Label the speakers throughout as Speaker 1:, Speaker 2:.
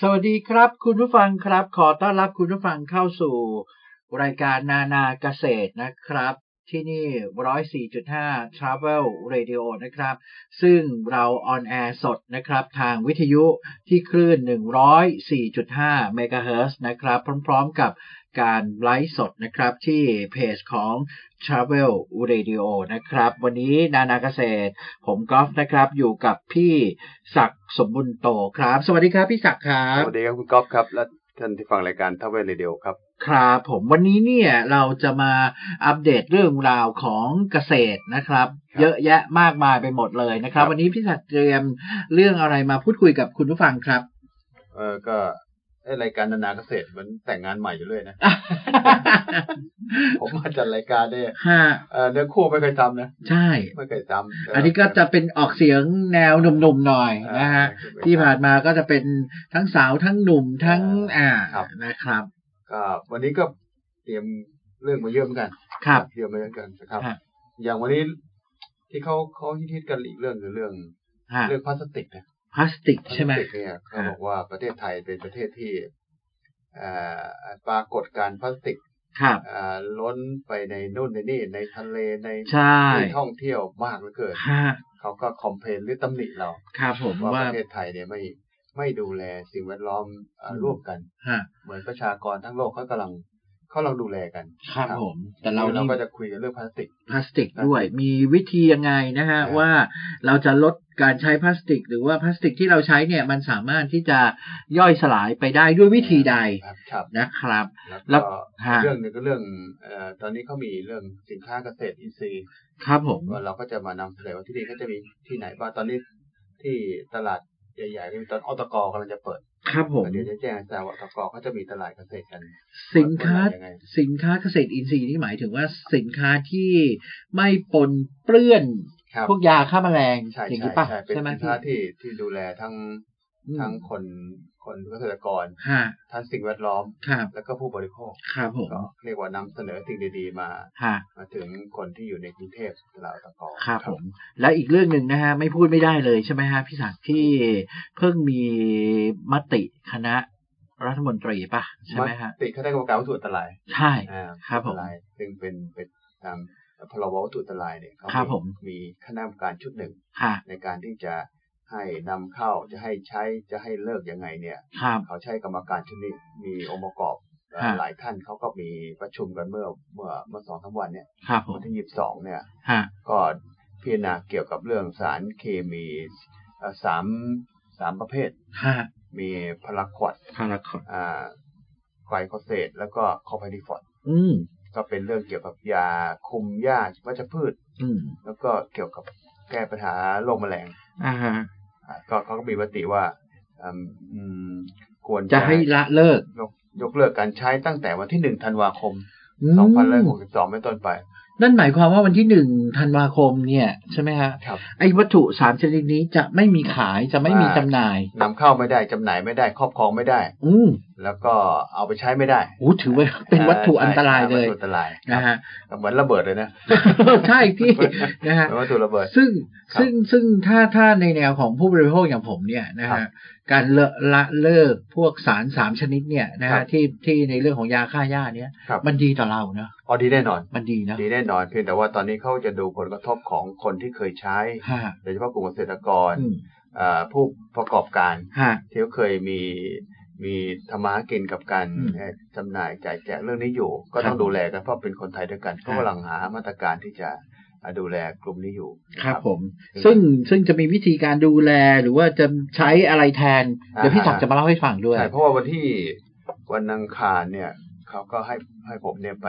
Speaker 1: สวัสดีครับ คุณผู้ฟังครับ ขอต้อนรับคุณผู้ฟังเข้าสู่ รายการนานาเกษตรนะครับ ที่นี่ 104.5 Travel Radio นะครับ ซึ่งเราออนแอร์สดนะครับทางวิทยุที่คลื่น 104.5 MHz นะครับ พร้อมๆกับการไลฟ์สดนะครับที่เพจของ Travel Radio นะครับ วันนี้นานาเกษตร ผมกอล์ฟนะครับ อยู่กับพี่ศักดิ์สมบุญโตครับ สวัสดีครับพี่ศักดิ์ครับ
Speaker 2: สวัสดีครับคุณก๊อฟครับ และท่านที่ฟังรายการทัพเวลเดียวครับ
Speaker 1: ครับผมวันนี้เนี่ยเราจะมาอัปเดตเรื่องราวของเกษตรนะครับ
Speaker 2: ครับ
Speaker 1: เยอะแยะมากมายไปหมดเลยนะครับ
Speaker 2: ครับ
Speaker 1: วันนี้พี่ศักดิ์เตรียมเรื่องอะไรมาพูดคุยกับคุณผู้ฟังครับ
Speaker 2: เออก็เอ้ยรายการนานาเกษตรมันแต่งงานใหม่อยู่เลยนะ ผมมาจัดรายการเนี่ย
Speaker 1: ห้า
Speaker 2: เออเนื้อคู่ไม่เคยทำนะ
Speaker 1: ใช่
Speaker 2: ไม่เคยทำแต่
Speaker 1: อันนี้ก็จะเป็นออกเสียงแนวหนุ่มๆหน่อย
Speaker 2: เออ
Speaker 1: นะฮะ
Speaker 2: ไม่เคยำ
Speaker 1: ที่ผ่านมาก็จะเป็นทั้งสาวทั้งหนุ่มทั้งอ่า
Speaker 2: ครับ
Speaker 1: นะครับ
Speaker 2: ก็วันนี้ก็เตรียมเรื่องมาเยอะเหมือนกัน
Speaker 1: ครับ
Speaker 2: เตรียมมาเยอะเหมือนกันนะครับ
Speaker 1: ครับ
Speaker 2: อย่างวันนี้ที่เขาเขาฮิตๆกันอีกเรื่องคือเรื่อง
Speaker 1: ฮะ
Speaker 2: เรื่องพลาสติกนะ
Speaker 1: พลาสติก
Speaker 2: พลาส
Speaker 1: ใช่ไหม
Speaker 2: ติกเนี่ยเขาบอกว่าประเทศไทยเป็นประเทศที่เอ่อปรากฏการณ์พลาสติก
Speaker 1: ครับ
Speaker 2: อ่าล้นไปในนู่นในนี่ในทะเลใน
Speaker 1: ใช่
Speaker 2: ที่ท่องเที่ยวมากเหลือเกิน
Speaker 1: ฮะ
Speaker 2: เขาก็คอมเพลนหรือตำหนิเรา
Speaker 1: ครับผม
Speaker 2: ว่า
Speaker 1: ว่า
Speaker 2: ประเทศไทยเนี่ยไม่ไม่ดูแลสิ่งแวดล้อมอ่าร่วมกัน
Speaker 1: ฮะ
Speaker 2: เหมือนประชากรทั้งโลกเขากำลังเขากำลังดูแลกัน
Speaker 1: ครับผม แต่เรา
Speaker 2: เรา
Speaker 1: นี่
Speaker 2: ก็จะคุยกันเรื่องพลาสติก
Speaker 1: พลาสติกด้วยมีวิธียังไงนะฮะ
Speaker 2: ครับ
Speaker 1: ว่าเราจะลดการใช้พลาสติก หรือว่าพลาสติกที่เราใช้เนี่ยมันสามารถที่จะย่อยสลายไปได้ด้วยวิธีใด
Speaker 2: ครับครับ
Speaker 1: นะครับ แล้
Speaker 2: แล้ว
Speaker 1: ว
Speaker 2: ก็
Speaker 1: ฮะ
Speaker 2: เรื่องหนึงก็เรื่องเอ่อตอนนี้เขามีเรื่องสินค้าเกษตรอินทรีย์
Speaker 1: ครับผม
Speaker 2: ว่าเราก็จะมานำเสนอว่าที่นี่ก็จะมีที่ไหนบ้างตอนนี้ที่ตลาดใหญ่ๆก็มีตอนอตกกำลังจะเปิด
Speaker 1: ครับผม
Speaker 2: เดี๋ยวจะแจ้งให้ทราบว่าตกเขาจะมีตลาดเกษตรกัน
Speaker 1: สินค้า
Speaker 2: ยังไง
Speaker 1: สินค้าเกษตรอินทรีย์นี่หมายถึงว่าสินค้าที่ไม่ปนเปื้อน
Speaker 2: ครับ
Speaker 1: พวกยาฆ่าแมลง
Speaker 2: ใช่
Speaker 1: อย่าง
Speaker 2: ใช่
Speaker 1: นี้ปะ
Speaker 2: ใช่เป็น
Speaker 1: ใช่ไหม
Speaker 2: สิน
Speaker 1: พี่
Speaker 2: ค้าที่ที่ดูแลทั้ง
Speaker 1: อืม
Speaker 2: ทั้งคนคนเกษตรกร
Speaker 1: ฮะ
Speaker 2: ทั้งสิ่งแวดล้อม
Speaker 1: ครับ
Speaker 2: แล้วก็ผู้บริโภค
Speaker 1: ครับผม
Speaker 2: ก็เรียกว่านำเสนอสิ่งดีๆมา
Speaker 1: ฮะ
Speaker 2: มาถึงคนที่อยู่ในกรุงเทพตลาดตะกอ
Speaker 1: ครับผมและอีกเรื่องหนึ่งนะฮะไม่พูดไม่ได้เลยใช่ไหมฮะพี่ศักดิ์ที่เพิ่งมีมติคณะรัฐมนตรีป่ะ ใช่ไหมฮะ
Speaker 2: ติดคณะกรรมการวัตถุอันตราย
Speaker 1: ใช่
Speaker 2: อ่า
Speaker 1: ครับผม
Speaker 2: อันตรายซึ่งเป็นเป็นตามพรบวัตถุอันตรายเนี่ยเขา
Speaker 1: ครับผม
Speaker 2: มีคณะกรรมการชุดหนึ่ง
Speaker 1: ฮะ
Speaker 2: ในการที่จะให้นำเข้าจะให้ใช้จะให้เลิกยังไงเนี่ย
Speaker 1: ครับ
Speaker 2: เขาใช้กรรมการชุดนี้มีองค์ประกอบเอ่อ
Speaker 1: ฮะ
Speaker 2: หลายท่านเขาก็มีประชุมกันเมื่อเมื่อเมื่อสองสามวันเนี่ย
Speaker 1: ครับผม
Speaker 2: วันที่ยี่สิบสองเนี่ย
Speaker 1: ฮะ
Speaker 2: ก็พิจารณาเกี่ยวกับเรื่องสารเคมีเอ่อสามสามประเภท
Speaker 1: ฮะ
Speaker 2: มีพาราควอด
Speaker 1: พาราคอน
Speaker 2: อ่าไกลโคเซตแล้วก็คอไพนิฟอด
Speaker 1: อืม
Speaker 2: ก็เป็นเรื่องเกี่ยวกับยาคุมหญ้าวัชพืช
Speaker 1: อืม
Speaker 2: แล้วก็เกี่ยวกับแก้ปัญหาโรคแมลง
Speaker 1: อ่าฮะ
Speaker 2: อ่ะก็เขาก็มีมติว่าอืมอืมควร
Speaker 1: จะให้ละเลิก
Speaker 2: ยกยกเลิกการใช้ตั้งแต่วันที่หนึ่งธันวาคม
Speaker 1: อื
Speaker 2: สองพัน
Speaker 1: ม
Speaker 2: หกสิบสองเป็นต้นไป
Speaker 1: นั่นหมายความว่าวันที่หนึ่งธันวาคมเนี่ยใช่ไหมฮะ
Speaker 2: ครับ
Speaker 1: ไอ้วัตถุสามชนิดนี้จะไม่มีขายจะไม่มีจำหน่าย
Speaker 2: นำเข้าไม่ได้จำหน่ายไม่ได้ ครอบครองไม่ได้
Speaker 1: อืม
Speaker 2: แล้วก็เอาไปใช้ไม่ได้
Speaker 1: โอ้ถือว่าเป็นวัตถุอันตรายเล
Speaker 2: วั
Speaker 1: ย
Speaker 2: ตถุอันตราย
Speaker 1: นะฮะ
Speaker 2: ครับเหมือนระเบิดเลยนะ
Speaker 1: ใช่พี่ นะฮะ
Speaker 2: เป็นวัตถุระเบิด
Speaker 1: ซึ่ง
Speaker 2: ครับ
Speaker 1: ซึ่งซึ่งถ้าถ้าในแนวของผู้บริโภคอย่างผมเนี่ยนะ
Speaker 2: ครั
Speaker 1: ฮะ
Speaker 2: บ
Speaker 1: การเลอะละเลิกพวกสารสามชนิดเนี่ยนะ
Speaker 2: ครั
Speaker 1: ฮะ
Speaker 2: บ
Speaker 1: ที่ที่ในเรื่องของยาฆ่าหญ้าเนี่ย
Speaker 2: ครับ
Speaker 1: มันดีต่อเราเนาะ
Speaker 2: อ๋อดีแน่นอน
Speaker 1: มันดีเนาะ
Speaker 2: ดีแน่นอนเพียงแต่ว่าตอนนี้เขาจะดูผลกระทบของคนที่เคยใช้
Speaker 1: ฮะ
Speaker 2: โดยเฉพาะกลุ่มเกษตรกร
Speaker 1: อืม
Speaker 2: เอ่อผู้ประกอบการ
Speaker 1: ฮะ
Speaker 2: ที่เคยมีมีธรรมะกินกับการ
Speaker 1: อืม
Speaker 2: เอ่อจำหน่ายจ่ายแจกเรื่องนี้อยู่ ก็
Speaker 1: ครับ
Speaker 2: ต้องดูแลกันเพราะเป็นคนไทยด้วยกัน
Speaker 1: ครั
Speaker 2: ก็
Speaker 1: บ
Speaker 2: กำลังหามาตรการที่จะอ่าดูแลกลุ่มนี้อยู่
Speaker 1: ครับผม
Speaker 2: ครับ
Speaker 1: ซึ่งซึ่งจะมีวิธีการดูแลหรือว่าจะใช้อะไรแทน เดี๋ยวพี่
Speaker 2: อ่า
Speaker 1: ศักดิ์จะมาเล่าให้ฟังด้วย
Speaker 2: ใช่เพราะว่าวันที่วันอังคารเนี่ยเขาก็ให้ให้ผมเนี่ยไป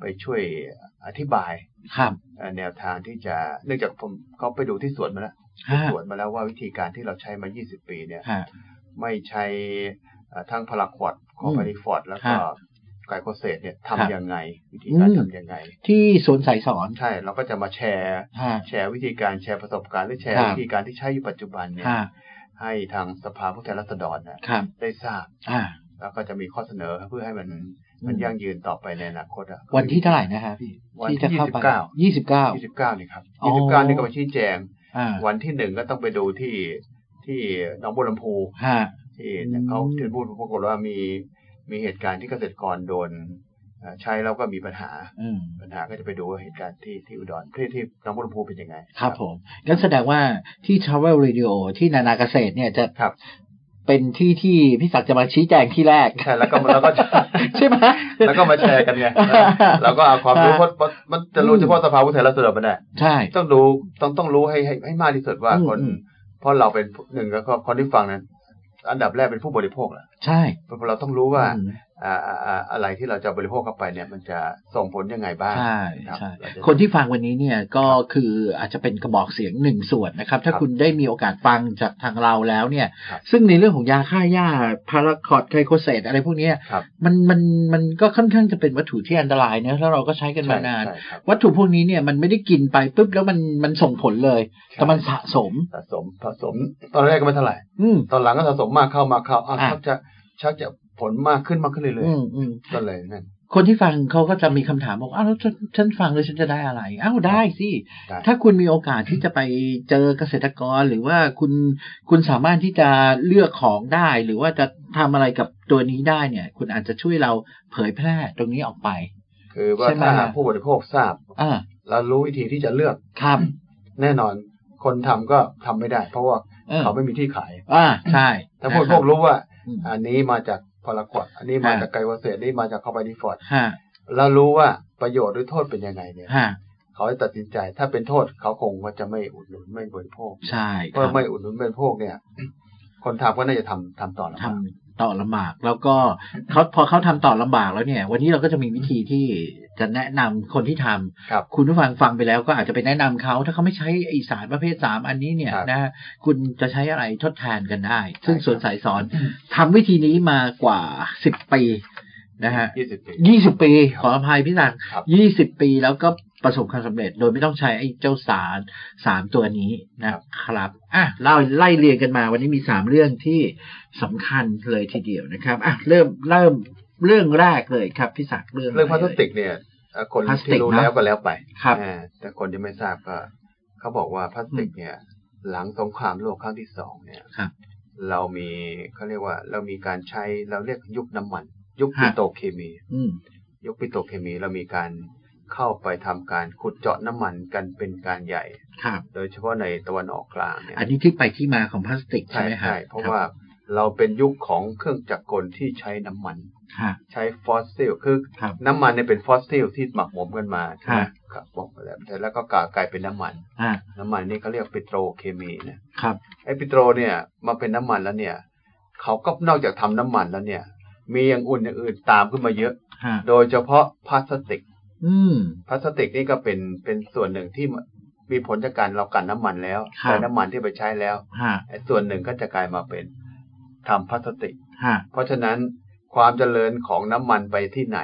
Speaker 2: ไปช่วยอธิบาย
Speaker 1: ครับ
Speaker 2: เอ่อแนวทางที่จะเนื่องจากผมเขาไปดูที่สวนมาแล้ว
Speaker 1: ฮะ
Speaker 2: สวนมาแล้วว่าวิธีการที่เราใช้มา 20 ปีเนี่ย
Speaker 1: ฮะ
Speaker 2: ไม่ใช้เอ่อทั้งพาราควอดคอร์พานิฟอร์ดแล้วก็ไกลโคเซตเนี่ย
Speaker 1: ครับ
Speaker 2: ทำยังไง วิธีการ
Speaker 1: อืม
Speaker 2: ทำยังไง
Speaker 1: ที่สวนสายสอน
Speaker 2: ใช่ เราก็จะมาแชร์
Speaker 1: ฮะ
Speaker 2: แชร์วิธีการแชร์ประสบการณ์ หรือแชร์
Speaker 1: ครับ
Speaker 2: วิธีการที่ใช้อยู่ปัจจุบันเนี่ย
Speaker 1: ฮะ
Speaker 2: ให้ทางสภาผู้แทนราษฎรนะครับ ได้ทราบ
Speaker 1: อ่า
Speaker 2: แล้วก็จะมีข้อเสนอเพื่อให้มัน
Speaker 1: อืม
Speaker 2: มันยั่งยืนต่อไปในอนาคตอะ
Speaker 1: วันที่เท่าไหร่นะฮะพี่
Speaker 2: วัน
Speaker 1: ที่จะ
Speaker 2: ที่
Speaker 1: เข้า
Speaker 2: ยี่สิ
Speaker 1: ไป
Speaker 2: บเก้า
Speaker 1: ยี่สิบเก้า
Speaker 2: ยี่สิบเก้านี่ครับ
Speaker 1: อ๋อ
Speaker 2: ยี่สิบเก้านี่ก็มาชี้แจง
Speaker 1: อ่า
Speaker 2: วันที่หนึ่งก็ต้องไปดูที่ที่หนองบัวลำพู
Speaker 1: ฮะ
Speaker 2: ที่เนี่ยเขาที่พูดปรากฏว่ามีมีเหตุการณ์ที่เกษตรกรโดนเอ่อใช้แล้วก็มีปัญหา
Speaker 1: อืม
Speaker 2: ปัญหาก็จะไปดูว่าเหตุการณ์ที่ที่อุดรที่ที่หนองบุรพูเป็นยังไง
Speaker 1: ครับผมงั้นแสดงว่าที่ Travel Radio ที่นานาเกษตรเนี่ยจะ
Speaker 2: ครับ
Speaker 1: เป็นที่ที่พี่ศักดิ์จะมาชี้แจงที่แรก
Speaker 2: ใช่แล้วก็แล้วก็
Speaker 1: ใช่ไหม
Speaker 2: แล้วก็มาแชร์กัน ไงเราก็เอาความรู้เพราะเพราะมันจะรู้เฉพาะสภาผู้แทนราษฎรไม่ได้
Speaker 1: ใช่
Speaker 2: ต้องดูต้องต้องรู้ให้ให้ให้มากที่สุดว่า
Speaker 1: อืม
Speaker 2: คน
Speaker 1: อืม
Speaker 2: เพราะเราเป็นผู้หนึ่งก็ก็คนที่ฟังนั้นอันดับแรกเป็นผู้บริโภคแหละ
Speaker 1: ใช่
Speaker 2: เพราะเราต้องรู้ว่า
Speaker 1: อืม
Speaker 2: อ่าอ่าอ่าอะไรที่เราจะบริโภคเข้าไปเนี่ย มันจะส่งผลยังไงบ้าง
Speaker 1: ใช่
Speaker 2: รับ
Speaker 1: ใช่
Speaker 2: เราจะ
Speaker 1: คนที่ฟังวันนี้เนี่ยก็คืออาจจะเป็นกระบอกเสียงหนึ่งส่วนนะครับ ถ้า
Speaker 2: ครับ
Speaker 1: คุณได้มีโอกาสฟังจากทางเราแล้วเนี่ย
Speaker 2: ครับ
Speaker 1: ซึ่งในเรื่องของยาฆ่าหญ้าพาราคอดไคโคเซตอะไรพวกเนี้ย
Speaker 2: ครับ
Speaker 1: มันมันมันก็ค่อนข้างจะเป็นวัตถุที่อันตรายเนอะแล้วเราก็ใช้กันมานาน
Speaker 2: ใช่ครับ
Speaker 1: วัตถุพวกนี้เนี่ยมันไม่ได้กินไปปุ๊บแล้วมันมันส่งผลเลย แต่มันสะสม
Speaker 2: สะสมผสม ตอนแรกก็ไม่เท่าไหร่
Speaker 1: อืม
Speaker 2: ตอนหลังก็สะสมมากเข้ามากเข้าอ้าว
Speaker 1: อ่ะ
Speaker 2: ชักจะชักจะผลมากขึ้นมากขึ้นเรื่อย
Speaker 1: อืมอืม
Speaker 2: ๆก็เลยนั่น
Speaker 1: คนที่ฟังเขาก็จะมีคำถามบอกอ้าวแล้วฉันฉันฟังแล้วฉันจะได้อะไรอ้าวได้สิ
Speaker 2: ได้
Speaker 1: ถ้าคุณมีโอกาสที่จะไปเจอเกษตรกรหรือว่าคุณคุณสามารถที่จะเลือกของได้ หรือว่าจะทำอะไรกับตัวนี้ได้เนี่ย คุณอาจจะช่วยเราเผยแพร่ตรงนี้ออกไป
Speaker 2: คือว่า
Speaker 1: ใช่ไหม
Speaker 2: ถ้าหากผู้บริโภคทราบ
Speaker 1: อ่า
Speaker 2: แล้วรู้วิธีที่จะเลือก
Speaker 1: ครับ
Speaker 2: แน่นอน คนทำก็ทำไม่ได้ เพราะว่า
Speaker 1: เออ
Speaker 2: เขาไม่มีที่ขาย
Speaker 1: อ่าใช่
Speaker 2: ถ้าผู้บริ
Speaker 1: นะครั
Speaker 2: โภ
Speaker 1: บ
Speaker 2: ครู้ว่า
Speaker 1: อืม
Speaker 2: อันนี้มาจากพลกวดอันนี้มา
Speaker 1: ฮะ
Speaker 2: จากไกลวเศษนี่มาจากคาร์บอนิฟอร์ด
Speaker 1: ฮะ
Speaker 2: แล้วรู้ว่าประโยชน์หรือโทษเป็นยังไงเนี่ย
Speaker 1: ฮะ
Speaker 2: เขาจะตัดสินใจ ถ้าเป็นโทษเขาคงว่าจะไม่อุดหนุนไม่บริโภค
Speaker 1: ใช่ค
Speaker 2: เพื่
Speaker 1: รั
Speaker 2: อบ ไม่อุดหนุนบริโภคเนี่ย คนทำก็น่าจะทำทำต่อแล้ว
Speaker 1: ทำต่อลำบากแล้วก็เขาพอเขาทำต่อลำบากแล้วเนี่ย วันนี้เราก็จะมีวิธีที่จะแนะนำคนที่ทำ
Speaker 2: ครับ
Speaker 1: คุณผู้ฟังฟังไปแล้วก็อาจจะไปแนะนำเขาถ้าเขาไม่ใช้ไอสารประเภทสามอันนี้เนี่ย
Speaker 2: ครับ
Speaker 1: นะฮะคุณจะใช้อะไรทดแทนกันได้ ซึ่ง
Speaker 2: ใช่ครับ
Speaker 1: สวนสายสอนทำวิธีนี้มากว่าสิบปีนะฮะ
Speaker 2: ยี่สิบปี
Speaker 1: ยี่สิบปี
Speaker 2: ครับ
Speaker 1: ขออภัยพี่สัง
Speaker 2: ครับ
Speaker 1: ยี่สิบปีแล้วก็ประสบความสำเร็จ โดยไม่ต้องใช้ไอ้เจ้าสารสามตัวนี้นะครับอ่ะเราไล่เรียงกันมาวันนี้มีสามเรื่องที่ สำคัญเลยทีเดียวนะครับอ่ะเริ่มเริ่มเรื่องแรกเลยครับพี่ศักดิ์เรื่อง
Speaker 2: เรื่องพลาส
Speaker 1: ะไ
Speaker 2: ติกเนี่ยเอ่อคน
Speaker 1: พลาสติ
Speaker 2: ที่
Speaker 1: ก
Speaker 2: รู้
Speaker 1: เนอะ
Speaker 2: แล้วก็แล้วไป
Speaker 1: ครับ
Speaker 2: อ่าแต่คนที่ไม่ทราบก็เขาบอกว่าพลาสติกเนี่ย หลังสงครามโลกครั้งที่สองเนี่ย
Speaker 1: ครับ
Speaker 2: เรามีเขาเรียกว่า เรามีการใช้เราเรียกยุคน้ำมัน ยุค
Speaker 1: ฮะ
Speaker 2: ปิโตรเคมี
Speaker 1: อืม
Speaker 2: ยุคปิโตรเคมีเรามีการเข้าไปทำการขุดเจาะน้ำมันกันเป็นการใหญ่
Speaker 1: ครับ
Speaker 2: โดยเฉพาะในตะวันออกกลางเนี่ย
Speaker 1: อันนี้ที่ไปที่มาของพลาสติกใช่
Speaker 2: ใช่
Speaker 1: ไหมครับ
Speaker 2: ใช่เพราะว่าเราเป็นยุคของเครื่องจักรกลที่ใช้น้ำมัน
Speaker 1: ครับ
Speaker 2: ใช้ฟอสซิลคือ
Speaker 1: ครับ
Speaker 2: น้ำมันเนี่ยเป็นฟอสซิลที่หมักหมมกันมา
Speaker 1: ค่ะ
Speaker 2: ครับหมักมาแล้วแต่แล้วก็กลายเป็นน้ำมัน
Speaker 1: อ่ะ
Speaker 2: น้ำมันนี่เขาเรียกปิโตรเคมีนะครับ ไอ้ปิโตรเนี่ยมาเป็นน้ำมันแล้วเนี่ยเขาก็นอกจากทำน้ำมันแล้วเนี่ย มีอย่างอุ่นอย่างอื่นตามขึ้นมาเยอะ
Speaker 1: ฮะ
Speaker 2: โดยเฉพาะพลาสติก
Speaker 1: อืม
Speaker 2: พลาสติกนี่ก็เป็นเป็นส่วนหนึ่งที่มีผลจากการเรากันน้ำมันแล้ว
Speaker 1: ค่ะ
Speaker 2: ใช้น้ำมันที่ไปใช้แล้ว
Speaker 1: ฮะ
Speaker 2: ไอ้ส่วนหนึ่งก็จะกลายมาเป็นทำพลาสติก
Speaker 1: ฮะ
Speaker 2: เพราะฉะนั้นความเจริญของน้ำมันไปที่ไหน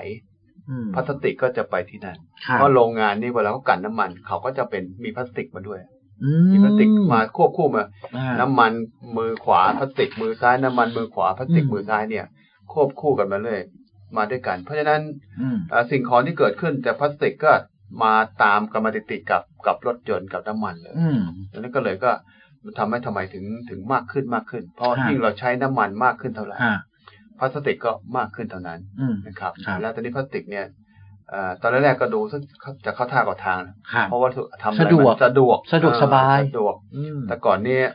Speaker 1: อืม
Speaker 2: พลาสติกก็จะไปที่นั่น
Speaker 1: ครับ
Speaker 2: เพราะโรงงานนี่เวลาเขากันน้ำมัน เขาก็จะเป็นมีพลาสติกมาด้วย
Speaker 1: อื
Speaker 2: มีพลาสติกมาควบคู่มา
Speaker 1: อ่า
Speaker 2: น้ำมันมือขวาพลาสติกมือซ้ายน้ำมันมือขวาพลาสติก
Speaker 1: อืม
Speaker 2: มือซ้ายเนี่ย ควบคู่กันมาเลยมาด้วยกัน เพราะฉะนั้น
Speaker 1: อืม
Speaker 2: เอ่อสิ่งของที่เกิดขึ้นจากพลาสติกก็มาตามกันมาติดๆกับกับรถยนต์กับน้ำมันเลย
Speaker 1: อืม
Speaker 2: ดังนั้นก็เลยก็ทำให้ทำไมถึงถึงมากขึ้นมากขึ้น เพราะ
Speaker 1: ฮะ
Speaker 2: ยิ่งเราใช้น้ำมันมากขึ้นเท่าไหร่
Speaker 1: ฮะ
Speaker 2: พลาสติกก็มากขึ้นเท่านั้น
Speaker 1: อืม
Speaker 2: นะครับ
Speaker 1: ครับ
Speaker 2: แล้วตอนนี้พลาสติกเนี่ยเอ่อตอนแรกๆก็ดูซึ่งจะเข้าท่ากับทางนะครับ เพราะว่าทำอะไร
Speaker 1: สะดวก
Speaker 2: มันสะดวก
Speaker 1: สะดวก
Speaker 2: เออ
Speaker 1: สบาย
Speaker 2: สะดวก
Speaker 1: อืม
Speaker 2: แต่ก่อนเนี่ย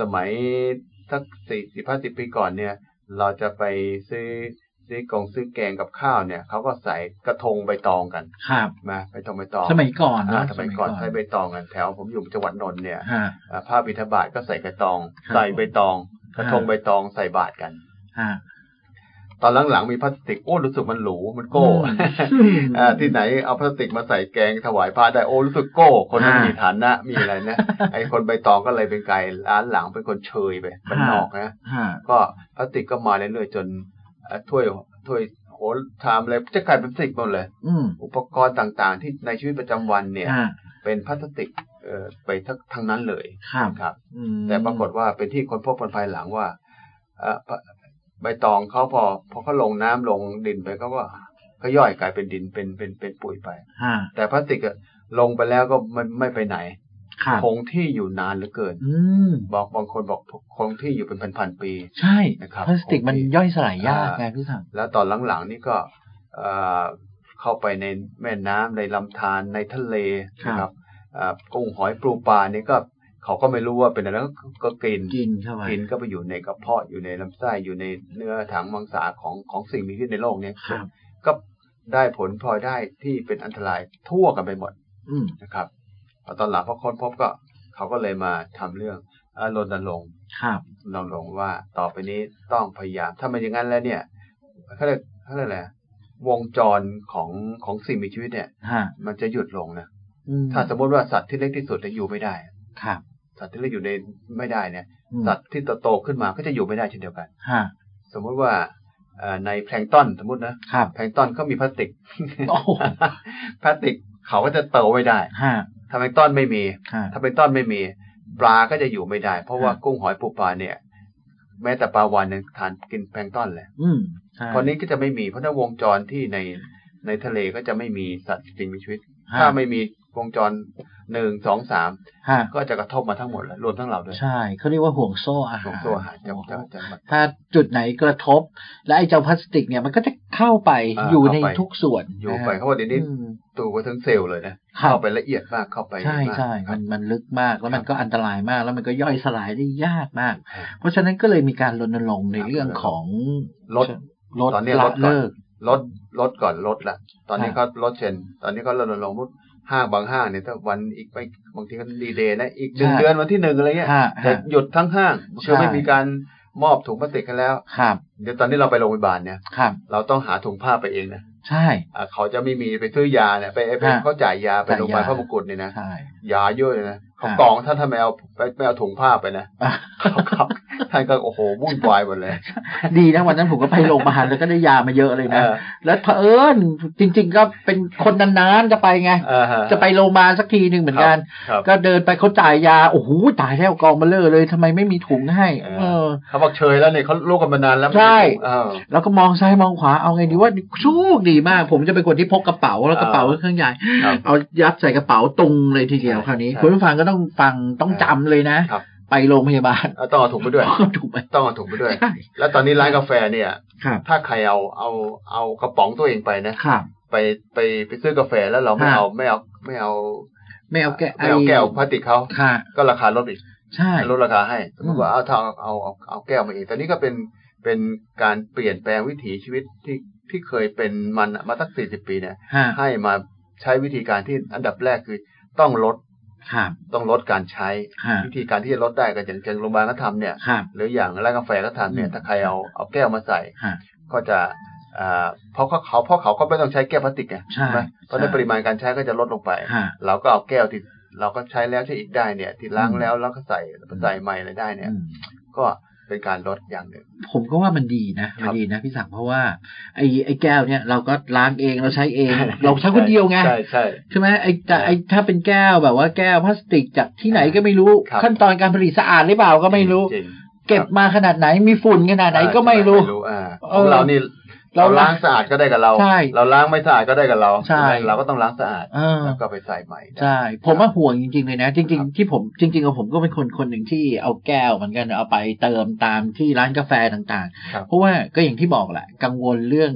Speaker 2: สมัยสักสี่สิบห้าสิบปีก่อนเนี่ย เราจะไปซื้อซื้อกองซื้อแกงกับข้าวเนี่ยเขาก็ใส่กระทงใบตองกัน
Speaker 1: ครับ
Speaker 2: มาใบตองใบตอง
Speaker 1: สมัยก่อน
Speaker 2: อ่า
Speaker 1: นะ
Speaker 2: สมัยก่อนใช้ใบตองกันแถวผมอยู่จังหวัดนนท์เนี่ย
Speaker 1: ฮะ
Speaker 2: อ่าผ้าบิทบาทก็ใส่กระตอง
Speaker 1: ครับ
Speaker 2: ใส่ใบตอง กระทง
Speaker 1: อ่า
Speaker 2: ใบตองใส่บาทกัน
Speaker 1: ฮะ
Speaker 2: ตอนหลังๆมีพลาสติกโอ้รู้สึกมันหรูมันโก้
Speaker 1: อืม
Speaker 2: อ่าที่ไหนเอาพลาสติกมาใส่แกงถวายพระได้โอ้รู้สึกโก้คนนั้น
Speaker 1: อ่ามี
Speaker 2: มีฐานะมีอะไร นะ ไอ้คนใบตองก็เลยเป็นไกลร้านหลังเป็นคนเชยไปมัน
Speaker 1: อ่า
Speaker 2: นอกนะ
Speaker 1: ฮะ
Speaker 2: ก็พลาสติกก็มาเรื่อยๆจนเอ่อถ้วยถ้วยโหชามอะไรจะกลายเป็นพลาสติกหมดเลย
Speaker 1: อืม
Speaker 2: อุปกรณ์ต่างๆ ที่ในชีวิตประจำวันเนี่ย
Speaker 1: ฮะ
Speaker 2: เป็นพลาสติกเอ่อไปทั้งทั้งนั้นเลย
Speaker 1: ครับ
Speaker 2: ครับ
Speaker 1: อืม
Speaker 2: แต่ปรากฏว่าเป็นที่คนพบคนภายหลังว่าเอ่อใบตองเขาพอพอเขาลงน้ำลงดินไปเขาก็เขาย่อยกลายเป็นดินเป็นเป็นเป็นปุ๋ยไป
Speaker 1: ฮะ
Speaker 2: แต่พลาสติกอะลงไปแล้วก็ไม่ไม่ไปไหน
Speaker 1: ครับ
Speaker 2: คงที่อยู่นานเหลือเกิน
Speaker 1: อืม
Speaker 2: บอกบางคนบอกคงที่อยู่เป็นพันๆปี
Speaker 1: ใช่
Speaker 2: นะครับ
Speaker 1: พลาสติกมัน
Speaker 2: โอเค
Speaker 1: ย่อยสลายยาก
Speaker 2: อ่า
Speaker 1: ไงพี่สัง
Speaker 2: แล้วตอนหลังๆนี่ก็เอ่อเข้าไปในแม่น้ำในลำธารในทะเลนะครับเอ่อกุ้งหอยปลูปลานี่ก็เขาก็ไม่รู้ว่าเป็นอะไรก็ก็กิน
Speaker 1: กินเข้าไป
Speaker 2: กินก็ไปอยู่ในกระเพาะอยู่ในลำไส้อยู่ในเนื้อถังมังสาของของสิ่งมีพิษในโลกเนี่ย
Speaker 1: ครับ
Speaker 2: ก็ได้ผลพลอยได้ที่เป็นอันตรายทั่วกันไปหมด
Speaker 1: อืม
Speaker 2: นะครับพอตอนหลังพอค้นพบก็เขาก็เลยมาทำเรื่องเอ่อรณรงค์
Speaker 1: ครับ
Speaker 2: ลองลงค์ว่าต่อไปนี้ต้องพยายาม ถ้ามันอย่างนั้นแล้วเนี่ยเขาเรียกเขาเรียกอะไรอะวงจรของของสิ่งมีชีวิตเนี่ย
Speaker 1: ฮะ
Speaker 2: มันจะหยุดลงนะ
Speaker 1: อืม
Speaker 2: ถ้าสมมติว่าสัตว์ที่เล็กที่สุดจะอยู่ไม่ได้
Speaker 1: ครับ
Speaker 2: สัตว์ที่เล็กอยู่ในไม่ได้เนี่ย
Speaker 1: อืม
Speaker 2: สัตว์ที่โตๆขึ้นมาก็จะอยู่ไม่ได้เช่นเดียวกัน
Speaker 1: ฮะ
Speaker 2: สมมุติว่าเอ่อในแพลงก์ต้นสมมตินะครับ แพลงก์ต้นเขามีพลาสติก
Speaker 1: โอ้โห
Speaker 2: พลาสติกเขาก็จะเติบไม่ได้
Speaker 1: ฮะ
Speaker 2: ถ้าแพลงก์ต้นไม่มี
Speaker 1: ฮะ
Speaker 2: ถ้าเป็นต้นไม่มีปลาก็จะอยู่ไม่ได้ เพราะว่า
Speaker 1: ครับ
Speaker 2: กุ้งหอยปูปลาเนี่ย แม้แต่ปลาวานยังทานกินแพลงก์ต้นเลย
Speaker 1: อืมใช่
Speaker 2: เพราะนี้ก็จะไม่มีเพราะถ้าวงจรที่ในในทะเลก็จะไม่มีสัตว์สิ่งมีชีวิต
Speaker 1: ฮะ
Speaker 2: ถ้าไม่มีวงจรหนึ่งสองสาม
Speaker 1: ฮะ
Speaker 2: ก็จะกระทบมาทั้งหมดเลยรวมทั้งเราด้วย
Speaker 1: ใช่เขาเรียกว่าห่วงโซ่อาหาร
Speaker 2: รวมตัวอาหารจะ
Speaker 1: โอ้โห
Speaker 2: จะจะมา
Speaker 1: ถ้าจุดไหนกระทบ และไอ้เจ้าพลาสติกเนี่ยมันก็จะเข้าไป
Speaker 2: อ่า
Speaker 1: อยู่ใน
Speaker 2: เข้าไป
Speaker 1: ทุกส่วน
Speaker 2: อยู่
Speaker 1: นะฮะ
Speaker 2: ไปเขาบอกเดี๋ยวนี้
Speaker 1: อืม
Speaker 2: ตัวก็ทั้งเซลล์เลยนะ
Speaker 1: ครั
Speaker 2: เข้า
Speaker 1: บ
Speaker 2: ไปละเอียดมากเข้าไป
Speaker 1: ใช่
Speaker 2: มาก
Speaker 1: ใช่
Speaker 2: ครั
Speaker 1: มั
Speaker 2: บ
Speaker 1: นมันลึกมากแล้วมัน
Speaker 2: ครับ
Speaker 1: ก็อันตรายมาก แล้วมันก็ย่อยสลายได้ยากมาก
Speaker 2: ครับ
Speaker 1: เพราะฉะนั้นก็เลยมีการรณรงค์ใน
Speaker 2: ครับ
Speaker 1: เรื่องของ
Speaker 2: ลด
Speaker 1: ลด
Speaker 2: ตอนนี้ล
Speaker 1: ละ
Speaker 2: ดก่อน
Speaker 1: เลิก
Speaker 2: ลดลดก่อนลดละตอนนี้
Speaker 1: ฮะ
Speaker 2: เขาลดเชนตอนนี้เขาลดลงค์ห้างบางห้างเนี่ยถ้าวันอีกไม่บางทีก็ดีเดย์นะอีกหนึ่งเดือนวันที่หนึ่งอะไรเงี้ย
Speaker 1: ฮะ
Speaker 2: จะ
Speaker 1: ฮะ
Speaker 2: หยุดทั้งห้าง
Speaker 1: ใช่
Speaker 2: คือไม่มีการมอบถุงพลาสติกกันแล้ว
Speaker 1: ครับ
Speaker 2: เดี๋ยวตอนนี้เราไปโรงพยาบาลเนี่ย
Speaker 1: ครับ
Speaker 2: เราต้องหาถุงผ้าไปเองนะ
Speaker 1: ใช่
Speaker 2: อ่าเขาจะไม่มีไปซื้อยาเนี่ยไปไป
Speaker 1: ฮะ
Speaker 2: เขาจ่ายยาไป
Speaker 1: จ่ายยา
Speaker 2: โรงพยาบาลพระมงกุฎเนี่ยนะ
Speaker 1: ใช่
Speaker 2: ยาเยอะเลยนะเขา
Speaker 1: ฮะ
Speaker 2: กองถ้าทำไมเอาไปไม่เอาถุงผ้าไปนะ
Speaker 1: อ่ะ
Speaker 2: ครับ ท่านก็โอ้โหวุ่นวายหมดเลย
Speaker 1: ดีนะวันนั้นผมก็ไปโรงพยาบาลแล้วก็ได้ยามาเยอะเลย
Speaker 2: เอ
Speaker 1: นะ
Speaker 2: อ
Speaker 1: แล้วเผอิญจริง ๆ ก็เป็นคนนานๆจะไปไง
Speaker 2: เออฮ
Speaker 1: จะไปโรงพยาบาลสักทีหนึ่งเหมือนกัน
Speaker 2: ครับ
Speaker 1: ก็เดินไปเขาจ่ายยา โอ้โหตายแล้วกองมาเลอเลยทำไมไม่มีถุงให้ เออ
Speaker 2: เขาบอกเชยแล้วเนี่ยเขาโรคกันมานานแล้ว
Speaker 1: ใช่
Speaker 2: เออ
Speaker 1: แล้วก็มองซ้ายมองขวาเอาไงดีว่าโชคดีมาก ผมจะเป็นคนที่พกกระเป๋าแล้วกระเป๋า
Speaker 2: อ่า
Speaker 1: เครื่องใหญ่
Speaker 2: ครับ
Speaker 1: เอายัดใส่กระเป๋าตุงเลยทีเดียว
Speaker 2: ใช่
Speaker 1: คราวนี้
Speaker 2: ใช่
Speaker 1: คุณผู้ฟังก็ต้องฟังต้องจำเลยนะ
Speaker 2: ครับ
Speaker 1: ไปโรงพยาบาล
Speaker 2: เอาต้องเอาถุงไปด้วย
Speaker 1: ถูกไหม
Speaker 2: ต้องเอาถุงไปด้วย
Speaker 1: ใช่
Speaker 2: แล้วตอนนี้ร้านกาแฟเนี่ย
Speaker 1: ครับ
Speaker 2: ถ้าใครเอาเอาเอากระป๋องตัวเองไปนะ
Speaker 1: ครับ
Speaker 2: ไปไปไปซื้อกาแฟแล้วเราไม่
Speaker 1: ฮะ
Speaker 2: เอาไม่เอาไม่เอา
Speaker 1: ไม่เอาแก้ว
Speaker 2: ไม่เอาแก้วพลาสติกเขา
Speaker 1: ค่ะ
Speaker 2: ก็ราคาลดอีก
Speaker 1: ใช่
Speaker 2: ลดราคาให้สมมติว่าเอาถ้าเอาเอาเอาเอาแก้วมาเองตอนนี้ก็เป็นเป็นการเปลี่ยนแปลงวิถีชีวิตที่ที่เคยเป็นมันมาตั้งสี่สิบปีเนี่ย
Speaker 1: ฮะ
Speaker 2: ให้มาใช้วิธีการที่อันดับแรกคือต้องลด
Speaker 1: ครับ
Speaker 2: ต้องลดการใช้
Speaker 1: ฮะ
Speaker 2: วิธีการที่จะลดได้ก็อย่างเช่นโรงพยาบาลก็ทำเนี่ย
Speaker 1: ครับ
Speaker 2: หรืออย่างร้านกาแฟก็ทำเนี่ย
Speaker 1: อืม
Speaker 2: ถ้าใครเอาเอาแก้วมาใส่
Speaker 1: ฮะ
Speaker 2: ก็จะอ่าเพราะเขาเขาเพราะเขาก็ไม่ต้องใช้แก้วพลาสติกไง
Speaker 1: ใช่
Speaker 2: ไหมเพราะฉะนั้
Speaker 1: ใช่
Speaker 2: นปริมาณการใช้ก็จะลดลงไป
Speaker 1: ฮะ
Speaker 2: เราก็เอาแก้วที่เราก็ใช้แล้วใช้อีกได้เนี่ยที่ล้าง
Speaker 1: อืม
Speaker 2: แล้วแล้วก็ใส่ใส่ใหม่อะไรได้เนี่ย
Speaker 1: อืม
Speaker 2: ก็เป็นการลดอย่างหนึ่ง
Speaker 1: ผมก็ว่ามันดีนะ
Speaker 2: ครั
Speaker 1: มั
Speaker 2: บ
Speaker 1: นดีนะพี่ศักดิ์เพราะว่าไอ้ไอ้แก้วเนี่ยเราก็ล้างเองเราใช้เอง
Speaker 2: ใช่
Speaker 1: เราใช้คนเดียวไง
Speaker 2: ใช่ใช่
Speaker 1: ใช่ไหมไอ้แต่ไอ้ถ้าเป็นแก้วแบบว่าแก้วพลาสติกจากที่ไหน
Speaker 2: ครับ
Speaker 1: ก็ไม่รู้
Speaker 2: ครับ
Speaker 1: ขั้นตอนการผลิตสะอาดหรือเปล่าก็ไม่รู้
Speaker 2: จง
Speaker 1: เก็บมาขนาดไหนมีฝุ่นขนาดไหนก็ไม่รู้
Speaker 2: อ่า
Speaker 1: เออ
Speaker 2: ของเรานี่
Speaker 1: เรา
Speaker 2: เราล้างสะอาดก็ได้กับเรา
Speaker 1: ใช่
Speaker 2: เราล้างไม่สะอาดก็ได้กับเรา
Speaker 1: ใช่
Speaker 2: ไหมเราก็ต้องล้างสะอาด
Speaker 1: เออ
Speaker 2: แล้วก็ไปใส่ใหม่ได้
Speaker 1: ใช่ ผมว่าห่วงจริง ๆ เลยนะ จริง
Speaker 2: ครับ
Speaker 1: ๆ ที่ผมจริงๆกับผมก็เป็นคนคนหนึ่งที่เอาแก้วเหมือนกันเอาไปเติมตามที่ร้านกาแฟต่าง
Speaker 2: ครับ
Speaker 1: ๆ เพราะว่าก็อย่างที่บอกแหละกังวลเรื่อง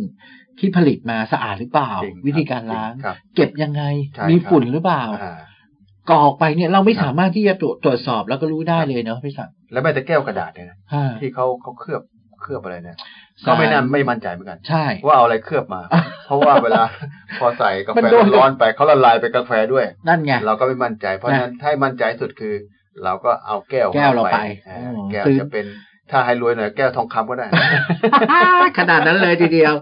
Speaker 1: ที่ผลิตมาสะอาดหรือเปล่า
Speaker 2: จงคบ
Speaker 1: วิธีการล้าง
Speaker 2: จครับ
Speaker 1: เก็บยังไง
Speaker 2: ใช่
Speaker 1: มี
Speaker 2: ครับ
Speaker 1: ฝุ่นหรือเปล่า
Speaker 2: อ่า
Speaker 1: ก่อออกไปเนี่ยเราไม่
Speaker 2: ครับ
Speaker 1: สามารถที่จะตรวจตรวจสอบแล้วก็รู้ได้เลยเนาะพี่สักดิ์
Speaker 2: แล้วแม้แต่แก้วกระดาษเนี่ยนะ
Speaker 1: อ่า
Speaker 2: ที่เขาเขาเคลือบเคลือบอะไรเนี่ยก็ไม่นั่นไม่มั่นใจเหมือนกัน
Speaker 1: ใช่
Speaker 2: ว่าเอาอะไรเคลือบมา เพราะว่าเว ลาพอใส่กา
Speaker 1: มั
Speaker 2: แฟ
Speaker 1: นโดน
Speaker 2: ร้อนๆไปเขาละลายไปกาแฟด้วย
Speaker 1: นั่นไง
Speaker 2: เราก็ไม่มั่นใจ เพราะฉะนั้นถ้าให้มั่นใจสุดคือ เราก็เอาแก้ว
Speaker 1: แก้วเราไป
Speaker 2: อ่า
Speaker 1: อืม
Speaker 2: แก้ว
Speaker 1: ซื้อ
Speaker 2: จะเป็นถ้าให้รวยหน่อยแก้วทองคำก็ได้นะ
Speaker 1: ขนาดนั้นเลยทีเดี ยว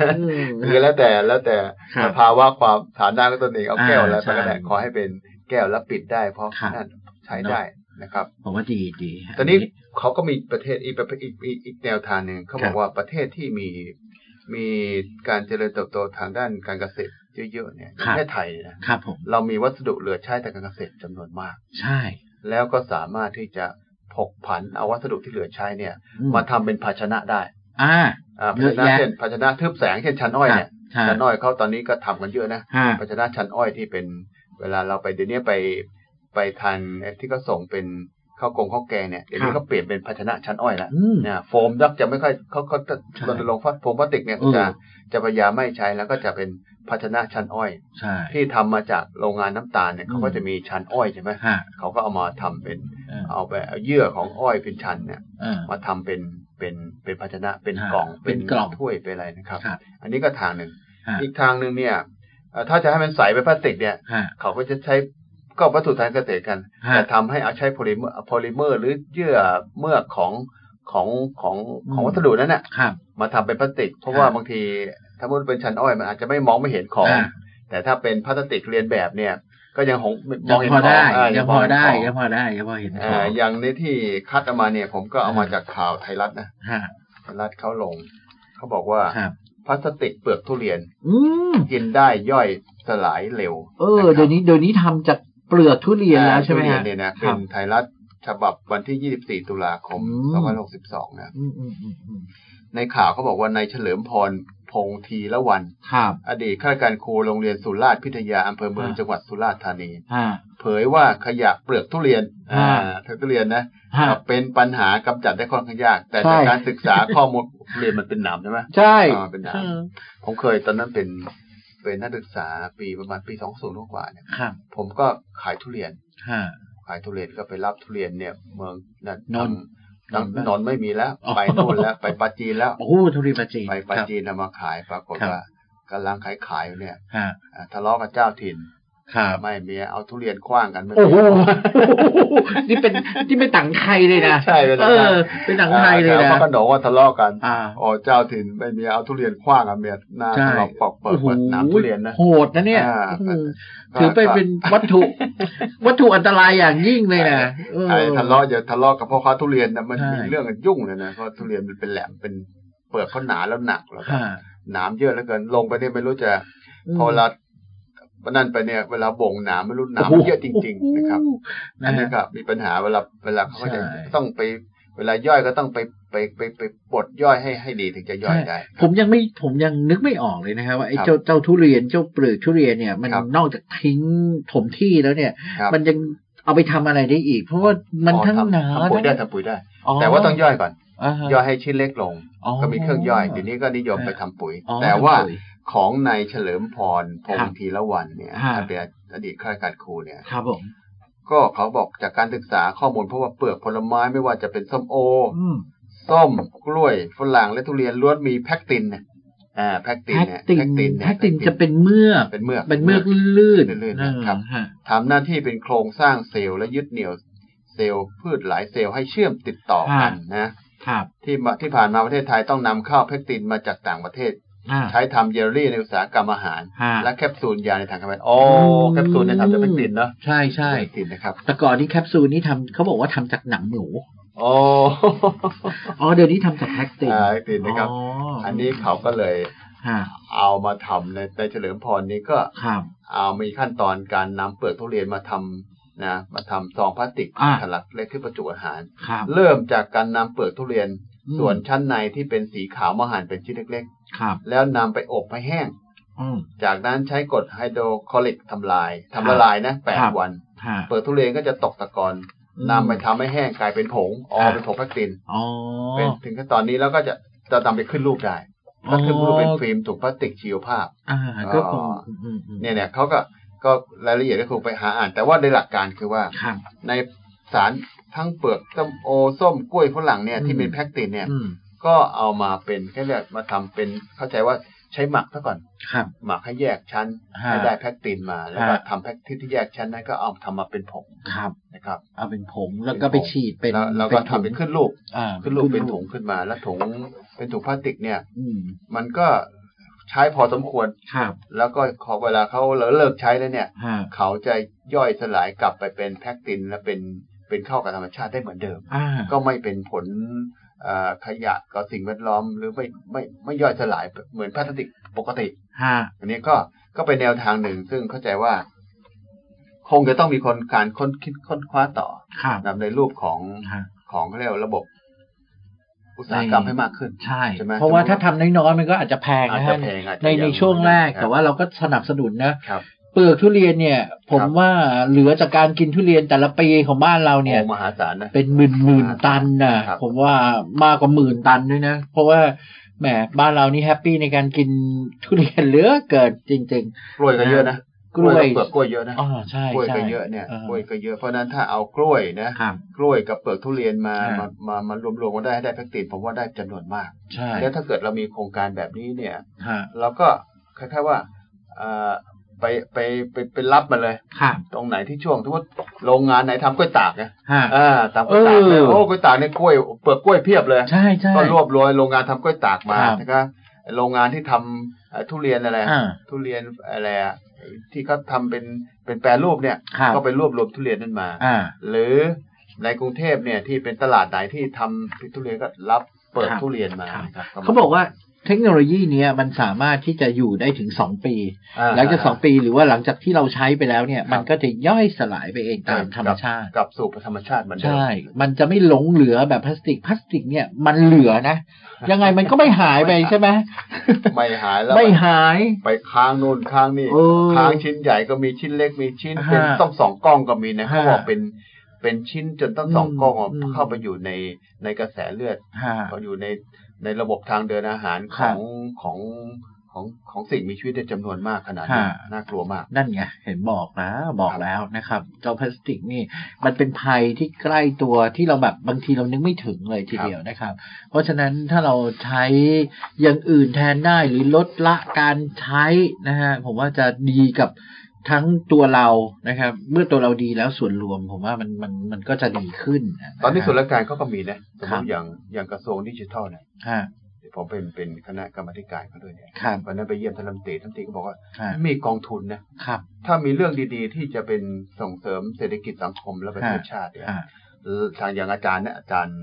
Speaker 1: อืม
Speaker 2: คือแล้วแต่แล้วแต่
Speaker 1: ครับ
Speaker 2: สภาวะความฐานะก็ตนเองเอาแก้วอะไรไปก็ได้
Speaker 1: อ่าใช่
Speaker 2: ขอให้เป็นแก้วแล้วปิดได้ เพราะ
Speaker 1: ครับ
Speaker 2: นั่นใช้ได้นะครับ
Speaker 1: ผมว่าดีดี
Speaker 2: ตอนนี้เขาก็มีประเทศอีกประเภทอีกอีกอีกแนวทางหนึ่งเขา
Speaker 1: ครับ
Speaker 2: อบ กว่าประเทศที่มีมีการเจริญเติบโตทางด้านการเกษตรเยอะๆเนี่ยอย่างประเทศไทยเนี่ยนะครับ
Speaker 1: ผม
Speaker 2: เรามีวัสดุเหลือใช้ทางการเกษตรจำนวนมาก
Speaker 1: ใช่
Speaker 2: แล้วก็สามารถที่จะผกผันเอาวัสดุที่เหลือใช้เนี่ย
Speaker 1: อื
Speaker 2: มาทำเป็นภาชนะได้
Speaker 1: อ่า
Speaker 2: อ่า
Speaker 1: เย
Speaker 2: ภา
Speaker 1: อะ
Speaker 2: ชนะ
Speaker 1: แยะ
Speaker 2: เช่นภาชนะทึบแสงเช่นชั้นอ้อยเนี่ย
Speaker 1: ฮะ
Speaker 2: ชั้นอ้อยเขาตอนนี้ก็ทำกันเยอะนะ
Speaker 1: ฮะ
Speaker 2: ภาชนะชั้นอ้อยที่เป็นเวลาเราไปเดี๋ยวนี้ไป ไปทานที่เขาส่งเป็นข้าวกงข้าวแกงเนี่ยเดี๋ยวนี้
Speaker 1: ครั
Speaker 2: ก็
Speaker 1: บ
Speaker 2: เปลี่ยนเป็นภาชนะชั้นอ้อยแล้ว
Speaker 1: อืม
Speaker 2: เนี่ยโฟมยักจะไม่ค่อยเขาเขาจะ
Speaker 1: ใช่
Speaker 2: รณรงค์พลาสโฟมพลาสติกเนี่ย
Speaker 1: อืม
Speaker 2: จะจะพยายามไม่ใช้แล้วก็จะเป็นภาชนะชั้นอ้อย
Speaker 1: ใช่
Speaker 2: ที่ทำมาจากโรงงานน้ำตาลเนี่ยเขาก็จะมีชั้นอ้อยใช่ไหม
Speaker 1: ฮะ
Speaker 2: เขาก็เอามาทำเป็น
Speaker 1: เออ
Speaker 2: เอาไปเอาเยื่อของอ้อยเป็นชั้นเนี่ย
Speaker 1: เออ
Speaker 2: มาทำเป็นเป็นเป็นภาชนะเป็น
Speaker 1: ฮะ
Speaker 2: กล่อง
Speaker 1: เป็นกล่อง
Speaker 2: ถ้วยเป็นอะไรนะครับ
Speaker 1: ครับ
Speaker 2: อันนี้ก็ทางหนึ่ง
Speaker 1: ฮะ
Speaker 2: อีกทางหนึ่งเนี่ยเอ่อถ้าจะให้มันใสเป็นพลาสติกเนี่ย
Speaker 1: ฮะ
Speaker 2: เขาก็จะใช้ก็วัตถุทางการเกษตรกัน
Speaker 1: ฮะ
Speaker 2: แต่ทำให้เอาใช้โพลิเมอร์โพลิเมอร์ หรือเยื่อเมือกของของของของ
Speaker 1: อืม
Speaker 2: วัสดุนั้นน่ะ
Speaker 1: ครับ
Speaker 2: มาทำเป็นพลาสติก เพราะว่า
Speaker 1: ฮะ
Speaker 2: บางทีถ้ามันเป็นชั้นอ้อยมันอาจจะไม่มองไม่เห็นของ
Speaker 1: อ่ะ
Speaker 2: แต่ถ้าเป็นพลาสติกเรียนแบบเนี่ย ก็ยังหงม
Speaker 1: ยั
Speaker 2: อง
Speaker 1: ง
Speaker 2: เห็น
Speaker 1: พอ
Speaker 2: ขอ
Speaker 1: ได้
Speaker 2: งา
Speaker 1: ยังพอได้
Speaker 2: มงเห็นข
Speaker 1: ยัง
Speaker 2: ง
Speaker 1: พอได้ยังพอเห็นข
Speaker 2: เอ่
Speaker 1: อง
Speaker 2: ออย่างในที่คัดออกมาเนี่ย ผมก็เอามาจากข่าวไทยรัฐนะ
Speaker 1: ฮะ
Speaker 2: ไทยรัฐเขาลง เขาบอกว่า
Speaker 1: ครับ
Speaker 2: พลาสติกเปลือกทุเรียน
Speaker 1: อืม
Speaker 2: กินได้ย่อยสลายเร็ว
Speaker 1: เออเดี๋ยวนี้เดี๋ยวนี้ทำจากเปลือกทุเรียนแล้วใช่ไหม
Speaker 2: ทุเรีย
Speaker 1: ฮะ
Speaker 2: นเนี่ยนะ
Speaker 1: ครั
Speaker 2: เป็
Speaker 1: บ
Speaker 2: นไทยรัฐฉบับวันที่ 24 ตุลาคม
Speaker 1: อืม
Speaker 2: 2562 นะ
Speaker 1: อืมอืมอืมอืม
Speaker 2: ในข่าวเขาบอกว่านายเฉลิมพรพงทีละวัน
Speaker 1: ครับ
Speaker 2: อดีตข้าราชการครูโรงเรียนสุราษฎร์พิทยาอำเภอเมืองจังหวัดสุราษฎร์ธานี
Speaker 1: ฮะ
Speaker 2: เผยว่าขยะเปลือกทุเรียน
Speaker 1: อ่า
Speaker 2: อ่าเปลือกทุเรียนนะ
Speaker 1: ฮะ
Speaker 2: เป็นปัญหากำจัดได้ค่อนข้างยาก แต่
Speaker 1: ใช่
Speaker 2: จากการศึกษาข้อมูลทุเรียนมันเป็นหนามใช่ไหม
Speaker 1: ใช่
Speaker 2: อ่าเป็นหนาม
Speaker 1: อืม
Speaker 2: ผมเคยตอนนั้นเป็นเป็นนักศึกษาปีประมาณปีสองศูนย์กว่าๆเนี่ย
Speaker 1: ครับ
Speaker 2: ผมก็ขายทุเรียน
Speaker 1: ฮะ
Speaker 2: ขายทุเรียนก็ไปรับทุเรียนเนี่ยเมืองนั่น
Speaker 1: นนท์
Speaker 2: ทาง
Speaker 1: นนท์
Speaker 2: นนท์ไม่มีแล้ว
Speaker 1: อ๋อ
Speaker 2: ไปนู่นแล้วไปปาจีนแล้ว
Speaker 1: โอ้โหทุเรียนปลาจีน
Speaker 2: ไปปา
Speaker 1: ครับ
Speaker 2: จีนเอามาขายปรากฏ
Speaker 1: ครับ
Speaker 2: ว่ากำลังขายขายๆอยู่เนี่ย
Speaker 1: ฮะ
Speaker 2: อ่าทะเลาะกับเจ้าถิ่น
Speaker 1: ครับ
Speaker 2: ไม่เมียเอาทุเรียนคว้างกันไม่
Speaker 1: โอ้
Speaker 2: รู้
Speaker 1: โห นี่เป็นนี่เป็นต่างไทยเลยนะ
Speaker 2: ใช่เป็น
Speaker 1: เอ
Speaker 2: หนัง
Speaker 1: อ เป็นต่างไทยเลย
Speaker 2: แถว
Speaker 1: นะ
Speaker 2: พระโขนงก็ทะเลาะกัน
Speaker 1: อ่า
Speaker 2: อ๋อเจ้าถิ่นไม่เมียเอาทุเรียนคว้างกันเมียหน้า
Speaker 1: ใช่
Speaker 2: ทะเลาะปอกเปิดเปิดน้ำทุเรียนนะ
Speaker 1: โหดนะเนี่ย
Speaker 2: อ่า
Speaker 1: อืมถือไปเป็นวัตถุ วัตถุอันตรายอย่างยิ่งเลยนะเออ
Speaker 2: ไอ้ทะเลาะอย่าทะเลาะกับพ่อค้าทุเรียนนะมัน
Speaker 1: ใช่
Speaker 2: มีเรื่องกันยุ่งเลยนะเพราะทุเรียนมันเป็นแหลมเป็นเปลือกเขาหนาแล้วหนักแล้วก็
Speaker 1: ฮะ
Speaker 2: หนามเยอะแล้วเกินลงไปเนี่ยไม่รู้จะ
Speaker 1: ม
Speaker 2: พอเวลานั่นไปเนี่ยเวลาบ่งหนามไม่รู้หนามมันเยอะจริง
Speaker 1: โอ้
Speaker 2: ๆ
Speaker 1: โห
Speaker 2: นะครับอั
Speaker 1: นะ
Speaker 2: นนี้
Speaker 1: ฮะ
Speaker 2: ก็มีปัญหาเวลาเวลาเขาก็จะ
Speaker 1: ใช่
Speaker 2: ต้องไป เวลาย่อยก็ต้องไปไปไปไปบดย่อยให้ให้ดีถึงจะย่อยได้
Speaker 1: ผมยังไม่ผมยังนึกไม่ออกเลยนะครับว่าไอ้
Speaker 2: ครับ
Speaker 1: เจ้าเจ้าทุเรียนเจ้าเปลือกทุเรียนเนี่ย มัน
Speaker 2: ครับ
Speaker 1: นอกจากทิ้งถมที่แล้วเนี่ย
Speaker 2: ครับ
Speaker 1: มันยังเอาไปทำอะไรได้อีก เพราะว่ามันทั้ง
Speaker 2: อ๋อ
Speaker 1: หนา
Speaker 2: ทำทำปุ๋ย
Speaker 1: ทั้
Speaker 2: ได้
Speaker 1: ง
Speaker 2: ทำปุ๋ยได้ แต่ว่าต้องย่อยก่อน
Speaker 1: อ่าฮะ
Speaker 2: ย่อยให้ชิ้นเล็กลง
Speaker 1: อ๋อ
Speaker 2: ก็มีเครื่องย่อยเดี๋ยวนี้ก็นิยม
Speaker 1: อ่า
Speaker 2: ไปทำปุ๋ย
Speaker 1: อ๋อ
Speaker 2: แต่ว่า
Speaker 1: ทำปุ๋ย
Speaker 2: ของนายเฉลิมพรพง
Speaker 1: ครับ
Speaker 2: ศ์ธีละวันเนี่ย
Speaker 1: ฮะ
Speaker 2: เป็นอดีตข้าราชการครูเนี่ย
Speaker 1: ครับผม
Speaker 2: ก็เขาบอกจากการศึกษาข้อมูลเพราะว่าเปลือกผลไม้ไม่ว่าจะเป็นส้มโอ
Speaker 1: อืม
Speaker 2: ส้มกล้วยฝรั่งและทุเรียนล้วนมีแพคตินเนี่ยอ่าแพคติน
Speaker 1: แพค
Speaker 2: เนี่ย
Speaker 1: ติน
Speaker 2: เย
Speaker 1: แพคตินจะเป็นเมือก
Speaker 2: เป็นเมือก
Speaker 1: เป็นเมือกลื่น
Speaker 2: ลื่นๆ
Speaker 1: อ่า
Speaker 2: ครับ
Speaker 1: ฮะ
Speaker 2: ทำหน้าที่เป็นโครงสร้างเซลล์และยึดเหนี่ยวเซลล์พืชหลายเซลล์ให้เชื่อมติดต่อกันนะครับ ที่มาที่ผ่านมาประเทศไทยต้องนำเข้าแพคตินมาจากต่างประเทศ
Speaker 1: อ่า
Speaker 2: ใช้ทำเยลลี่ในอุตสาหกรรมอาหาร
Speaker 1: ฮะ
Speaker 2: และแคปซูลยาในทางการแพทย์อ๋อ
Speaker 1: ม
Speaker 2: แคปซูลเนี่ยทำจากแพคตินเนาะ
Speaker 1: ใช่ใช่
Speaker 2: แพคตินนะครับ
Speaker 1: แต่ก่อนนี้แคปซูลนี่ทำเขาบอกว่าทำจากหนังหนู
Speaker 2: โอ้
Speaker 1: อ๋อเดี๋ยวนี้ทำจากแพคติน
Speaker 2: อ่าแพคตินนะครับ อันนี้เขาก็เลย
Speaker 1: ฮะ
Speaker 2: เอามาทำในในเฉลิมพรนี้ก็
Speaker 1: ครับ
Speaker 2: เอามีขั้นตอนการนำเปลือกทุเรียนมาทำนะมาทำซองพลาสติก
Speaker 1: อ่า
Speaker 2: ถลักเล็กที่ประจุอาหาร
Speaker 1: ครับ
Speaker 2: เริ่มจากการนำเปลือกทุเรียน
Speaker 1: อืม
Speaker 2: ส่วนชั้นในที่เป็นสีขาวมาหั่นเป็นชิ้นเล็ก
Speaker 1: ครับ
Speaker 2: ๆ แล้วนำไปอบให้แห้ง
Speaker 1: อืม
Speaker 2: จากนั้นใช้กรดไฮโดรคลอริกทำลายทำ
Speaker 1: ครั
Speaker 2: ละ
Speaker 1: บ
Speaker 2: ลายนะแปด
Speaker 1: ครับ
Speaker 2: วัน
Speaker 1: ฮะ
Speaker 2: เปลือกทุเรียนก็จะตกตะกอน
Speaker 1: อืม
Speaker 2: นำไปทำให้แห้งกลายเป็นผงอ๋อ
Speaker 1: ครับ
Speaker 2: เป็นผงแพคติน
Speaker 1: อ๋อ
Speaker 2: เป็นถึงขั้นตอนนี้แล้วก็จะจะนำไปขึ้นรูปได้ถ้าขึ้นรูปเป็นฟิล์มถูกพลาสติกชีวภาพ
Speaker 1: อ่าก็คง
Speaker 2: อ่า
Speaker 1: อืมอืม
Speaker 2: เนี่ยเนี่ยเขาก็ก็รายละเอียดก็คงไปหาอ่าน แต่ว่าในหลักการคือว่า
Speaker 1: ครับ
Speaker 2: ในสารทั้งเปลือกส้มโอส้มกล้วยฝรั่งเนี่ย
Speaker 1: อืม
Speaker 2: ที่เป็นแพคตินเนี่ย
Speaker 1: อืม
Speaker 2: ก็เอามาเป็นแค่เรียกมาทำเป็นเข้าใจว่าใช้หมักซะก่อน
Speaker 1: ครับ
Speaker 2: หมักให้แยกชั้น
Speaker 1: ฮะ
Speaker 2: ให้ได้แพคตินมา แล้วก็
Speaker 1: ฮะ
Speaker 2: ทำแพคที่ที่แยกชั้นนั้นก็เอาทำมาเป็นผง
Speaker 1: ครับ
Speaker 2: นะครับ
Speaker 1: เอาเป็นผงแล้วก็ไป
Speaker 2: เป็นผง
Speaker 1: ฉีดเป็น
Speaker 2: แล้วเราก็ทำเป็นขึ้นรูป
Speaker 1: อ่า
Speaker 2: ขึ้นรูปเป็นถุงขึ้นมา แล้วถุงเป็นถุงพลาสติกเนี่ย
Speaker 1: อืม
Speaker 2: มันก็ใช้พอสมควร
Speaker 1: ครับ
Speaker 2: แล้วก็ขอเวลาเขาเลิกใช้แล้วเนี่ย
Speaker 1: ฮะ
Speaker 2: เขาจะย่อยสลายกลับไปเป็นแพคตินและเป็นเป็นเข้ากับธรรมชาติได้เหมือนเดิม
Speaker 1: อ่า
Speaker 2: ก็ไม่เป็นผลเอ่อขยะกับสิ่งแวดล้อมหรือไม่ไม่ไม่ย่อยสลายเหมือนพลาสติกปกติ
Speaker 1: ฮะ
Speaker 2: อันนี้ก็ก็เป็นแนวทางหนึ่ง ซึ่งเข้าใจว่า คงจะต้องมีคนการค้นคิดค้นคว้าต่อ
Speaker 1: ครับ
Speaker 2: นะครับในรูปของ
Speaker 1: ฮะ
Speaker 2: ของเขาเรียกว่าระบบ อุตสาหกรรม
Speaker 1: ใน
Speaker 2: ให้มากขึ้น
Speaker 1: ใช่
Speaker 2: ใช่ไหม
Speaker 1: เพราะว่า
Speaker 2: สมมุติ
Speaker 1: ถ้าทำน้อยๆมันก็อาจจะแพง
Speaker 2: อาจ
Speaker 1: นะ
Speaker 2: จะ
Speaker 1: ฮะ
Speaker 2: แพงอาจจะ
Speaker 1: ในใน
Speaker 2: ยัง
Speaker 1: ช่วงแรก
Speaker 2: ครับ
Speaker 1: แต่ว่าเราก็สนับสนุนนะครับ เปลือกทุเรียนเนี่ย ผม
Speaker 2: ครับ
Speaker 1: ว่าเหลือจากการกินทุเรียนแต่ละปีของบ้านเราเนี่ย
Speaker 2: โอ้มหาศาลนะ
Speaker 1: เป็นหมื่นหมื่นตันนะครับ ผมว่ามากกว่าหมื่นตันด้วยนะ เพราะว่าแหมบ้านเรานี่แฮปปี้ในการกินทุเรียนเหลือเกินจริง
Speaker 2: กล้วยก็เยอะนะ
Speaker 1: ๆ กล้วย
Speaker 2: เปลือกกล้วยเยอะนะ
Speaker 1: อ๋อใช่
Speaker 2: กล้วย
Speaker 1: ใช่
Speaker 2: ก็เยอะเนี่ย
Speaker 1: อ่า
Speaker 2: กล้วยก็เยอะเพราะฉะนั้นถ้าเอากล้วยนะ
Speaker 1: ครับ
Speaker 2: กล้วยกับเปลือกทุเรียนมา
Speaker 1: อ่าม
Speaker 2: มามามารวมๆกันได้ให้ได้แพ็กตินผมว่าได้จำนวนมาก
Speaker 1: ใช่
Speaker 2: แล้วถ้าเกิดเรามีโครงการแบบนี้เนี่ย
Speaker 1: ฮะ
Speaker 2: เราก็คล้ายๆว่าเอ่อไปไปไปไปรับมาเลย
Speaker 1: ครับ
Speaker 2: ตรงไหนที่ช่วงที่ว่าโรงงานไหนทำกล้วยตากนะ
Speaker 1: ฮะ
Speaker 2: อ่าตามกล้วยตาก
Speaker 1: เอ
Speaker 2: นะ
Speaker 1: อ
Speaker 2: โอ้กล้วยตากเนี่ยกล้วยเปลือกกล้วยเพียบเลย
Speaker 1: ใช่ใช่
Speaker 2: ก็รวบรวมโรงงานทำกล้วยตากมา
Speaker 1: ครับ
Speaker 2: นะครับโรงงานที่ทำเอ่อทุเรียนอะไร
Speaker 1: อ่า
Speaker 2: ทุเรียนอะไรอะที่เขาทำเป็นเป็นแปรรูปเนี่ย
Speaker 1: ครับ
Speaker 2: ก็ไปรวบรวมทุเรียนนั่นมา
Speaker 1: อ่า
Speaker 2: หรือในกรุงเทพเนี่ยที่เป็นตลาดไหนที่ทำทุเรียนก็รับเปิด
Speaker 1: ครับ
Speaker 2: ทุเรียนมา
Speaker 1: ครับ
Speaker 2: นะครับ
Speaker 1: เขาบอกว่าเทคโนโลยีเนี้ยมันสามารถที่จะอยู่ได้ถึงสองปี
Speaker 2: อ่
Speaker 1: หลังจากสองปีหรือว่าหลังจากที่เราใช้ไปแล้วเนี่ย มันก็จะย่อยสลายไปเองตามธรรมชาติ
Speaker 2: กลับสู่ธรรมชาติเหมือนเดิม
Speaker 1: ใช่ มันจะไม่หลงเหลือแบบพลาสติก พลาสติกเนี่ยมันเหลือ นะ ยังไงมันก็ไม่หายไปใช่ไหม
Speaker 2: ไม่หายแล้ว
Speaker 1: ไม่หาย
Speaker 2: ไปค้างโน่นค้างนี่
Speaker 1: เออ
Speaker 2: ค้างชิ้นใหญ่ก็มีชิ้นเล็กมีชิ้นเป็น
Speaker 1: ฮะ
Speaker 2: ต้องสองกล้องก็มีนะเขา
Speaker 1: ฮะ
Speaker 2: บอกเป็นเป็นชิ้นจนต้องสอง
Speaker 1: อืม
Speaker 2: กล้องอ่ะ
Speaker 1: อืม
Speaker 2: เข้าไปอยู่ในในกระแสเลือด
Speaker 1: ฮะ
Speaker 2: เขาอยู่ในในระบบทางเดินอาหารข
Speaker 1: ครั
Speaker 2: อบ งของของของสิ่งมีชีวิตได้จำนวนมากขนาดนี้
Speaker 1: ฮะ
Speaker 2: น่ากลัวมาก
Speaker 1: นั่นไง เห็นบอกนะ บอกแล้วนะครับ เจ้าพลาสติกนี่ มันเป็นภัยที่ใกล้ตัวที่เราแบบบางทีเรานึกไม่ถึงเลยทีเดียวนะครับ เพราะฉะนั้นถ้าเราใช้อย่างอื่นแทนได้หรือลดละการใช้นะฮะ ผมว่าจะดีกับทั้งตัวเรานะครับ เมื่อตัวเราดีแล้วส่วนรวม ผมว่ามันมันมันก็จะดีขึ้นนะ
Speaker 2: ตอนนี้ส่วนราชการเขาก็มีนะสม
Speaker 1: ค
Speaker 2: ม
Speaker 1: รับ
Speaker 2: ติอย่างอย่างกระทรวงดิจิทัลเนี่ย
Speaker 1: ฮะ
Speaker 2: ผมเป็นเป็นคณะกรรมาธิการเขาด้วยเนี่ย
Speaker 1: ครับ
Speaker 2: วันนั้นไปเยี่ยมท่านรัฐมนตรีท่านรัฐมนตรีก็บอกว่า
Speaker 1: ฮะ
Speaker 2: มีกองทุนนะครับ ถ้ามีเรื่องดีๆ ที่จะเป็นส่งเสริมเศรษฐกิจสังคมและประเทศ
Speaker 1: ฮะ
Speaker 2: ชาติเนี่ย
Speaker 1: ฮะ
Speaker 2: ทางอย่างอาจารย์เนี่ยอาจารย์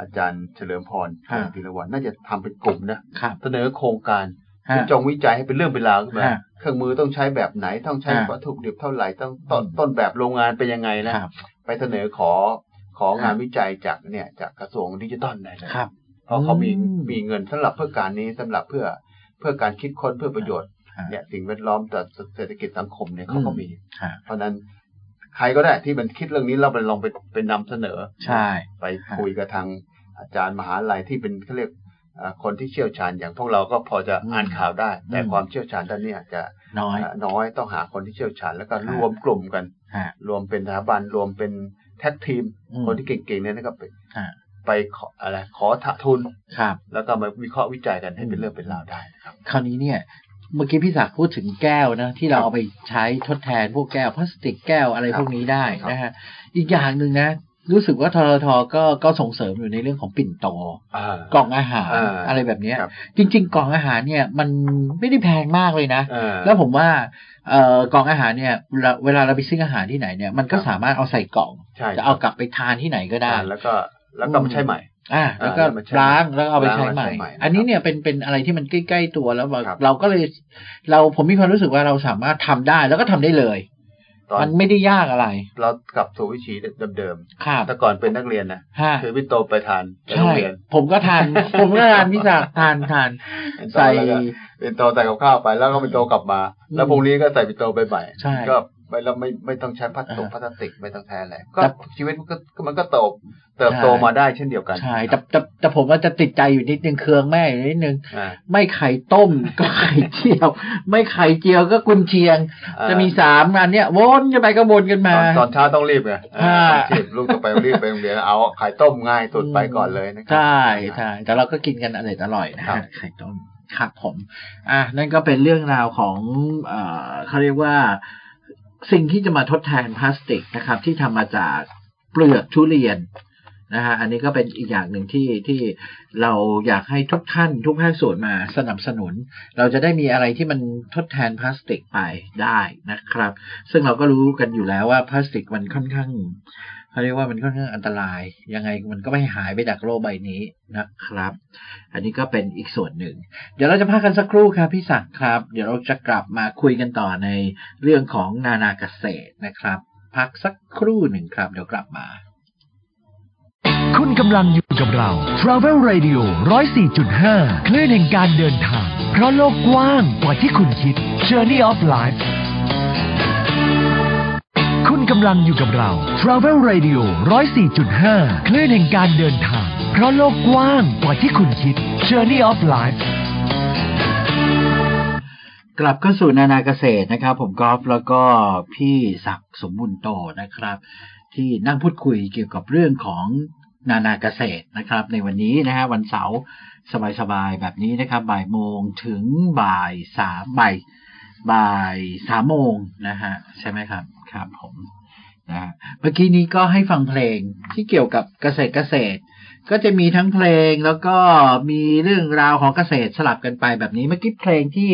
Speaker 2: อาจารย์เฉลิมพร
Speaker 1: ฮะ
Speaker 2: ธีรวัลน่าจะทำเป็นกลุ่มนะครับ เสนอโครงการ
Speaker 1: ฮะ
Speaker 2: ที่จงวิจัยให้เป็นเรื่องเป็นราวขึ้นมา
Speaker 1: ฮะ
Speaker 2: เครื่องมือต้องใช้แบบไหนต้องใช้
Speaker 1: ฮะ
Speaker 2: วัตถุดิบเท่าไหร่ต้องต้นต้นแบบโรงงานเป็นยังไงนะ
Speaker 1: ครับ
Speaker 2: ไปเสนอขอของานวิจัยจากเนี่ยจากกระทรวงดิจิทัลได้เลย
Speaker 1: ครับ
Speaker 2: เพราะเขามี
Speaker 1: อืม
Speaker 2: มีเงินสำหรับเพื่อการนี้สำหรับเพื่อเพื่อการคิดค้นเพื่อประโยชน์
Speaker 1: ฮะ
Speaker 2: เนี่ยสิ่งแวดล้อมต่อเศรษฐกิจสังคมเนี่ย
Speaker 1: อืม
Speaker 2: เขาก็มี
Speaker 1: ฮะ
Speaker 2: เพราะฉะนั้นใครก็ได้ที่มันคิดเรื่องนี้เราไปลองไปไปนำเสนอ
Speaker 1: ใช่
Speaker 2: ไปคุยกับทางอาจารย์มหาลัยที่เป็นเขาเรียกเอ่อคนที่เชี่ยวชาญอย่างพวกเราก็พอจะ
Speaker 1: อืม
Speaker 2: อ่านข่าวได้ แต่
Speaker 1: อืม
Speaker 2: ความเชี่ยวชาญด้านเนี้อาจจะ
Speaker 1: น้อย
Speaker 2: เอ่อน้อยต้องหาคนที่เชี่ยวชาญแล้วก็
Speaker 1: ฮะ
Speaker 2: รวมกลุ่มกัน
Speaker 1: ฮะ
Speaker 2: รวมเป็นสถาบันรวมเป็นแท็กทีม
Speaker 1: อืม
Speaker 2: คนที่เก่งๆเนี่ยนะครับไป
Speaker 1: ฮะ
Speaker 2: ไปขออะไรขอถะทุน
Speaker 1: ครับ
Speaker 2: แล้วก็มาวิเคราะห์วิจัยกันให้
Speaker 1: อื
Speaker 2: เป็น
Speaker 1: ม
Speaker 2: เรื่องเป็นราวได้นะครับ
Speaker 1: คราวนี้เนี่ย เมื่อกี้พี่ศักดิ์พูดถึงแก้วนะ ที่เราเอาไปใช้ทดแทนพวกแก้วพลาสติกแก้วอะไร
Speaker 2: ครับ
Speaker 1: พวกนี้ได้นะฮะอีกอย่างหนึ่งนะ รู้สึกว่าทททก็ก็ส่งเสริมอยู่ในเรื่องของปิ่นโตกล่องอาหาร
Speaker 2: อ่า
Speaker 1: อะไรแบบเนี้ย
Speaker 2: ครับ
Speaker 1: จริง ๆ กล่องอาหารเนี่ย มันไม่ได้แพงมากเลยนะ
Speaker 2: เออ
Speaker 1: แล้วผมว่าเอ่อกล่องอาหารเนี่ยเวลาเวลาเราไปซื้ออาหารที่ไหนเนี่ยมันก็
Speaker 2: ครับ
Speaker 1: สามารถเอาใส่กล่อง
Speaker 2: ใช่
Speaker 1: จะเอากลับไปทานที่ไหนก็ได้
Speaker 2: อ่าแล้วก็แล้วก็
Speaker 1: อืม
Speaker 2: มาใช้ใหม่
Speaker 1: อ่าแล้วก็
Speaker 2: อ่าแล้วมาใช้
Speaker 1: ล้างแล้วก็เอาไป
Speaker 2: ล้าง
Speaker 1: ใช้
Speaker 2: แล้ว
Speaker 1: ใหม่
Speaker 2: ใช้ใหม่นะครับ
Speaker 1: อันนี้เนี่ยเป็นเป็นอะไรที่มันใกล้ๆตัวแล้วว่า
Speaker 2: ครับ
Speaker 1: เราก็เลยเราผมมีความรู้สึกว่าเราสามารถทำได้แล้วก็ทำได้เลย
Speaker 2: ตอน
Speaker 1: มันไม่ได้ยากอะไร
Speaker 2: เรากลับสู่วิชีเดิม
Speaker 1: ครับ
Speaker 2: ๆแต่ก่อนเป็นนักเรียนนะ
Speaker 1: ฮะ
Speaker 2: คือพี่โตไปทานไปโร
Speaker 1: ใช่
Speaker 2: งเรียน
Speaker 1: ผมก็ ทาน ผมก็ทานพี่ศักดิ์ทานทาน
Speaker 2: เป็นตอน
Speaker 1: ใส่
Speaker 2: แล้วก็ เป็นโตใส่กับข้าวไปแล้วก็เป็นโตกลับมา
Speaker 1: อืม
Speaker 2: แล้วพรุ่งนี้ก็ใส่เป็นโตไปใหม่
Speaker 1: ใช่
Speaker 2: ก็ไม่เราไม่ไม่ต้องใช้พลาสติก
Speaker 1: อ่า
Speaker 2: พลาสติกไม่ต้องใช้อะไรก็
Speaker 1: แต่
Speaker 2: ชีวิตมันก็มันก็โตเติบโต
Speaker 1: ใช่
Speaker 2: มาได้เช่นเดียวกัน
Speaker 1: ใช่แต่แต่แต่ผมว่าจะติดใจอยู่นิดนึงเคืองแม่อยู่นิดนึง
Speaker 2: อ่า
Speaker 1: ไม่ไข่ต้ม ก็ไข่เจียว ไม่ไข่เจียวก็กุนเชียง จะมีสามอันเนี้ยวนกันไปก็วนกัน
Speaker 2: ต
Speaker 1: มา
Speaker 2: อนตอนเช้าต้องรีบไงเออ
Speaker 1: อ่า
Speaker 2: ต้องรีบลูกต้องไปรีบไปโรงเรียนเอาไข่ต้มง่ายสุดไปก่อนเลยนะครั
Speaker 1: ใช่ใช่แต่เราก็กินกันอร่อยอร่อยนะ
Speaker 2: ครั
Speaker 1: ฮะ
Speaker 2: บ
Speaker 1: ไข่ต้มครับผม อ่ะนั่นก็เป็นเรื่องราวของเอ่อเขาเรียกว่าสิ่งที่จะมาทดแทนพลาสติกนะครับ ที่ทำมาจากเปลือกทุเรียนนะฮะอันนี้ก็เป็นอีกอย่างหนึ่งที่ที่เราอยากให้ทุกท่านทุกภาคส่วนมาสนับสนุน เราจะได้มีอะไรที่มันทดแทนพลาสติกไปได้นะครับ ซึ่งเราก็รู้กันอยู่แล้วว่าพลาสติกมันค่อนข้าง เขาเรียกว่ามันค่อนข้างอันตราย ยังไงมันก็ไม่หายไปจากโลกใบนี้นะครับ อันนี้ก็เป็นอีกส่วนหนึ่ง เดี๋ยวเราจะพักกันสักครู่ครับพี่ศักดิ์ครับ เดี๋ยวเราจะกลับมาคุยกันต่อในเรื่องของนานาเกษตรนะครับ พักสักครู่หนึ่งครับ เดี๋ยวกลับมา
Speaker 3: คุณกำลังอยู่กับเรา Travel Radio 104.5 คลื่นแห่งการเดินทาง เพราะโลกกว้างกว่าที่คุณคิด Journey of Life คุณกำลังอยู่กับเรา Travel Radio 104.5 คลื่นแห่งการเดินทาง เพราะโลกกว้างกว่าที่คุณคิด Journey of Life
Speaker 1: กลับเข้าสู่นานาเกษตรนะครับ ผมกอล์ฟแล้วก็พี่ศักดิ์สมบุญโตนะครับ ที่นั่งพูดคุยเกี่ยวกับเรื่องของนานาเกษตรนะครับ ในวันนี้นะฮะวันเสาร์สบายๆแบบนี้นะครับบ่ายโมงถึงบ่ายสามบ่ายบ่ายสามโมงนะฮะใช่ไหมครับครับผมนะฮะเมื่อกี้นี้ก็ให้ฟังเพลงที่เกี่ยวกับเกษตรเกษตร ก็จะมีทั้งเพลงแล้วก็มีเรื่องราวของเกษตรสลับกันไปแบบนี้เมื่อกี้เพลงที่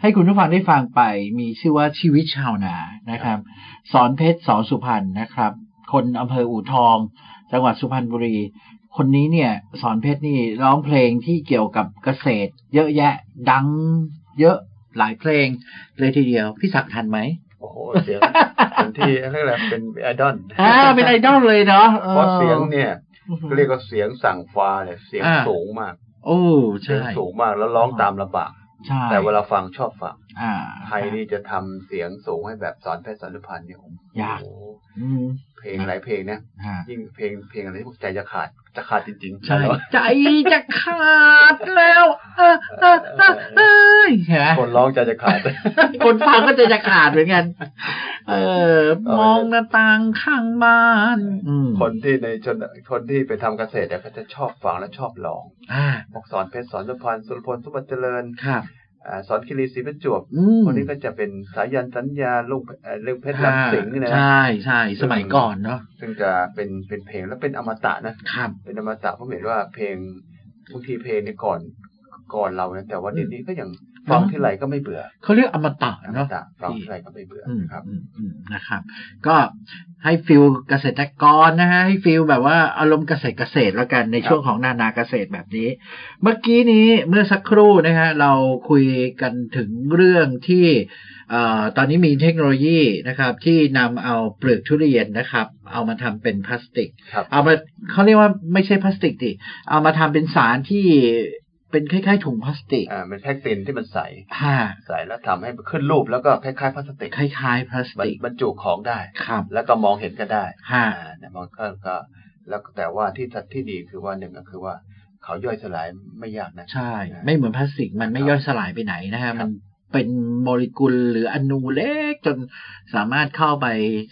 Speaker 1: ให้คุณผู้ฟังได้ฟังไป มีชื่อว่าชีวิตชาวนานะครับ สอนเพชรสอนสุพรรณนะครับ คนอำเภออู่ทอง จังหวัดสุพรรณบุรี คนนี้เนี่ยสอนเพชรนี่ร้องเพลงที่เกี่ยวกับเกษตร เยอะแยะ ดัง เยอะหลายเพลง เลยทีเดียว พี่ศักดิ์ทันไหม
Speaker 2: โอ้โหเสียง เป็นที่เรียกอะไรเป็นไอดอล
Speaker 1: อ่าเป็นไอดอลเลยเนาะออ
Speaker 2: เพราะเสียงเนี่ยเรียกว่าเสียงสั่งฟ้าเนี่ยเสียงสูงมาก
Speaker 1: โอ้
Speaker 2: เสีย
Speaker 1: ใช่
Speaker 2: งสูงมากแล้วร้องตามลำบาก
Speaker 1: ใช่
Speaker 2: แต่เวลาฟังชอบฟัง
Speaker 1: อ่า
Speaker 2: ใครนี่จะทำเสียงสูงให้แบบสอนเพชรสอนสุพรรณเนี่ยโอ้โห
Speaker 1: ยาก อืม
Speaker 2: เพลงหลายเพลงนะ
Speaker 1: ฮะ
Speaker 2: ยิ่งเพลงเพลงอะไรที่พวกใจจะขาดจะขาดจริงๆ
Speaker 1: ใช่
Speaker 2: แล้ว
Speaker 1: ใจจะขาดแล้วเออเออเออเออใช่ไหม
Speaker 2: คนร้องใจจะขาด
Speaker 1: คนฟังก็จะจะขาดเหมือนกัน เออ มองหน้าต่างข้างบ้านอืม
Speaker 2: คนที่ในชนคนที่ไปทำเกษตรเนี่ยเขาจะชอบฟังและชอบร้อง
Speaker 1: อ่า
Speaker 2: บอกสอนเพชรสอนสุพรรณสุรพลสุบัติเจริญ
Speaker 1: ครับ
Speaker 2: อ่าสอนคิรีศรีประจวบ
Speaker 1: อืม
Speaker 2: คนนี้ก็จะเป็นสายันสัญญาลูกเอ่อเรื่องเพชรลำสิงห์นี่นะ
Speaker 1: ใช่ใช่ สมัยก่อนเนาะ
Speaker 2: ซึ่งจะเป็นเป็นเพลงแล้วเป็นอมตะนะครับ เป็นอมตะเพราะเห็นว่าเพลงบางทีเพลงเนี่ยก่อนก่อนเรานะแต่ว่าเดี๋ยวนี้ก็ยังฟัง
Speaker 1: เนอะ
Speaker 2: ที่ไรก็ไม่เบื่อ
Speaker 1: เขาเรียกอมตะ
Speaker 2: อม
Speaker 1: เนาะ
Speaker 2: ตะฟังที่ไรก็ไม่เบื่อ
Speaker 1: อืม
Speaker 2: นะครับ
Speaker 1: อืมอืมนะครับ ก็ให้ฟิลเกษตรกรนะฮะให้ฟิลแบบว่าอารมณ์เกษตรเกษตรแล้วกันใน
Speaker 2: ครับ
Speaker 1: ช่วงของนานาเกษตรแบบนี้ เมื่อกี้นี้เมื่อสักครู่นะฮะเราคุยกันถึงเรื่องที่เอ่อตอนนี้มีเทคโนโลยีนะครับ ที่นำเอาเปลือกทุเรียนนะครับ เอามาทำเป็นพลาสติก
Speaker 2: ครับ
Speaker 1: เอามาเขาเรียกว่าไม่ใช่พลาสติกดิเอามาทำเป็นสารที่เป็นคล้ายๆถุงพลาสติก
Speaker 2: อ่าเป็นแพ็กตินที่มันใส
Speaker 1: ฮะ
Speaker 2: ใสแล้วทำให้ขึ้นรูปแล้วก็คล้ายๆพลาสติก
Speaker 1: คล้ายๆพลาส
Speaker 2: บรร
Speaker 1: ติก
Speaker 2: บรรจุของได้
Speaker 1: ครับ
Speaker 2: แล้วก็มองเห็นก็ได้
Speaker 1: ฮะ
Speaker 2: อ่าเนี่ยมันก็ก็แล้วแต่ว่าที่ที่ดีคือว่าหนึ่งก็คือว่าเขาย่อยสลายไม่ยากนะ
Speaker 1: ใช่ ไม่เหมือนพลาสติกมันไม่ย่อยสลายไปไหนนะฮะ
Speaker 2: ครับ
Speaker 1: มันเป็นโมเลกุลหรืออนูเล็กจนสามารถเข้าไป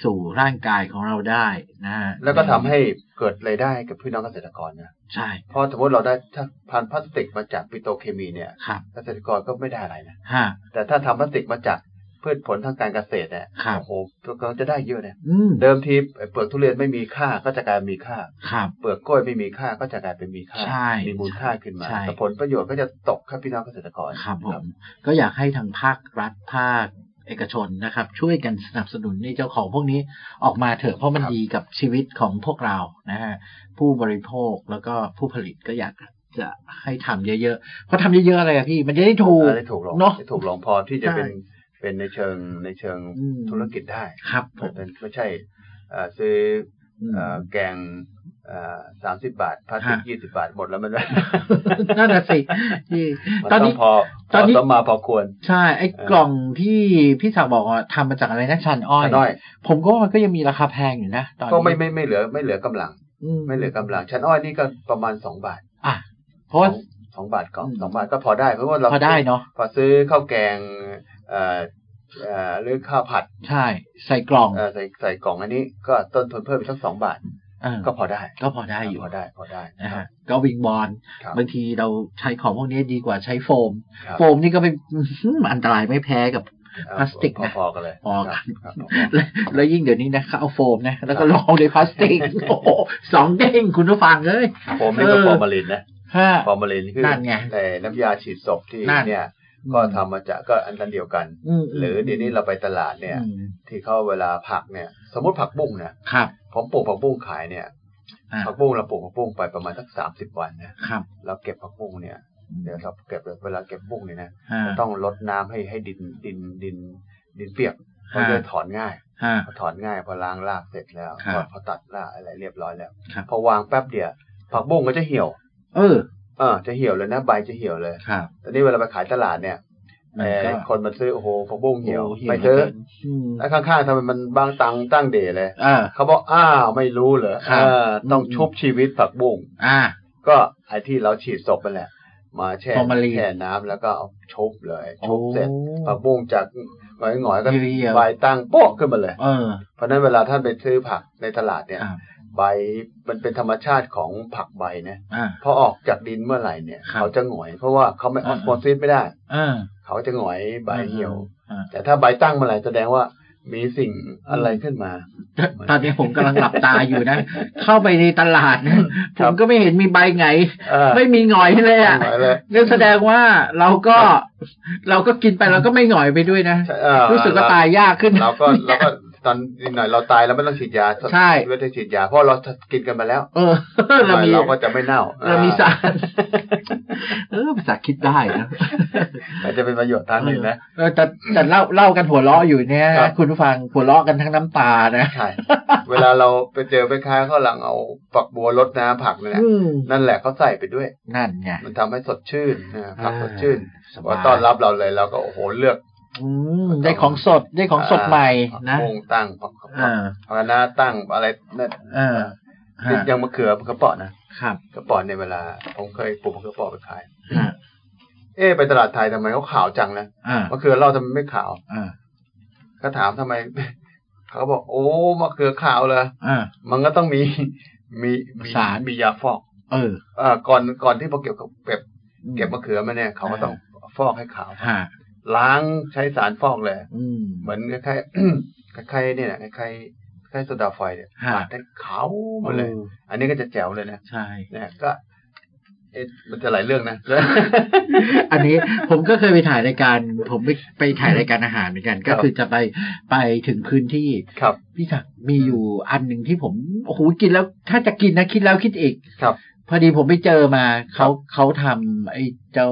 Speaker 1: สู่ร่างกายของเราได้นะฮะ
Speaker 2: แล้วก็ทำให้เกิดรายได้กับพี่น้องเกษตรกรนะ
Speaker 1: ใช่
Speaker 2: เพราะสมมติเราได้ถ้าพันธุ์พลาสติกมาจากปิโตรเคมีเนี่ย
Speaker 1: ครับ
Speaker 2: เกษตรกรก็ไม่ได้อะไรนะ
Speaker 1: ฮะ
Speaker 2: แต่ถ้าทำพลาสติกมาจากพืชผลทางการเกษตรเนี่ย
Speaker 1: ครับ
Speaker 2: โอ้โหก็จะได้เยอะนะ
Speaker 1: อืม
Speaker 2: เดิมทีเปลือกทุเรียนไม่มีค่าก็จะกลายเป็นมีค่า
Speaker 1: ครับ
Speaker 2: เปลือกกล้วยไม่มีค่าก็จะกลายเป็นมีค่า
Speaker 1: ใช่
Speaker 2: มีมูลค่าขึ้นมา
Speaker 1: ใช่
Speaker 2: แต่ผลประโยชน์ก็จะตกครับพี่น้องเกษตรกร
Speaker 1: ครับผม ก็อยากให้ทางภาครัฐภาคเอกชนนะครับ ช่วยกันสนับสนุนในเจ้าของพวกนี้ออกมาเถอะเพราะมัน
Speaker 2: ครับ
Speaker 1: ดีกับชีวิตของพวกเรานะฮะผู้บริโภคแล้วก็ผู้ผลิตก็อยากจะให้ทำเยอะๆเพราะทำเยอะๆอะไรอะพี่ มันจะได้ถูก
Speaker 2: อะไรถูกลง
Speaker 1: เนอะ
Speaker 2: ได้ถูกลงพอที่จะ
Speaker 1: ใช่
Speaker 2: เป็นเป็นในเชิงในเชิง
Speaker 1: อืม
Speaker 2: ธุรกิจได้
Speaker 1: ครับผม
Speaker 2: แต่ไม่ใช่เอ่อซื้อ
Speaker 1: อืม
Speaker 2: เอ่อแกงสามสิบบาทพลาสติก
Speaker 1: ฮะ
Speaker 2: ยี่สิบบาทหมดแล้วมัน
Speaker 1: นั่นน่ะ สิที่
Speaker 2: มัน
Speaker 1: ตอน
Speaker 2: ต้อ
Speaker 1: นี้
Speaker 2: งพอ
Speaker 1: ตอนนี้
Speaker 2: ต้องมาพอควร
Speaker 1: ใช่ ไอ้
Speaker 2: เออ
Speaker 1: กล่องที่พี่ศักดิ์บอกว่าทำมาจากอะไรนะชันอ้อย
Speaker 2: น้อย
Speaker 1: ผมก็ว่ามันก็ยังมีราคาแพงอยู่นะ ตอนนี้
Speaker 2: ก็ไม่ไม่ไม่เหลือไม่เหลือกำลัง
Speaker 1: อื
Speaker 2: ไม่เหลือกำลังชั้นอ้อยนี่ก็ประมาณสองบาท
Speaker 1: อ่ะเพราะว่า
Speaker 2: สองสองบาทก่อน
Speaker 1: อืม
Speaker 2: สองบาทก็พอได้เพราะว่าเรา
Speaker 1: พอได้เนาะ
Speaker 2: พอซื้อข้าวแกงเอ่อเอ่อหรือข้าวผัด
Speaker 1: ใช่ ใส่กล่อง
Speaker 2: เอ่อใส่ใส่กล่องอันนี้ ก็ต้นทุนเพิ่มอีกสักสองบาท
Speaker 1: เออ
Speaker 2: ก็พอได้
Speaker 1: ก็พอได้อยู่
Speaker 2: พอได้พอได้
Speaker 1: นะ
Speaker 2: ครั
Speaker 1: ฮะ
Speaker 2: บ
Speaker 1: ก็วิงบอล
Speaker 2: ครับ
Speaker 1: บางทีเราใช้ของพวกนี้ดีกว่าใช้โฟม
Speaker 2: ครับ
Speaker 1: โฟมนี่ก็เป็น อันตรายไม่แพ้กับ
Speaker 2: เอ่อ
Speaker 1: พลาสติกนะ
Speaker 2: พอๆกันเลย
Speaker 1: พอกัน
Speaker 2: ครับ
Speaker 1: และแล้วยิ่งเดี๋ยวนี้นะเขาเอาโฟมนะแล้วก็รองด้วยพลาส ติกโอ้โหสองเด้งคุณผู้ฟังเอ้ย
Speaker 2: ครับผมนี่ก็
Speaker 1: เออ
Speaker 2: ฟอร์มาลินนะ
Speaker 1: ฮะ
Speaker 2: ฟอร์มาลินคือ
Speaker 1: นั่นไง
Speaker 2: แต่น้ำยาฉีดศพที่
Speaker 1: นั่น
Speaker 2: เนี่ยก็ทำมาจากก็อันนั้นเดียวกัน
Speaker 1: ม
Speaker 2: หรือเดี๋ยวนี้เราไปตลาดเนี่ย
Speaker 1: อืม
Speaker 2: ที่เขาเวลาผักเนี่ยสมมติผักบุ้งนะครับ ผมปลูกผักบุ้งขายเนี่ย
Speaker 1: อ่า
Speaker 2: ผักบุ้งเราปลูกผักบุ้งไปประมาณสักสามสิบวันนะครับ เราเก็บผักบุ้งเนี่ยเดี๋ยวเราเก็บเวลาเก็บบุ้งเนี่ยนะ
Speaker 1: ฮะ
Speaker 2: ต้องลดน้ำให้ให้ดินดินดินดินเปียกมันจะ
Speaker 1: อ่า
Speaker 2: ถอนง่าย
Speaker 1: ฮะ
Speaker 2: พอถอนง่ายพอล้างรากเสร็จแล้ว
Speaker 1: ครับ
Speaker 2: พอพอตัดรากอะไรเรียบร้อยแล้ว
Speaker 1: ครับ
Speaker 2: พอวางแป๊บเดียวผักบุ้งก็จะเหี่ยว
Speaker 1: เออ
Speaker 2: เออจะเหี่ยวเลยนะใบจะเหี่ยวเลย
Speaker 1: ครับ
Speaker 2: ตอนนี้เวลาไปขายตลาดเนี่ย
Speaker 1: มัน
Speaker 2: ไอ้
Speaker 1: ก็
Speaker 2: คนมาซื้อโอ้โหผักบุ้งเหี่ยว
Speaker 1: โอ้โ
Speaker 2: ไปเถอะ
Speaker 1: ม
Speaker 2: แล้วข้างๆทำไมมันบางตังตั้งเดเลย
Speaker 1: อ่า
Speaker 2: เขาบอกอ้าวไม่รู้เหรอ
Speaker 1: ครับ
Speaker 2: เออต้อง
Speaker 1: อืม
Speaker 2: ชุบชีวิตผักบุ้ง
Speaker 1: อ่า
Speaker 2: ก็ไอ้ที่เราฉีดศพไปแหละ มาแช่
Speaker 1: ฟอร์มาลีน
Speaker 2: แช่น้ำแล้วก็เอาชุบเลยชุบ
Speaker 1: โอ้
Speaker 2: เสร็จผักบุ้งจากหงอยๆก็
Speaker 1: เหี่ยวๆ
Speaker 2: ใบตั้งโป๊ะขึ้นมาเลย
Speaker 1: เออ
Speaker 2: เพราะฉะนั้นเวลาท่านไปซื้อผักในตลาดเนี่ย
Speaker 1: อ่า
Speaker 2: ใบมันเป็นธรรมชาติของผักใบนะ
Speaker 1: อ่า
Speaker 2: พอออกจากดินเมื่อไหร่เนี่ย
Speaker 1: ครับ
Speaker 2: เขาจะหงอย เพราะว่าเขาไม่อ
Speaker 1: อ่า
Speaker 2: อกโมซิสไม่ได้
Speaker 1: อ่า
Speaker 2: เขาจะหงอยใบเหี่ยว
Speaker 1: อ่า
Speaker 2: แต่ถ้าใบตั้งเมื่อไหร่แสดงว่ามีสิ่งอะไรขึ้นมา
Speaker 1: ตอนนี้ผมกำลังหลับตาอยู่นะ เข้าไปในตลาดนะผ
Speaker 2: ครับ
Speaker 1: มก็ไม่เห็นมีใบไง
Speaker 2: เออ
Speaker 1: ไม่มีหงอยเลยอ่ะ
Speaker 2: หงอยเลย
Speaker 1: นั่นแสดงว่าเราก็ เราก็กินไปเราก็ไม่หงอยไปด้วยนะ
Speaker 2: ใช่เอ่อ
Speaker 1: รู้สึกว่าตายยากขึ้น
Speaker 2: เราก็เราก็ตอนนิดหน่อยเราตายแล้วไม่ต้องฉีดยา
Speaker 1: ใช่
Speaker 2: ไม่ต้องฉีดยาเพราะเรากินกันมาแล้ว
Speaker 1: เออ เรามี
Speaker 2: เราก็จะไม่เน่า
Speaker 1: เรามีสาร เออภาษาคิดได้นะ
Speaker 2: อาจจะเป็นประโยชน์ทางหนึ่งนะ
Speaker 1: เออแต่แต่เล่าเล่ากันหัวเราะอยู่เนี่ย
Speaker 2: ครับ
Speaker 1: คุณผู้ฟังหัวเราะกันทั้งน้ำตานะ
Speaker 2: ใช่ เวลาเราไปเจอแม่ค้าเขาหลังเอาฝักบัวรดน้ำผักนั่นแหละ
Speaker 1: อืม
Speaker 2: นั่นแหละเขาใส่ไปด้วย
Speaker 1: นั่นไง
Speaker 2: มันทำให้สดชื่นนะผักสดชื่น
Speaker 1: ส
Speaker 2: ว่า
Speaker 1: บาย
Speaker 2: ต้อนรับเราเลยเราก็โอ้โหเลือก
Speaker 1: อืมได้ของสดได้ของสดใหม่นะ
Speaker 2: วงตั้งผักผัก
Speaker 1: อ่า
Speaker 2: ผักหน้าตั้งอะไรนั่น
Speaker 1: เออ
Speaker 2: นี่
Speaker 1: ฮะ
Speaker 2: ยังมะเขือกระเป๋อนะครับ กระเป๋อในยเวลาผมเคยปลูกมะเขือเปราะไปขาย
Speaker 1: ฮะ
Speaker 2: เอ๊ะไปตลาดไทยทำไมเขา ขาวจังนะ
Speaker 1: อ่าม
Speaker 2: ะเขือเราทำไมไม่ขาว
Speaker 1: อ่า
Speaker 2: ก็ถามทำไม เขาก็บอกโอ้มะเขือขาวเลย
Speaker 1: อ่า
Speaker 2: มันก็ต้องมี มีมี
Speaker 1: สาร
Speaker 2: มียาฟอก
Speaker 1: เออ
Speaker 2: เอ่อก่อนก่อนที่พอเก็บเก็บ
Speaker 1: อื
Speaker 2: เก็บมะเขือมาเนี่ยเขาก็ต้องฟอกให้ขาว
Speaker 1: ฮะ
Speaker 2: ล้างใช้สารฟอกเลย
Speaker 1: อืม
Speaker 2: เหมือนคล้ายๆ คล้ายๆ เนี่ยนะคล้ายๆคล้ายๆโซดาไฟเนี่ย
Speaker 1: ฮะ
Speaker 2: ปาดให้ขาวหมาเลย
Speaker 1: ออ
Speaker 2: อันนี้ก็จะแจ๋วเลยนะ
Speaker 1: ใช่
Speaker 2: เนี่ยก็เอ๊ะมันจะหลายเรื่องนะ
Speaker 1: อันนี้ ผมก็เคยไปถ่ายรายการ ผมไปไปถ่ายรายการอาหารเหมือนกัน ก็
Speaker 2: ครับ
Speaker 1: คือจะไปไปถึงพื้นที่
Speaker 2: ครับ
Speaker 1: พี่ศักดิ์มีอยู่อันหนึ่งที่ผมโอ้โหกินแล้ว ถ้าจะกินนะคิดแล้วคิดอีก
Speaker 2: ครับ
Speaker 1: พอดีผมไปเจอมา
Speaker 2: ครั
Speaker 1: เขา
Speaker 2: บ
Speaker 1: เขาทำไอ้เจ้า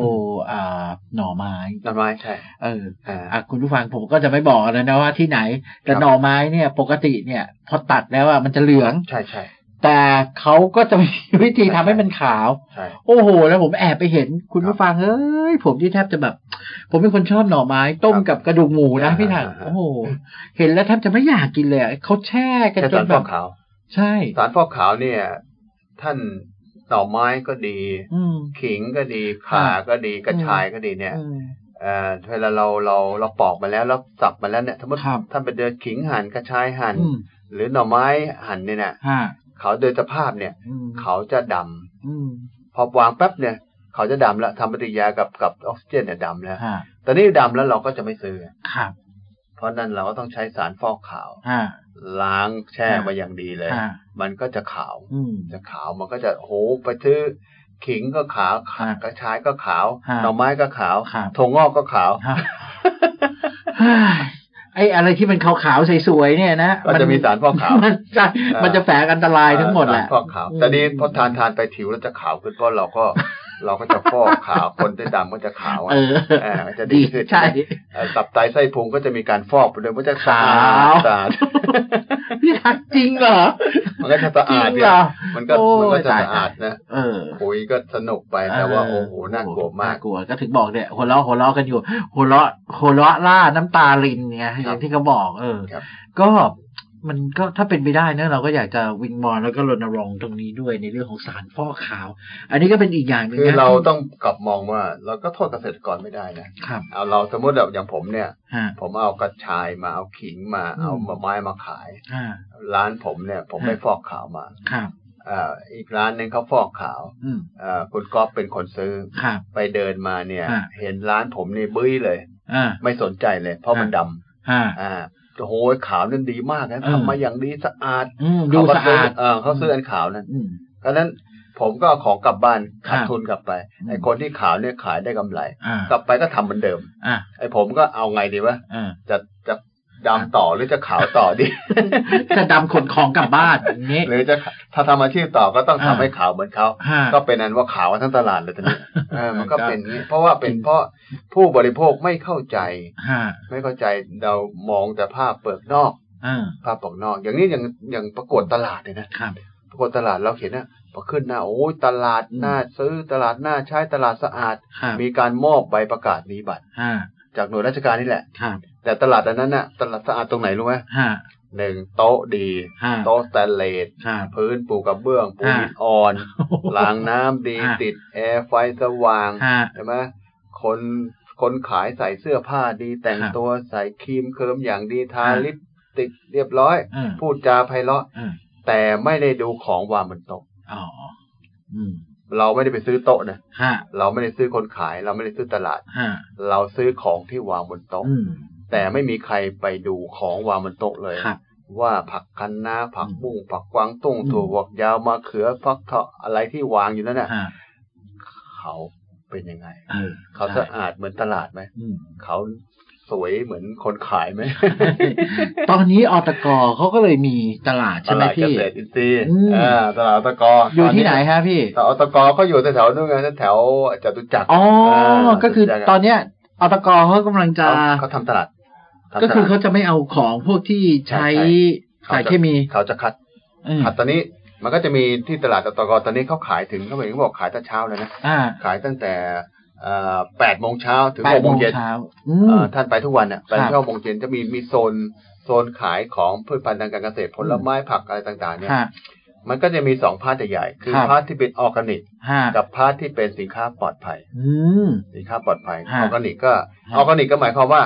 Speaker 1: อ่าหน่อไม้
Speaker 2: ต้นไม้ใช่
Speaker 1: เออ
Speaker 2: อ่า
Speaker 1: อ่ะคุณผู้ฟังผมก็จะไม่บอกนะนะว่าที่ไหน แต่
Speaker 2: ครับ
Speaker 1: หน่อไม้เนี่ย ปกติเนี่ย พอตัดแล้วอ่ะมันจะเหลือง
Speaker 2: ใช่ใช่
Speaker 1: แต่เขาก็จะมีวิธีทำให้มันขาว
Speaker 2: ใช่
Speaker 1: โอ้โห แล้วผมแอบไปเห็นคุณ
Speaker 2: ครับ
Speaker 1: ผู้ฟังเอ้ยผมที่แทบจะแบบ ผมเป็นคนชอบหน่อไม้ ต้ม
Speaker 2: ค
Speaker 1: กั
Speaker 2: รับ
Speaker 1: บกระดูกหมูนะ
Speaker 2: อ่า
Speaker 1: พี่ถัง
Speaker 2: อ่า
Speaker 1: โอ้โห เห็นแล้วแทบจะไม่อยากกินเลยอ่ะเขาแช่กัน
Speaker 2: ใช้
Speaker 1: จ
Speaker 2: สาน ร
Speaker 1: แบ
Speaker 2: ฟอบ กขาว
Speaker 1: ใช่
Speaker 2: สารฟอกขาวเนี่ย ท่านหน่อไม้ก็ดี
Speaker 1: อืม
Speaker 2: ขิงก็ดีข่า
Speaker 1: อ่า
Speaker 2: ก็ดีกระชายก็ดีเนี่ย
Speaker 1: อืม
Speaker 2: เอ่อเวลาเราเราเราปอกมาแล้วเราสับมาแล้วเนี่ยสมมติ
Speaker 1: ครับ
Speaker 2: ท่านไปเดินขิงหั่นกระชายหั่น
Speaker 1: อืม
Speaker 2: หรือหน่อไม้หั่นเนี่ยนะ
Speaker 1: ฮะ
Speaker 2: เขาโดยสภาพเนี่ย
Speaker 1: อืม
Speaker 2: เขาจะดำ
Speaker 1: อืม
Speaker 2: พอวางแป๊บเนี่ย เขาจะดำแล้วทำปฏิกิริยากับกับออกซิเจนเนี่ยดำแล้ว
Speaker 1: ฮะ
Speaker 2: ตอนนี้ดำแล้วเราก็จะไม่ซื้อ
Speaker 1: ครับ
Speaker 2: เพราะนั้นเราก็ต้องใช้สารฟอกขาว
Speaker 1: ฮะ
Speaker 2: ล้างแช่
Speaker 1: อ่าม
Speaker 2: มาอย่างดีเลย
Speaker 1: ฮะ
Speaker 2: มันก็จะขาว
Speaker 1: อืม
Speaker 2: จะขาวมันก็จะโอ้โหไปซื้อขิงก็ขาว
Speaker 1: ฮะ
Speaker 2: กระชายก็ขาว
Speaker 1: ฮะ
Speaker 2: หน่อไม้ก็ขาว
Speaker 1: ครับ
Speaker 2: ถั่วงอกก็ขาว
Speaker 1: ฮะเฮ้ยไอ้อะไรที่มันขาวๆสวยๆเนี่ยนะ
Speaker 2: ก็จะมีสารฟอกขาว
Speaker 1: มันจะ
Speaker 2: อ่ามั
Speaker 1: มันจะแฝงอันตรายทั้งหมดแหละ
Speaker 2: สารฟอกขาวแต่นี้พอทานทานไปผิวเราจะขาวขึ้นเพราะเราก็ เราก็จะฟอกขาวคนได้ดำก็จะขาวอะ
Speaker 1: เออ
Speaker 2: เออมันจะดีขึ้น
Speaker 1: ใช่
Speaker 2: เอ่อตับไตไส้พุงก็จะมีการฟอกไปด้วยมันจะสะอา
Speaker 1: ขาว
Speaker 2: ดสะอาด
Speaker 1: พี่ทักจริงเหรอ
Speaker 2: มันก็จะสะ
Speaker 1: จริ
Speaker 2: อาด
Speaker 1: ง
Speaker 2: เนี่
Speaker 1: เหร
Speaker 2: ย
Speaker 1: อ
Speaker 2: มันก็
Speaker 1: โอ้ย
Speaker 2: มันก็จะ
Speaker 1: ตาย
Speaker 2: สะอาดนะ
Speaker 1: เออ
Speaker 2: คุยก็สนุกไปแต่ว่า
Speaker 1: เ
Speaker 2: โอ้โหน่ากลัวมาก
Speaker 1: น่ากลัวก็ถึงบอกเนี่ยหัวเราะหัวเราะกันอยู่ หัวเราะหัวเราะล่าน้ำตารินไง
Speaker 2: ครับ
Speaker 1: อย่างที่เขาบอก เออ
Speaker 2: ครับ
Speaker 1: ก็มันก็ถ้าเป็นไปได้นะเราก็อยากจะวิงวอนแล้วก็รณรงค์ตรงนี้ด้วยในเรื่องของสารฟอกขาว อันนี้ก็เป็นอีกอย่างหนึ่ง
Speaker 2: คือ
Speaker 1: นะ
Speaker 2: เราต้องกลับมองว่า เราก็โทษเกษตรกรไม่ได้นะครับ เอาเราสมมติแบบอย่างผมเนี่ย
Speaker 1: ฮะ
Speaker 2: ผมเอากระชายมาเอาขิงมา
Speaker 1: อืม
Speaker 2: เอาหน่อไม้มาขาย
Speaker 1: ฮะ
Speaker 2: ร้านผมเนี่ย ผม
Speaker 1: ฮะ
Speaker 2: ไปฟอกขาวมา
Speaker 1: ครับ
Speaker 2: เอ่ออีกร้านหนึงเขาฟอกขาว
Speaker 1: อืม
Speaker 2: เอ่อคุณก๊อฟเป็นคนซื้อ
Speaker 1: ครับ
Speaker 2: ไปเดินมาเนี่ย
Speaker 1: ฮะ
Speaker 2: เห็นร้านผมนี่บื้ยเลย
Speaker 1: อ่า
Speaker 2: ไม่สนใจเลย เพราะมันดำ
Speaker 1: ฮะ
Speaker 2: อ่าโอ้โหขาวนั่นดีมากนะ
Speaker 1: เออ
Speaker 2: ทำมาอย่างดีสะอาด
Speaker 1: อืมดู
Speaker 2: เขก็
Speaker 1: สะ
Speaker 2: ซื้
Speaker 1: อาด
Speaker 2: เออเขาซื้ออันขาวนั่น
Speaker 1: อืม
Speaker 2: เพราะฉะนั้นผมก็เอาของกลับบ้านขาด
Speaker 1: ครับ
Speaker 2: ทุนกลับไป
Speaker 1: อืม
Speaker 2: ไอ้คนที่ขาวเนี่ยขายได้กำไร
Speaker 1: อ่าก
Speaker 2: ลับไปก็ทำเหมือนเดิม
Speaker 1: อ่า
Speaker 2: ไอ้ผมก็เอาไงดีวะ
Speaker 1: อ่า
Speaker 2: จะจะดำต่อหรือจะขาวต่อดี
Speaker 1: จะดำขนของกลับบ้านอย่างนี้
Speaker 2: หรือจะถ้าทำอาชีพต่อก็ต้องทำ
Speaker 1: อ่า
Speaker 2: ให้ขาวเหมือนเขา
Speaker 1: ฮะ
Speaker 2: ก็เป็นนั้นว่าขาวกันทั้งตลาดเลยตอนนี้เออมันก็
Speaker 1: ครับ
Speaker 2: เป็นอย่างนี้เพราะว่าเป็นเพราะผู้บริโภคไม่เข้าใจ
Speaker 1: ฮะ
Speaker 2: ไม่เข้าใจเรามองแต่ภาพเปลือกนอก
Speaker 1: อ่า
Speaker 2: ภาพปอกนอก อย่างนี้อย่างอย่างประกวดตลาดเนี่ยนะครับ ประกวดตลาดเราเห็นนะพอขึ้นหน้าโอ้ยตลาด
Speaker 1: อืม
Speaker 2: น่าซื้อตลาดน่าใช้ตลาดสะอาด
Speaker 1: ครับ
Speaker 2: มีการมอบใบประกาศนียบัตร
Speaker 1: ฮะ
Speaker 2: จากหน่วยราชการนี่แหละ
Speaker 1: ครับ
Speaker 2: แต่ตลาดอันนั้นน่ะตลาดสะอาดตรงไหนรู้ไหม
Speaker 1: ฮะ
Speaker 2: หนึ่งโต๊ะดี
Speaker 1: ฮะ
Speaker 2: โต๊ะสแตนเลส
Speaker 1: ครับ
Speaker 2: พื้นปูกระเบื้องปู
Speaker 1: อ่า
Speaker 2: หินอ่อนล้างน้ำดี
Speaker 1: อ่า
Speaker 2: ติดแอร์ไฟสว่าง
Speaker 1: ฮะ
Speaker 2: ใช่ไหมคนคนขายใส่เสื้อผ้าดีแต่ง
Speaker 1: ครับ
Speaker 2: ตัวใส่ครีมเคิร์มอย่างดีทา
Speaker 1: อ่า
Speaker 2: ลิปสติกเรียบร้อย
Speaker 1: อ่า
Speaker 2: พูดจาไพเราะ
Speaker 1: อ่า
Speaker 2: แต่ไม่ได้ดูของวางบนโต๊ะ
Speaker 1: อ๋ออืม
Speaker 2: เราไม่ได้ไปซื้อโต๊ะนะ
Speaker 1: ฮะ
Speaker 2: เราไม่ได้ซื้อคนขาย เราไม่ได้ซื้อตลาด
Speaker 1: ฮะ
Speaker 2: เราซื้อของที่วางบนโต๊ะ
Speaker 1: อืม
Speaker 2: แต่ไม่มีใครไปดูของวางบนโต๊ะเลย
Speaker 1: ครับ
Speaker 2: ว่าผักคะน้าผัก
Speaker 1: อืม
Speaker 2: บุ้งผักกวางตุ้ง
Speaker 1: อืม
Speaker 2: ถั่วฝักยาวมะเขือฟักเถาะอะไรที่วางอยู่นั่นน่ะ
Speaker 1: ฮะ
Speaker 2: เขาเป็นยังไง
Speaker 1: เออ
Speaker 2: เขา
Speaker 1: ใช่
Speaker 2: สะอาดเหมือนตลาดไหม
Speaker 1: อืม
Speaker 2: เขาสวยเหมือนคนขายไหม
Speaker 1: ตอนนี้อตกเขาก็เลยมีตลาด
Speaker 2: ต
Speaker 1: ใช่ไหม
Speaker 2: ลาดเก
Speaker 1: พี่
Speaker 2: ษตรอินทรีย์
Speaker 1: อืม
Speaker 2: อ่าตลาดอตก
Speaker 1: อยู่ที่
Speaker 2: ต
Speaker 1: ไหนฮะพี่
Speaker 2: ตลาดอตกเขาอยู่แถวๆนู่นไงแถวๆจตุจักร
Speaker 1: อ๋ออา ก็คือ
Speaker 2: จตุจัร
Speaker 1: ตอนเนี้ยอตกเขากำลังจะ
Speaker 2: เขาเขาทำตลาดทำตลด
Speaker 1: ก็คือเขาจะไม่เอาของพวกที่ใช้
Speaker 2: ใช่ใช่
Speaker 1: สารเคมี
Speaker 2: เขาจะคัด
Speaker 1: อืม
Speaker 2: ผัดตอนนี้มันก็จะมีที่ตลาดตะตกตอนนี้เขาขายถึงเขาบอกเขาบอกขายตั้งเช้าเลยนะ
Speaker 1: อ่า
Speaker 2: ขายตั้งแต่แปดโมงเช้าถึง
Speaker 1: แป
Speaker 2: ห
Speaker 1: ด
Speaker 2: ก
Speaker 1: โม
Speaker 2: โมง
Speaker 1: ง
Speaker 2: เย็น
Speaker 1: เช้าอื
Speaker 2: เอ่
Speaker 1: ม
Speaker 2: อท่านไปทุกวันเนี่ยไป
Speaker 1: ครับ
Speaker 2: เช้าโมงเย็นจะมีมีโซนโซนขายของพืชพันธุ์ทางการเกษตรผลไม้ผักอะไรต่างๆเนี่ย
Speaker 1: ฮะ
Speaker 2: มันก็จะมีสองพาร์ทใหญ่ๆคือ
Speaker 1: ครับ
Speaker 2: พาร์ทที่เป็นออร์แกนิก
Speaker 1: ฮะ
Speaker 2: กับพาร์ทที่เป็นสินค้าปลอดภัย
Speaker 1: อืม
Speaker 2: สินค้าปลอดภัยอ
Speaker 1: ฮะ
Speaker 2: อร์แกนิกก็
Speaker 1: ฮะ
Speaker 2: ออร์แกนิกก็หมายความว่า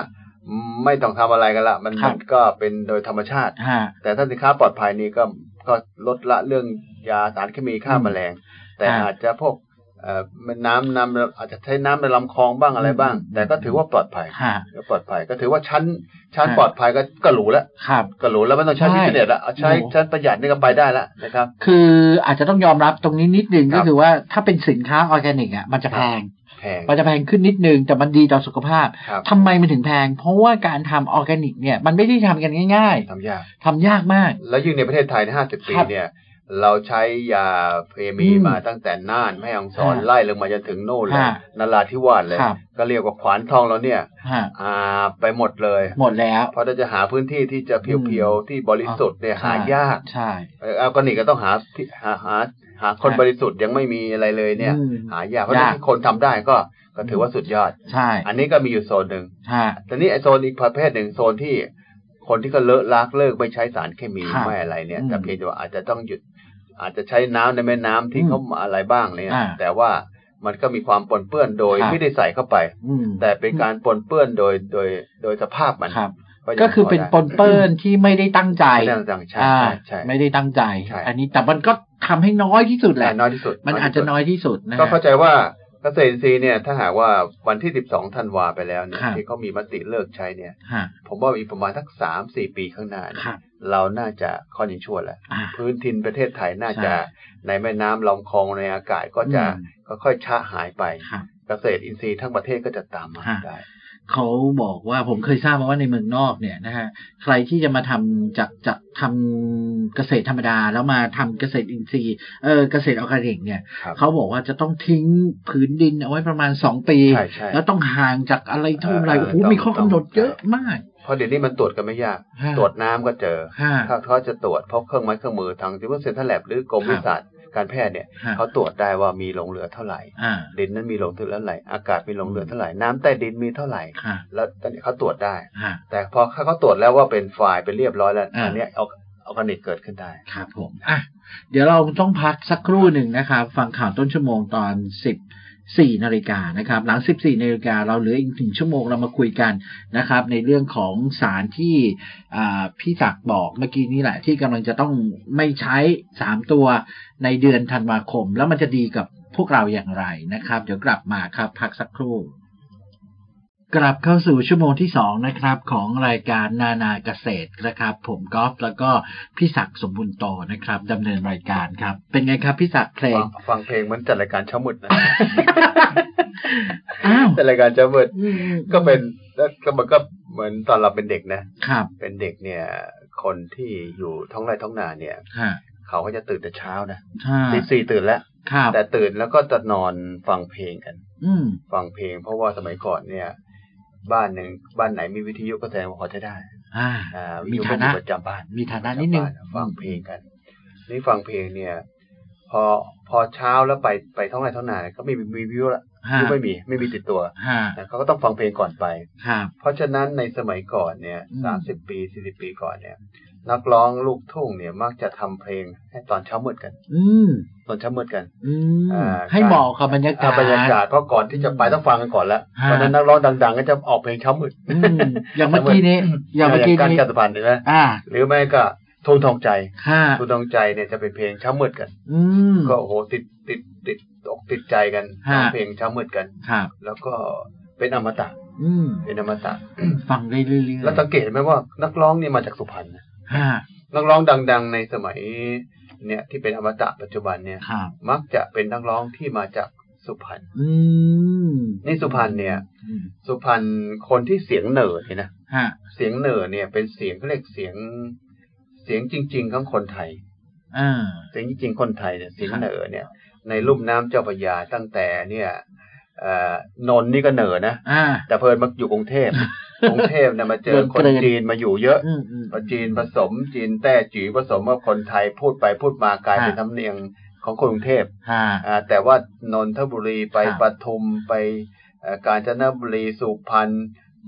Speaker 2: ไม่ต้องทำอะไรกันละมัน
Speaker 1: ครั
Speaker 2: มั
Speaker 1: บ
Speaker 2: นก็เป็นโดยธรรมชาติ
Speaker 1: ฮะ
Speaker 2: แต่ถ้าสินค้าปลอดภัยนี่ก็ก็ลดละเรื่องยาสารเคมีฆ่า
Speaker 1: อืม
Speaker 2: แมลง แต่
Speaker 1: อ่า
Speaker 2: อาจจะพวกเอ่อน้ำน้ำอาจจะใช้น้ำในลำคลองบ้างอะไรบ้าง
Speaker 1: อืม
Speaker 2: แต่ก็ถือว่าปลอดภัย
Speaker 1: ฮะ
Speaker 2: ก็ปลอดภัยก็ถือว่าชั้นชั้น
Speaker 1: ฮะ
Speaker 2: ปลอดภัยก็ก็หรูแล้ว
Speaker 1: ครับ
Speaker 2: ก็หรูแล้วไม่ต้องใช้
Speaker 1: ใช่
Speaker 2: พิเศษแล้วเอาใช้
Speaker 1: โอ้
Speaker 2: ชั้นประหยัดนี่ก็ไปได้แล้วนะครับ
Speaker 1: คืออาจจะต้องยอมรับตรงนี้นิดนึง
Speaker 2: ครับ
Speaker 1: ก็คือว่าถ้าเป็นสินค้าออร์แกนิกอ่ะมันจะแพง
Speaker 2: แพง
Speaker 1: มันจะแพงขึ้นนิดนึง แต่มันดีต่อสุขภาพ
Speaker 2: ครับ
Speaker 1: ทำไมมันถึงแพง เพราะว่าการทำออร์แกนิกเนี่ยมันไม่ได้ทำกันง่าย
Speaker 2: ทำยาก
Speaker 1: ๆทำยากมาก
Speaker 2: แล้วยิ่งในประเทศไทยในห้าสิบปี
Speaker 1: ครับ
Speaker 2: เนี่ย เราใช้ยาเคมี
Speaker 1: อืม
Speaker 2: มาตั้งแต่น่านแม่ฮ่องสอน
Speaker 1: ฮะ
Speaker 2: ไล่ลงมาจนถึงโน่นเลย
Speaker 1: ฮะ
Speaker 2: นราธิวาสเลย
Speaker 1: ครับ
Speaker 2: ก็เรียกว่าขวานทองแล้วเนี่ย
Speaker 1: ฮะ
Speaker 2: อ่าไปหมดเลย
Speaker 1: หมดแล้ว
Speaker 2: เพราะถ้าจะหาพื้นที่ที่จะเพียวๆ ที่บริสุทธิ์เนี่ย
Speaker 1: ใช่
Speaker 2: หายาก
Speaker 1: ใช่
Speaker 2: เออออร์แกนิกก็ต้องหาที่หาหาหาคนบริสุทธิ์ยังไม่มีอะไรเลยเนี่ย
Speaker 1: อืม
Speaker 2: หายากเพราะฉะนั้น
Speaker 1: ยาก
Speaker 2: ที่คนทำได้ก็ก็ถือว่าสุดยอด
Speaker 1: ใช่
Speaker 2: อันนี้ก็มีอยู่โซนหนึ่ง
Speaker 1: ฮะ
Speaker 2: แต่นี่ไอโซนอีกประเภทหนึ่งโซนที่คนที่ก็เลอะลากเลิกไม่ใช้สารเคมี
Speaker 1: ค่ะ
Speaker 2: ไม่อะไรเนี่ย
Speaker 1: อืม
Speaker 2: แต่เพียงแต่ว่าอาจจะต้องหยุด อาจจะใช้น้ำในแม่น้ำที่
Speaker 1: อืม
Speaker 2: เขามาอะไรบ้างเนี่ย
Speaker 1: อ่า
Speaker 2: แต่ว่ามันก็มีความปนเปื้อนโดย
Speaker 1: ค่ะ
Speaker 2: ไม่ได้ใส่เข้าไป
Speaker 1: อืม
Speaker 2: แต่เป็นการปนเปื้อนโดยโดยโดยสภาพมัน
Speaker 1: ครับ
Speaker 2: ยัง
Speaker 1: ก็คือเป็น
Speaker 2: พ
Speaker 1: ปนเปื้อนที่ไม่ได้ตั้งใจ
Speaker 2: ได้ไม่ได้ต่างๆใช่
Speaker 1: อ่า
Speaker 2: ใช่
Speaker 1: ไม่
Speaker 2: ใช่
Speaker 1: ได้ตั้งใจ
Speaker 2: ใช่
Speaker 1: อันนี้แต่มันก็ทำให้น้อยที่สุดแหละ
Speaker 2: น้อยที่สุด
Speaker 1: มันอาจจะน้อยที่สุดนะ
Speaker 2: ก็
Speaker 1: ฮะ
Speaker 2: เข้าใจว่าเกษตรอินทรีย์เนี่ยถ้าหากว่าวันที่ 12ธันวาไปแล้วเนี่ย
Speaker 1: ครับ
Speaker 2: ที่เขามีมติเลิกใช้เนี่ย
Speaker 1: ฮะ
Speaker 2: ผมว่าอีกประมาณสักสามสี่ปีข้างหน้าเนี่ย
Speaker 1: ครับ
Speaker 2: เราน่าจะค่อนยังชั่วแล้ว
Speaker 1: อ่า
Speaker 2: พื้นทินประเทศไทยน่าจะ
Speaker 1: ใช่
Speaker 2: ในแม่น้ำลำคลองในอากาศก็จะ
Speaker 1: อืม
Speaker 2: ค่อยๆช้าหายไป
Speaker 1: ครับ
Speaker 2: เกษตรอินทรีย์ทั้งประเทศก็จะตามมา
Speaker 1: ฮะ
Speaker 2: ได้
Speaker 1: เขาบอกว่าผมเคยทราบมาว่าในเมืองนอกเนี่ยนะฮะใครที่จะมาทำจากจากทำเกษตรธรรมดา แล้วมาทำเกษตรอินทรีย์เออเกษตรออร์แกนิกเนี่ย
Speaker 2: ครับ
Speaker 1: เขาบอกว่าจะต้องทิ้งผืนดินเอาไว้ประมาณสองปี
Speaker 2: ใช่ใช่
Speaker 1: แล้วต้องห่างจากอะไรเท่าไหร่
Speaker 2: เออเออ
Speaker 1: โอ้โห
Speaker 2: ต้อง
Speaker 1: มีข้อกำ
Speaker 2: ต้อง
Speaker 1: หนดเยอะมาก
Speaker 2: เพราะเดี๋ยวนี้มันตรวจกันไม่ยาก
Speaker 1: ฮะ
Speaker 2: ตรวจน้ำก็เจอ
Speaker 1: ฮะ
Speaker 2: ถ้าเขาจะตรวจเพราะเครื่องไม้เครื่องมือทางที่ว่าเซ็นทรัลแลบหรือกรม
Speaker 1: ครับ
Speaker 2: วิทยาศาสตร์การแพทย์เนี่ย
Speaker 1: ฮะ
Speaker 2: เขาตรวจได้ว่ามีหลงเหลือเท่าไหร่
Speaker 1: อ่า
Speaker 2: ดินนั้นมีหลงเหลือเท่าไหร่อากาศมีหลงเหลือเท่าไหร่น้ำใต้ดินมีเท่าไหร่
Speaker 1: ค่ะ
Speaker 2: แล้วตอนนี้เขาตรวจได้
Speaker 1: ฮะ
Speaker 2: แต่พอเขาตรวจแล้วว่าเป็นไฟล์เป็นเรียบร้อยแล้ว
Speaker 1: อ่า
Speaker 2: อันเนี้ยเอาเอากนิกเกิดขึ้นได้
Speaker 1: ครับผมอ่ะเดี๋ยวเราต้องพักสักครู่หนึ่งนะครับ ฟังข่าวต้นชั่วโมงตอน 14นาฬิกานะครับ หลัง 14นาฬิกาเราเหลืออีกถึงชั่วโมงเรามาคุยกันนะครับ ในเรื่องของสารที่อ่าพี่ศักดิ์บอกเมื่อกี้นี้แหละ ที่กำลังจะต้องไม่ใช้ 3 ตัวในเดือนธันวาคม แล้วมันจะดีกับพวกเราอย่างไรนะครับ เดี๋ยวกลับมาครับ พักสักครู่ กลับเข้าสู่ชั่วโมงที่ 2 นะครับ ของรายการนานาเกษตรนะครับ ผมกอล์ฟแล้วก็พี่ศักดิ์สมบุญโตนะครับดำเนินรายการครับ เป็นไงครับพี่ศักดิ์เพล
Speaker 2: ฟั
Speaker 1: ง
Speaker 2: งฟังเพลงเหมันจัดรายการเช้ามืดนะ
Speaker 1: อ้าว
Speaker 2: จัดรายการเช้ามืด
Speaker 1: อืม
Speaker 2: ก็เป็นแล้วก็มันก็เหมือนตอนเราเป็นเด็กนะ
Speaker 1: ครับ
Speaker 2: เป็นเด็กเนี่ยคนที่อยู่ท้องไร่ท้องนาเนี่ย
Speaker 1: ฮะ
Speaker 2: เขาก็จะตื่นแต่เช้านะ
Speaker 1: ฮะ
Speaker 2: ตีสี่ตื่นแล้ว
Speaker 1: ครับ
Speaker 2: แต่ตื่นแล้วก็จะนอนฟังเพลงกัน
Speaker 1: อืม
Speaker 2: ฟังเพลง เพราะว่าสมัยก่อนเนี่ย บ้านหนึ่งบ้านไหนมีวิทยุก็แสดงว่าพอใช้ได้
Speaker 1: อ่า
Speaker 2: อ่าวิทยุ
Speaker 1: มี
Speaker 2: ก็
Speaker 1: ฐา
Speaker 2: อ
Speaker 1: นะ
Speaker 2: ยู่ประจำบ้าน
Speaker 1: มีฐานะนิดนึง
Speaker 2: ประจำบ้าฟังเพลงกัน นี่ฟังเพลงเนี่ย พอพอเช้าแล้วไปไปท้องไร่ท้องนาเนี่ยก็ไม่มีมีวิทยุละ หรือ
Speaker 1: ฮะ
Speaker 2: ไม่มีไม่มีติดตัว
Speaker 1: ฮะ
Speaker 2: นะเขาก็ต้องฟังเพลงก่อนไป
Speaker 1: ครับ
Speaker 2: เพราะฉะนั้นในสมัยก่อนเนี่ย
Speaker 1: อืม
Speaker 2: สามสิบปีสี่สิบปีก่อนเนี่ย นักร้องลูกทุ่งเนี่ยมักจะทำเพลงให้ตอนเช้ามืดกัน
Speaker 1: อืม
Speaker 2: ตอนเช้ามืดกัน
Speaker 1: อืม
Speaker 2: อ่า
Speaker 1: ให้เหมาะกับบรรยากา
Speaker 2: อ่า
Speaker 1: ศ
Speaker 2: บรรยากาศเพราะก่อนที่จะไปต้องฟังกันก่อนแล้ว
Speaker 1: ฮะ
Speaker 2: เพราะฉะนั้นนักร้องดัง ๆ ก็จะออกเพลงเช้ามืด
Speaker 1: อืมอย่างเมื่อกี้ นี้ อย่างเมื่อกี้
Speaker 2: การ
Speaker 1: นี้
Speaker 2: กัตพันธ์ใช่ไหม
Speaker 1: อ่า
Speaker 2: หรือไม่ก็ทงทองใจ
Speaker 1: ค่ะ
Speaker 2: ทงทองใจเนี่ยจะเป็นเพลงเช้ามืดกัน
Speaker 1: อืม
Speaker 2: ก็โอ้โหติดติดติดอกติดใจกัน
Speaker 1: ฮะ
Speaker 2: เพลงเช้ามืดกัน
Speaker 1: ครับ
Speaker 2: แล้วก็เป็นอมตะ
Speaker 1: อืม
Speaker 2: เป็นอมตะ
Speaker 1: ฟังได้เรื่อยๆ
Speaker 2: แล้วสังเกตไหมว่านักร้องเนี่ยมาจากสุพรรณนะ
Speaker 1: ฮะ
Speaker 2: นักร้องดัง ๆ ในสมัยเนี่ยที่เป็นอมตะปัจจุบันเนี่ย
Speaker 1: ครับ
Speaker 2: มักจะเป็นนักร้องที่มาจากสุพรรณ
Speaker 1: อืม
Speaker 2: นี่สุพรรณเนี่ย
Speaker 1: อืม
Speaker 2: สุพรรณคนที่เสียงเหน่อเนี่ยนะ
Speaker 1: ฮะ
Speaker 2: เสียงเหน่อเนี่ยเป็นเสียงเขาเรียกเสียงเสียงจริง ๆ ของคนไทย
Speaker 1: อ่า
Speaker 2: เสียงจริงๆคนไทยเนี่ยเสียงเหน่อเนี่ย ในลุ่มน้ำเจ้าพระยาตั้งแต่เนี่ยเอ่อนนท์นี่ก็เหน่อนะ
Speaker 1: อ่า
Speaker 2: แต่เพลินมาอยู่กรุงเท พ กรุงเทพเนี่ยมาเจ
Speaker 1: โด
Speaker 2: อน ค
Speaker 1: เก
Speaker 2: น
Speaker 1: รด
Speaker 2: จีนมาอยู่เยอะ
Speaker 1: อืมอืม
Speaker 2: จีนผสมจีนแต้จีผสมกับคนไทยพูดไปพูดมากลายเป็น
Speaker 1: ฮะ
Speaker 2: ธรรมเนียมของคนกรุงเทพ
Speaker 1: ฮะ
Speaker 2: อ่าแต่ว่านนทบุรีไป
Speaker 1: ฮะ
Speaker 2: ปทุมไปเอ่อกาญจนบุรีสุพรรณ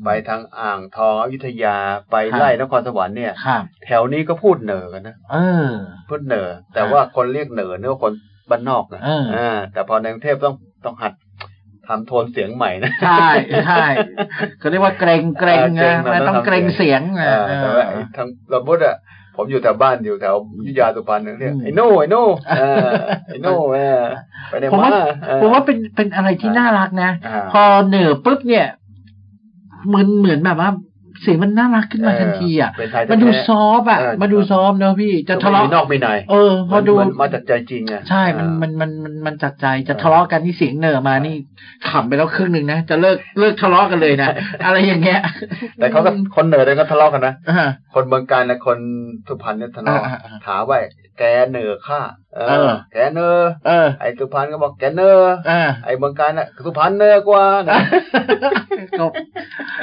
Speaker 2: ไปทางอ่างทองอยุธยาไปไล่นครสวรรค์เนี่ย
Speaker 1: ครับ
Speaker 2: แถวนี้ก็พูดเหนือกันนะ
Speaker 1: เออ
Speaker 2: พูดเหนือแต่ว่าคนเรียกเหนือเนื้อคนบ้านนอกนะ
Speaker 1: เอออ่
Speaker 2: าแต่พอในกรุงเทพต้องต้องหัดทำโทนเสียงใหม่นะ
Speaker 1: ใช่ใช่เขาเรียกว่าเกรงเกรง
Speaker 2: เออเก
Speaker 1: นะ
Speaker 2: รง
Speaker 1: มันต้อง
Speaker 2: เราต้อง
Speaker 1: เกรงเสียง
Speaker 2: เอ
Speaker 1: นะ
Speaker 2: อแต่ว่าไอ้ทางสมมติอ่ะผมอยู่แถวบ้านอยู่แถวอยุธยาสุพรรณเนี่ยเรียกไอ้โน่ไอ้โน่เออไอ้โน่ เออไปไหน
Speaker 1: ผม
Speaker 2: มา
Speaker 1: ว่า
Speaker 2: เออ
Speaker 1: ผมว่าเป็นเป็นอะไรที่น่ารักนะ
Speaker 2: อ่า
Speaker 1: พอเหนือปุ๊บเนี่ยเหมือนเหมือนแบบว่าเสียงมันน่ารักขึ้นมาทันทีอ่ะ
Speaker 2: เป็นไทยแท้
Speaker 1: มันดูซอฟต์อ่ะ
Speaker 2: เออ
Speaker 1: มันดูซอฟต์เนอะพี่จะทะเลาะ
Speaker 2: ไม่มีนอกไม่ใน
Speaker 1: เออ พอดู
Speaker 2: มันมาจากใจจริงไง
Speaker 1: ใช่ มัน มัน มัน มันมันจัดใจ จะทะเลาะกันที่เสียงเหนอมา นี่ขำไปแล้วครึ่งหนึ่งนะ จะเลิก เลิกทะเลาะกันเลยนะ อะไรอย่างเงี้ย
Speaker 2: แต่เขาก็คนเหนือเนี่ยก็ทะเลาะกันนะ
Speaker 1: อ่า
Speaker 2: คนเมืองการและคนสุพรรณเนี่ยทะเลาะ
Speaker 1: อ่าอ่า
Speaker 2: ถามว่าแกเหนือข้าเอ
Speaker 1: เอ
Speaker 2: อ
Speaker 1: อ
Speaker 2: แกเหนือ
Speaker 1: เออ
Speaker 2: ไอ้สุพรรณก็บอกแกเหนือ
Speaker 1: อ่า
Speaker 2: ไอ้เมืองการน่ะสุพรรณเหนือกว่านะ
Speaker 1: ก็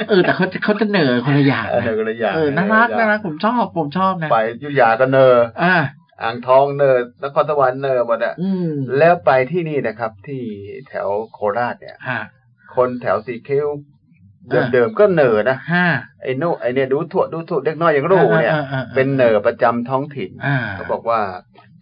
Speaker 1: เออ แต่เขาเขาจะเหนอคนละอย่าง
Speaker 2: เออเหนือ
Speaker 1: นะ
Speaker 2: กันเลยอย่าง
Speaker 1: เออ น่ารัก น่ารัก ผมชอบ ผมชอบนะ
Speaker 2: ไปอยุธยาก็เหนือ
Speaker 1: อ่า
Speaker 2: อ่างทองเนอร์นครสวรรค์เนอร์หมดอะ
Speaker 1: อืม
Speaker 2: แล้วไปที่นี่นะครับ ที่แถวโคราชเนี่ย
Speaker 1: ห้า
Speaker 2: คนแถวสีคิ้ว
Speaker 1: อ่า
Speaker 2: เดิมๆก็เนอร์นะ
Speaker 1: ห้า
Speaker 2: ไอ้โน่ไอ้เนี่ยดูถั่วดูถั่วเด็กน้อยยังรู้เนี่ย
Speaker 1: อ่าอ่าอ่า
Speaker 2: เป็นเนอร์ประจำท้องถิ่น
Speaker 1: อ่า
Speaker 2: เขาบอกว่า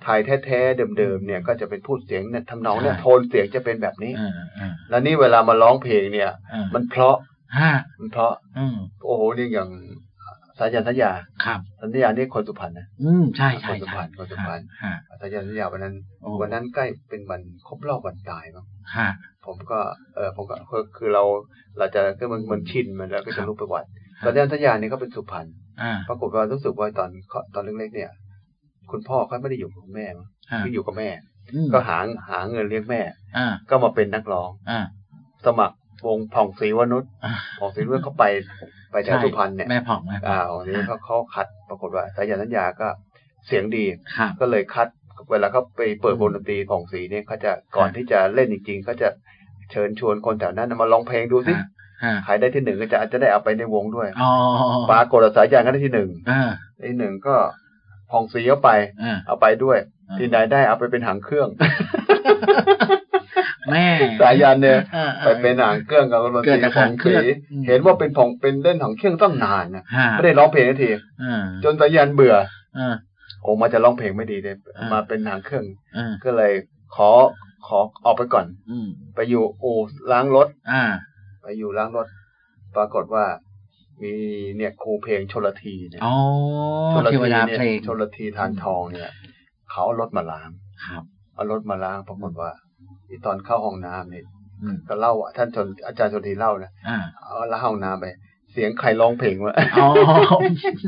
Speaker 2: ไทยแท้ๆเดิมๆเนี่ยก็จะเป็นพูดเสียงเนี่ยทำนองเนี่ย
Speaker 1: ใช่
Speaker 2: โทนเสียงจะเป็นแบบนี้
Speaker 1: อ่าอ่า
Speaker 2: แล้วนี่เวลามาร้องเพลงเนี่ย
Speaker 1: อ่า
Speaker 2: มันเพราะ
Speaker 1: ห้า
Speaker 2: มันเพราะ
Speaker 1: อืม
Speaker 2: โอ้โหนี่อย่างสายันสัญญา
Speaker 1: ครับ
Speaker 2: สัญญานี่คนสุพรรณนะ
Speaker 1: อืม ใช่ใช่
Speaker 2: คนสุ
Speaker 1: ใช่
Speaker 2: พรรณคนสุพรรณ
Speaker 1: ห้า
Speaker 2: สายันสัญญาวันนั้น
Speaker 1: โอ้
Speaker 2: วันนั้นใกล้เป็นวันครบรอบวันตายมั้ง
Speaker 1: ห้า
Speaker 2: ผมก็เออผมก็คือคือเราเราจะก็มันมันชินมันแล้วก็
Speaker 1: ครั
Speaker 2: จะ
Speaker 1: บ
Speaker 2: รู้ประวัติตอนนี้ทัญญานี่ก็เป็นสุพรรณ
Speaker 1: อ่า
Speaker 2: ปรากฏว่ารู้สึกว่าตอนเขาตอนเล็กๆเนี่ย คุณพ่อเขาไม่ได้อยู่กับคุณแม่มั้ง
Speaker 1: ห้า
Speaker 2: คืออยู่กับแม่
Speaker 1: อืม
Speaker 2: ก็หาหาเงินเลี้ยงแม่
Speaker 1: อ่า
Speaker 2: ก็มาเป็นนักร้อง
Speaker 1: อ่า
Speaker 2: สมัครวงผ่องศรีวนุช
Speaker 1: อ่า
Speaker 2: ผ่องศรีวนุชเขาไปไปแถวสุพรรณเนี่ย
Speaker 1: แม่ผ่องแม่ผ่อง
Speaker 2: อ่าผ่องศรีวนุชเขาเขาคัด ปรากฏว่าสายันทัญญาก็เสียงดี
Speaker 1: ครับ
Speaker 2: ก็เลยคัดเวลาเขาไปเปิดวงดนตรีของสีเนี่ยเขาจะก่อนที่จะเล่นจริงๆเขาจะเชิญชวนคนแถวนั้นมาลองเพลงดูสิ
Speaker 1: ฮะ
Speaker 2: ใครได้ที่หนึ่งก็จะอาจจะได้เอาไปในวงด้วย
Speaker 1: อ๋อ
Speaker 2: ปรากฏว่าสายยางก็ได้ที่หนึ่ง
Speaker 1: อ่า
Speaker 2: ที่หนึ่งก็ผ่องสีเอาไป
Speaker 1: อ่า
Speaker 2: เอาไปด้วย ที่ไหนได้เอาไปเป็นหางเครื่อง
Speaker 1: แม่
Speaker 2: สายยานเนี่ย
Speaker 1: อ่าอ่า
Speaker 2: ไปเป็นหางเครื่องกับดนต
Speaker 1: เกิด
Speaker 2: รี
Speaker 1: จาก
Speaker 2: ผ่
Speaker 1: หา
Speaker 2: อง
Speaker 1: งเครื่
Speaker 2: สี
Speaker 1: องอืม
Speaker 2: เห็นว่าเป็นผ่องเป็นเล่นหางเครื่องต้องนานนะ
Speaker 1: ฮะ
Speaker 2: ไม่ได้ร้องเพลงสักที
Speaker 1: อ่า
Speaker 2: จนสายยานเบื่อ
Speaker 1: อ่า
Speaker 2: โอ้มาจะร้องเพลงไม่ดีเลย
Speaker 1: อ่าม
Speaker 2: มาเป็นหางเครื่อง
Speaker 1: อ่า
Speaker 2: ก็เลยขอขอออกไปก่อน
Speaker 1: อืม
Speaker 2: ไปอยู่อู่ล้างรถ
Speaker 1: อ่า
Speaker 2: ไปอยู่ล้างรถ ปรากฏว่า มีเนี่ยครูเพลงชลทีเนี่ย
Speaker 1: อ๋อเทวดาเพลง
Speaker 2: ชลทีทานทองเนี่ย เขาเอารถมาล้าง
Speaker 1: ครับ
Speaker 2: เอารถมาล้างปรากฏว่าไอ้ตอนเข้าห้องน้ำเนี่ย
Speaker 1: อืม
Speaker 2: ก็เล่าอ่ะท่านชนอาจารย์ชลทีเล่านะ
Speaker 1: อ่า
Speaker 2: เอาล้างห้องน้ำไป เสียงใครร้องเพลงวะ
Speaker 1: อ๋อ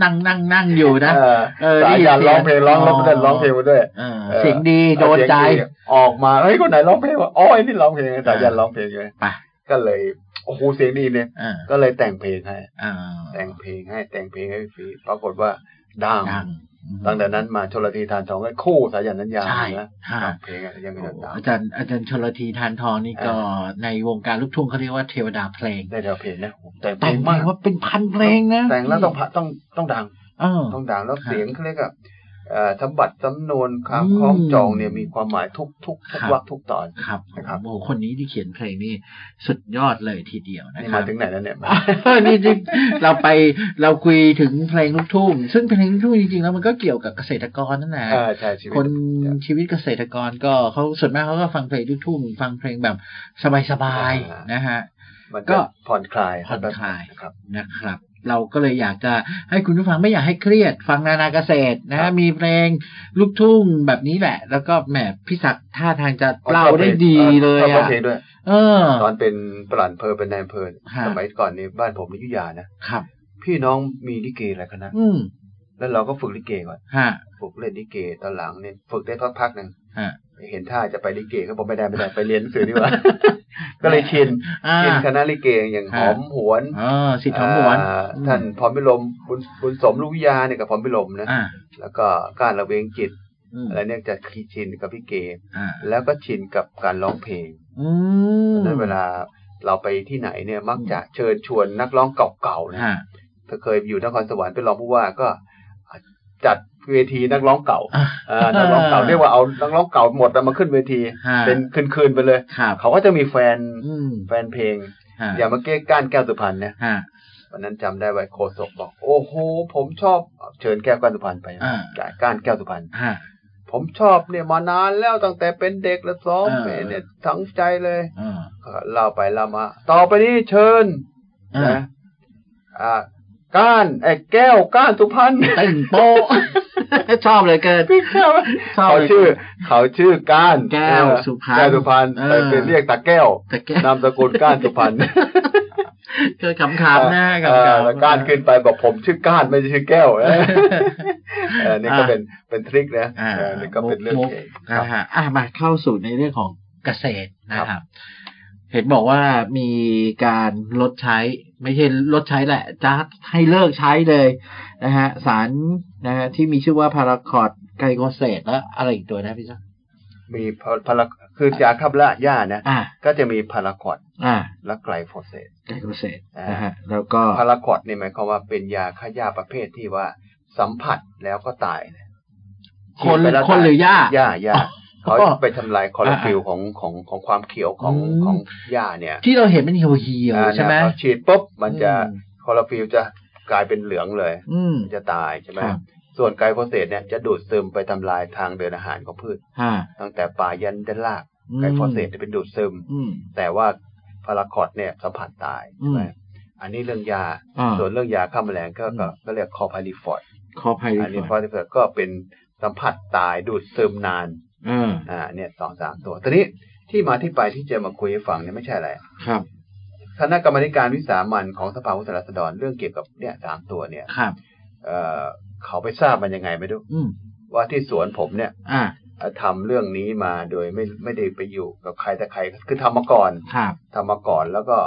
Speaker 1: นั่งนั่งนั่งอยู่นะ
Speaker 2: เออ
Speaker 1: เออ
Speaker 2: สายยาน
Speaker 1: ได้ยินเสียง
Speaker 2: ร้องเพลงร้องแล้วก็ได้
Speaker 1: อ๋อ
Speaker 2: ร้องเพลงมาด้วย
Speaker 1: เออเสียงดี
Speaker 2: ออ
Speaker 1: โดนใจ
Speaker 2: เสียงออกมาเฮ้ยคนไหนร้องเพลงวะอ๋อไอ้นี่ร้องเพลงสายยานร้องเพลงอยู่
Speaker 1: ไป
Speaker 2: ก็เลยโอ้โหเสียงดีเนี่ย
Speaker 1: อ่า
Speaker 2: ก็เลยแต่งเพลงให้
Speaker 1: อ่า
Speaker 2: แต่งเพลงให้แต่งเพลงให้ฟรีปรากฏว่าดัง
Speaker 1: ดัง
Speaker 2: ตั้งแต่นั้นมาชลธีทานทองก็คู่สายันนัญญา
Speaker 1: ใช่
Speaker 2: นะ
Speaker 1: ฮะ
Speaker 2: แต่งเพลงอะไรยังไม่
Speaker 1: โอ้
Speaker 2: ได้ดัง
Speaker 1: อาจารย์อาจารย์ชลทีทานทองนี่ก็ในวงการลูกทุ่งเขาเรียกว่าเทวดาเพลง
Speaker 2: ได้แถวเพลงนะผมแต่งเพล
Speaker 1: แต่งมาม
Speaker 2: งาก
Speaker 1: ว่าเป็นพันเพลงนะ
Speaker 2: แต่งแล้วต้องพะต้องต้องดัง
Speaker 1: เออ
Speaker 2: ต้องดังแล้ว
Speaker 1: ครับ
Speaker 2: เสียงเขาเรียกอะ เอ่อสมบัติสำนวนคำคล้องจองเนี่ยมีความหมายทุกทุกทุกวรรคทุกตอน
Speaker 1: ครับ
Speaker 2: นะครับ
Speaker 1: โอ้โหคนนี้ที่เขียนเพลงนี่สุดยอดเลยทีเดียวนะ
Speaker 2: นี่
Speaker 1: ครั
Speaker 2: มา
Speaker 1: บ
Speaker 2: ถึงไหนแล้วเนี่ย
Speaker 1: นี่ที่เราไปเราคุยถึงเพลงลูกทุ่ง ซึ่งเพลงลูกทุ่งจริงๆแล้วมันก็เกี่ยวกับเกษตรกรนั่นแหละ
Speaker 2: อ่าใช่ชีวิต
Speaker 1: คนชีวิตเกษตรกรก็เขาส่วนมากเขาก็ฟังเพลงลูกทุ่งฟังเพลงแบบสบาย
Speaker 2: อ่า
Speaker 1: ๆ
Speaker 2: น
Speaker 1: นะฮะ
Speaker 2: มัน
Speaker 1: ก็
Speaker 2: ก็ผ่อนคลาย
Speaker 1: ผ่อนคลาย
Speaker 2: นะครับ
Speaker 1: นะครับ เราก็เลยอยากจะให้คุณผู้ฟังไม่อยากให้เครียด ฟังนานาเกษตร
Speaker 2: ครั
Speaker 1: นะ
Speaker 2: บ
Speaker 1: มีเพลงลูกทุ่งแบบนี้แหละ แล้วก็แหมพี่ศักดิ์ท่าทางจะเล่าได้ดีเลย
Speaker 2: ชอบ
Speaker 1: อ่ะ
Speaker 2: เพลงด้วย
Speaker 1: เออ
Speaker 2: ตอนเป็นปลัดอำเพอเป็นนายอำเพอ
Speaker 1: ฮะ
Speaker 2: สมัยก่อนนี่บ้านผมอยุธยานะครับ พี่น้องมีลิเกหลายคณะ
Speaker 1: อืม
Speaker 2: แล้วเราก็ฝึกลิเกก่อน
Speaker 1: ฮะ
Speaker 2: ฝึกเล่นลิเกตอนหลังเนี่ยฝึกได้พักๆหนึ่ง
Speaker 1: ฮะ
Speaker 2: เห็นท่าจะไปลิเกก็บอกไม่ได้ไม่ได้ไปเรียนหนังสือดี กว่า ก็เลยชิน
Speaker 1: อ่า
Speaker 2: ชินคณะลิเกอย่างห
Speaker 1: ฮะ
Speaker 2: อมหวน
Speaker 1: เออสิทธิ์ของหมวน
Speaker 2: อ่าท่านพรหมพิรมบุญบุญสมลูกวิทยาเนี่ยกับพรหมพิรมนะ
Speaker 1: อ่า
Speaker 2: แล้วก็การระเวงจิต
Speaker 1: อืม
Speaker 2: อะไรเนี่ยจะชินกับพี่เก
Speaker 1: อ่า
Speaker 2: แล้วก็ชินกับการร้องเพลง
Speaker 1: อืม
Speaker 2: นั้นเวลาเราไปที่ไหนเนี่ยมักจะเชิญชวนนักร้องเก่าๆนะ
Speaker 1: ฮะ
Speaker 2: ถ้าเคยอยู่นครสวรรค์เป็นรองผู้ว่าก็จัดเวทีนักร้องเก่า
Speaker 1: อ่ะ
Speaker 2: อ่านักร้องเก่าเรียกว่าเอานักร้องเก่าหมดเอามาขึ้นเวที
Speaker 1: ฮะ
Speaker 2: เป็นคืนๆไปเลย
Speaker 1: ครับ
Speaker 2: เขาก็จะมีแฟน
Speaker 1: อืม
Speaker 2: แฟนเพลง
Speaker 1: ฮะ
Speaker 2: อย่างเมื่อกี้ก้านแก้วสุพรรณเนี่ย
Speaker 1: ฮะ
Speaker 2: วันนั้นจำได้ไว้โคศกบอก โอ้โห ผมชอบเชิญแก้วก้านสุพรรณไป
Speaker 1: อ่า
Speaker 2: ก้านแก้วสุพรรณ
Speaker 1: ฮะ
Speaker 2: ผมชอบเนี่ยมานานแล้วตั้งแต่เป็นเด็กและซ้อม
Speaker 1: อ่า
Speaker 2: เนี่ยทั้งใจเลย
Speaker 1: เออ
Speaker 2: ก็เล่าไปเล่ามา ต่อไปนี้เชิญ
Speaker 1: เออ
Speaker 2: นะอ่าก้านไอ้แก้วก้านสุพรรณ
Speaker 1: ตึงโปะ ชอบเหลยเกิน
Speaker 2: พี่แก้ว
Speaker 1: ชอบ
Speaker 2: เขาชื่อ เขาชื่อก้าน
Speaker 1: แก้ว
Speaker 2: เออ
Speaker 1: สุพรรณ
Speaker 2: แก้วสุพรรณ
Speaker 1: เออ
Speaker 2: ไปเป็นเรียกตาแก้ว
Speaker 1: แต่แก
Speaker 2: นามสกุลก้านสุพรรณ
Speaker 1: เกิดขำๆนะขำ
Speaker 2: เออ
Speaker 1: ๆ
Speaker 2: แล้วก้านขึ้นไปบอกผมชื่อก้านไม่ใช่ชื่อแก้วเออเออนี่ก็เป็นเป็นทริคนะ
Speaker 1: อ่า
Speaker 2: เออนี่ก็เป็นเรื่อง
Speaker 1: มุก
Speaker 2: เอง
Speaker 1: ๆ
Speaker 2: ครั
Speaker 1: นะ
Speaker 2: บ
Speaker 1: ฮะอ่ะมาเข้าสู่ในเรื่องของเกษตรนะค
Speaker 2: ครั
Speaker 1: รับ
Speaker 2: บ
Speaker 1: เห็นบอกว่ามีการลดใช้ ไม่ใช่ลดใช้แหละ จะให้เลิกใช้เลยนะฮะ สารนะฮะที่มีชื่อว่าพาราคอร์ดไกลโกเซตแล้วอะไรอีกตัวนะพี่จ๊ะ
Speaker 2: มีพาพาราคือยาขับละหญ้านะ
Speaker 1: อ่า
Speaker 2: ก็จะมีพารากอด
Speaker 1: อ่า
Speaker 2: และไกลโฟเซต
Speaker 1: ไกลโกเซตนะฮะ แล้วก็
Speaker 2: พารากอดนี่หมายความว่าเป็นยาฆ่าหญ้าประเภทที่ว่าสัมผัสแล้วก็ตายนะ
Speaker 1: คน
Speaker 2: ฉีดไปแล้ว
Speaker 1: คนหรือหญ้า
Speaker 2: หญ้าหญ้า
Speaker 1: อ๋อ
Speaker 2: เขาไปทำลายคลอโรฟิลล์ของของของความเขียวของ
Speaker 1: อืม
Speaker 2: ของหญ้าเนี่ย
Speaker 1: ที่เราเห็นเป็นเหี่ยวเหี่ยว
Speaker 2: อ่า
Speaker 1: ใช่ไหม
Speaker 2: เนี่ยพอฉีดปุ๊บมันจะ
Speaker 1: อืม
Speaker 2: คลอโรฟิลล์จะกลายเป็นเหลืองเลย
Speaker 1: อืม
Speaker 2: มันจะตายใช่ไหม
Speaker 1: ครับ
Speaker 2: ส่วนไกลโฟเซตเนี่ยจะดูดซึมไปทำลายทางเดินอาหารของพืช
Speaker 1: ฮะ
Speaker 2: ตั้งแต่ป่ายันด้านล่าง
Speaker 1: อืม
Speaker 2: ไกลโฟเซตจะเป็นดูดซึม
Speaker 1: อืม
Speaker 2: แต่ว่าพารากอดเนี่ยสัมผัสตายใช่ไหม
Speaker 1: อืม
Speaker 2: อันนี้เรื่องยา
Speaker 1: อ่า
Speaker 2: ส่วนเรื่องยาฆ่าแมลงก็ก็
Speaker 1: อืม
Speaker 2: ก็เรียกคอพาลิฟอร์ด
Speaker 1: คอไพริ
Speaker 2: อันนี้ค
Speaker 1: ฟ
Speaker 2: อ
Speaker 1: อร์ด
Speaker 2: พาลิฟอร์ดก็เป็นสัมผัสตายดูดซึมนาน
Speaker 1: เออ
Speaker 2: อ่าเนี่ยสองสามตัว ทีนี้ที่มาที่ไปที่จะมาคุยให้ฟังเนี่ยไม่ใช่อะไร
Speaker 1: ครับ
Speaker 2: คณะกรรมาธิการวิสามันของสภาผู้แทนราษฎรเรื่องเกี่ยวกับเนี่ยสามตัวเนี่ย
Speaker 1: ครับ
Speaker 2: เอ่อเขาไปทราบมันยังไงไม่รู้
Speaker 1: อืม
Speaker 2: ว่าที่สวนผมเนี่ย
Speaker 1: อ่า
Speaker 2: เอ่อทำเรื่องนี้มาโดยไม่ไม่ได้ไปอยู่กับใครแต่ใครคือทำมาก่อน
Speaker 1: ครับ
Speaker 2: ทำมาก่อนแล้วก็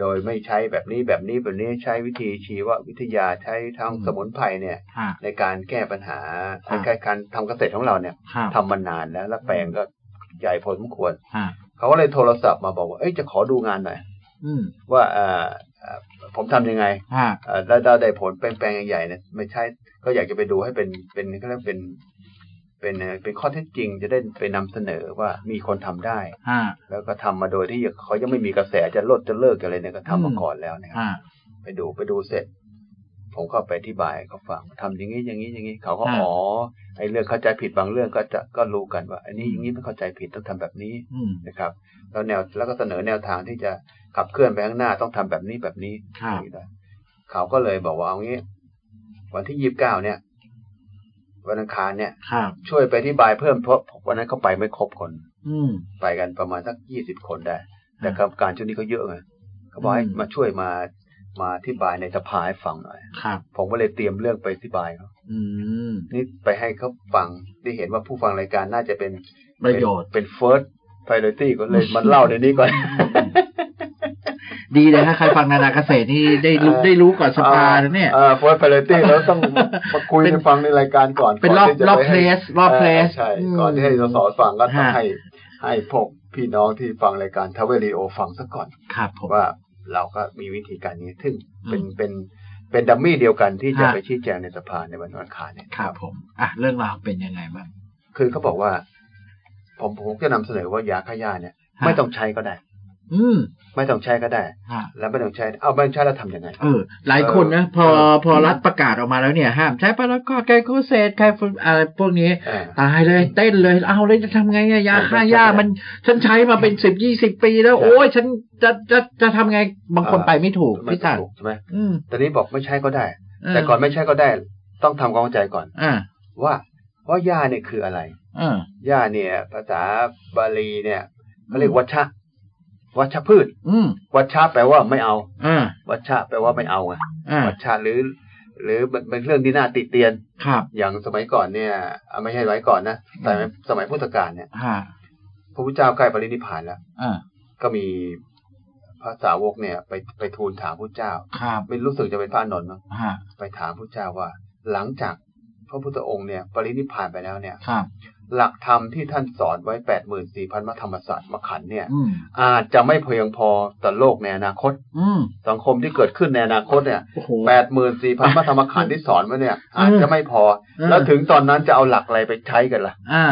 Speaker 2: โดยไม่ใช้แบบนี้แบบนี้แบบนี้ใช้วิธีชีววิทยาใช้ทาง
Speaker 1: อืม
Speaker 2: สมุนไพรเนี่ย
Speaker 1: ฮะ
Speaker 2: ในการแก้ปัญหา
Speaker 1: ครับ
Speaker 2: ในการทำเกษตรของเราเนี่ย
Speaker 1: ครับ
Speaker 2: ทำมานานแล้ว และแปลงก็ใหญ่พอสมควร
Speaker 1: ฮะ
Speaker 2: เขาก็เลยโทรศัพท์มาบอกว่าเอ้ยจะขอดูงานหน่อย
Speaker 1: อืม
Speaker 2: ว่าเอ่อเอ่อผมทำยังไง
Speaker 1: ฮะ
Speaker 2: เอ่อได้ได้ได้ผลแปลงแปลงใหญ่ๆเนี่ยไม่ใช่ก็อยากจะไปดูให้เป็นเป็นก็เรียกเป็นเป็นเอ่อเป็นข้อเท็จจริง จะได้ไปนำเสนอว่ามีคนทำได้
Speaker 1: ฮะ
Speaker 2: แล้วก็ทำมาโดยที่เขายังไม่มีกระแสจะลดจะเลิกอะไรเนี่ยก็ทำมาก่อนแล้วนะครับ
Speaker 1: ฮะ
Speaker 2: ไปดูไปดูเสร็จ ผมก็ไปอธิบายให้เขาฟังทำอย่างนี้อย่างนี้อย่างนี้เขาก็
Speaker 1: อ่า
Speaker 2: อ๋อไอ้เรื่องเข้าใจผิดบางเรื่องก็จะก็รู้กันว่า อันนี้อย่างนี้ไม่เข้าใจผิดต้องทำแบบนี้
Speaker 1: อืม
Speaker 2: นะครับ แล้วแนวแล้วก็เสนอแนวทางที่จะขับเคลื่อนไปข้างหน้าต้องทำแบบนี้แบบนี้
Speaker 1: ครับ
Speaker 2: อย่างนี้นะเขาก็เลยบอกว่าเอางี้ วันที่ยี่สิบเก้าเนี่ย วันอังคารเนี่ย
Speaker 1: ครับ
Speaker 2: ช่วยไปอธิบายเพิ่มเพราะวันนั้นเขาไปไม่ครบคน
Speaker 1: อืม
Speaker 2: ไปกันประมาณสักยี่สิบคนได้
Speaker 1: อ่า
Speaker 2: แต่กรรมการชุดนี้เขาเยอะไงเขาบอกให้
Speaker 1: อืม
Speaker 2: มาช่วยมามาอธิบายในสภาให้ฟังหน่อย
Speaker 1: ครับ
Speaker 2: ผมก็เลยเตรียมเรื่องไปอธิบายเขา
Speaker 1: อืม
Speaker 2: นี่ไปให้เขาฟังได้เห็นว่าผู้ฟังรายการน่าจะเป็น
Speaker 1: ประโยชน์
Speaker 2: เป็น first priority ก็เลยมันเล่าในนี้ก่อน
Speaker 1: ดีเลยถ้าใครฟังนานาเกษตรนี่ได้รู้
Speaker 2: เออ
Speaker 1: ได้รู้ก่อนสภานะเนี่ย
Speaker 2: เออ first priority เราต้องมาคุย
Speaker 1: เป็น
Speaker 2: ให้ฟังในรายการก่อน
Speaker 1: เป็นร
Speaker 2: ก่
Speaker 1: อบ
Speaker 2: ที่จะ
Speaker 1: รอบ
Speaker 2: ไป
Speaker 1: เพล
Speaker 2: ให้
Speaker 1: สรอบเพลส
Speaker 2: ใช่ก่อนที่ให้สสฟังก็ต้อง
Speaker 1: ฮะ
Speaker 2: ให้ให้พวกพี่น้องที่ฟังรายการทาวเวลีโอฟังซะก่อน
Speaker 1: ครับผม
Speaker 2: ว่าเราก็มีวิธีการนี้ซึ่งเป็น
Speaker 1: อืม
Speaker 2: เป็น เป็นดัมมี่เดียวกันที่จะ
Speaker 1: ฮะ
Speaker 2: ไปชี้แจงในสภาในวันวันอังคารเนี่ย
Speaker 1: ครับผมอ่ะเรื่องราวเป็นยังไงบ้าง
Speaker 2: คือเขาบอกว่า ผมผมจะนำเสนอว่ายาฆ่าหญ้าเนี่ย
Speaker 1: ฮะ
Speaker 2: ไม่ต้องใช้ก็ได้
Speaker 1: อืม
Speaker 2: ไม่ต้องใช้ก็ได้
Speaker 1: ฮะ
Speaker 2: แล้วไม่ต้องใช้เอาไม่ต้องใช้แล้วทำยังไง
Speaker 1: เออ หลายคนนะพอ
Speaker 2: เออ
Speaker 1: พอรัฐประกาศออกมาแล้วเนี่ย ห้ามใช้ปลาคอดไกลโคเซตไคฟูอะไรพวกนี้
Speaker 2: อ่า
Speaker 1: ตายเลยเต้นเลย เอาเลยจะทำไงอะยาฆ่าหญ้ามัน ฉันใช้มาเป็นสิบยี่สิบปีแล้ว โอ้ยฉันจะจะจะทำไงบางคน
Speaker 2: เออ
Speaker 1: ไปไม่ถูก
Speaker 2: ไม่
Speaker 1: พี่ตัน
Speaker 2: ถูกใช่ไหม
Speaker 1: อืม
Speaker 2: ตอนนี้บอกไม่ใช้ก็ได้
Speaker 1: เ
Speaker 2: แต่ก่อนไม่ใช้ก็ได้ ต้องทำความเข้าใจก่อน
Speaker 1: อ่า
Speaker 2: ว่าว่าหญ้าเนี่ยคืออะไร
Speaker 1: อ่า
Speaker 2: หญ้าเนี่ย ภาษาบาลีเนี่ยเขาเรียกวัชชะวัชพืช
Speaker 1: อืม
Speaker 2: วัชชะแปลว่าไม่เอา
Speaker 1: อ่า
Speaker 2: วัชชะแปลว่าไม่เอาไง
Speaker 1: อ่า
Speaker 2: วัชชะหรือ หรือมันเป็นเรื่องที่น่าติเตียน
Speaker 1: ครับ
Speaker 2: อย่างสมัยก่อนเนี่ยอ่ะไม่ใช่สมัยก่อนนะสมัยสมัยพุทธกาลเนี่ย
Speaker 1: ฮะ
Speaker 2: พระพุทธเจ้าใกล้ปรินิพพานแล้ว
Speaker 1: อ่า
Speaker 2: ก็มีพระสาวกเนี่ย ไปไปทูลถามพระเจ้า
Speaker 1: ครับ
Speaker 2: ไม่รู้สึกจะเป็นพระอานนท์มั้ง
Speaker 1: ฮะ
Speaker 2: ไปถามพระเจ้าว่า หลังจากพระพุทธองค์เนี่ย ปรินิพพานไปแล้วเนี่ย
Speaker 1: ครับ
Speaker 2: หลักธรรมที่ท่านสอนไว้แปดหมื่นสี่พันธรรมศาสตร์มขันธ์เนี่ย
Speaker 1: อืม
Speaker 2: อาจจะไม่เพียงพอต่อโลกในอนาคต
Speaker 1: อืม
Speaker 2: สังคมที่เกิดขึ้นในอนาคตเนี่ย
Speaker 1: โอ้โห
Speaker 2: แปดหมื่นสี่พันธรรมขันธ์ที่สอนไว้เนี่ย อาจจะไม่พอ
Speaker 1: เออ
Speaker 2: แล้วถึงตอนนั้นจะเอาหลักอะไรไปใช้กันล่ะ
Speaker 1: อ่า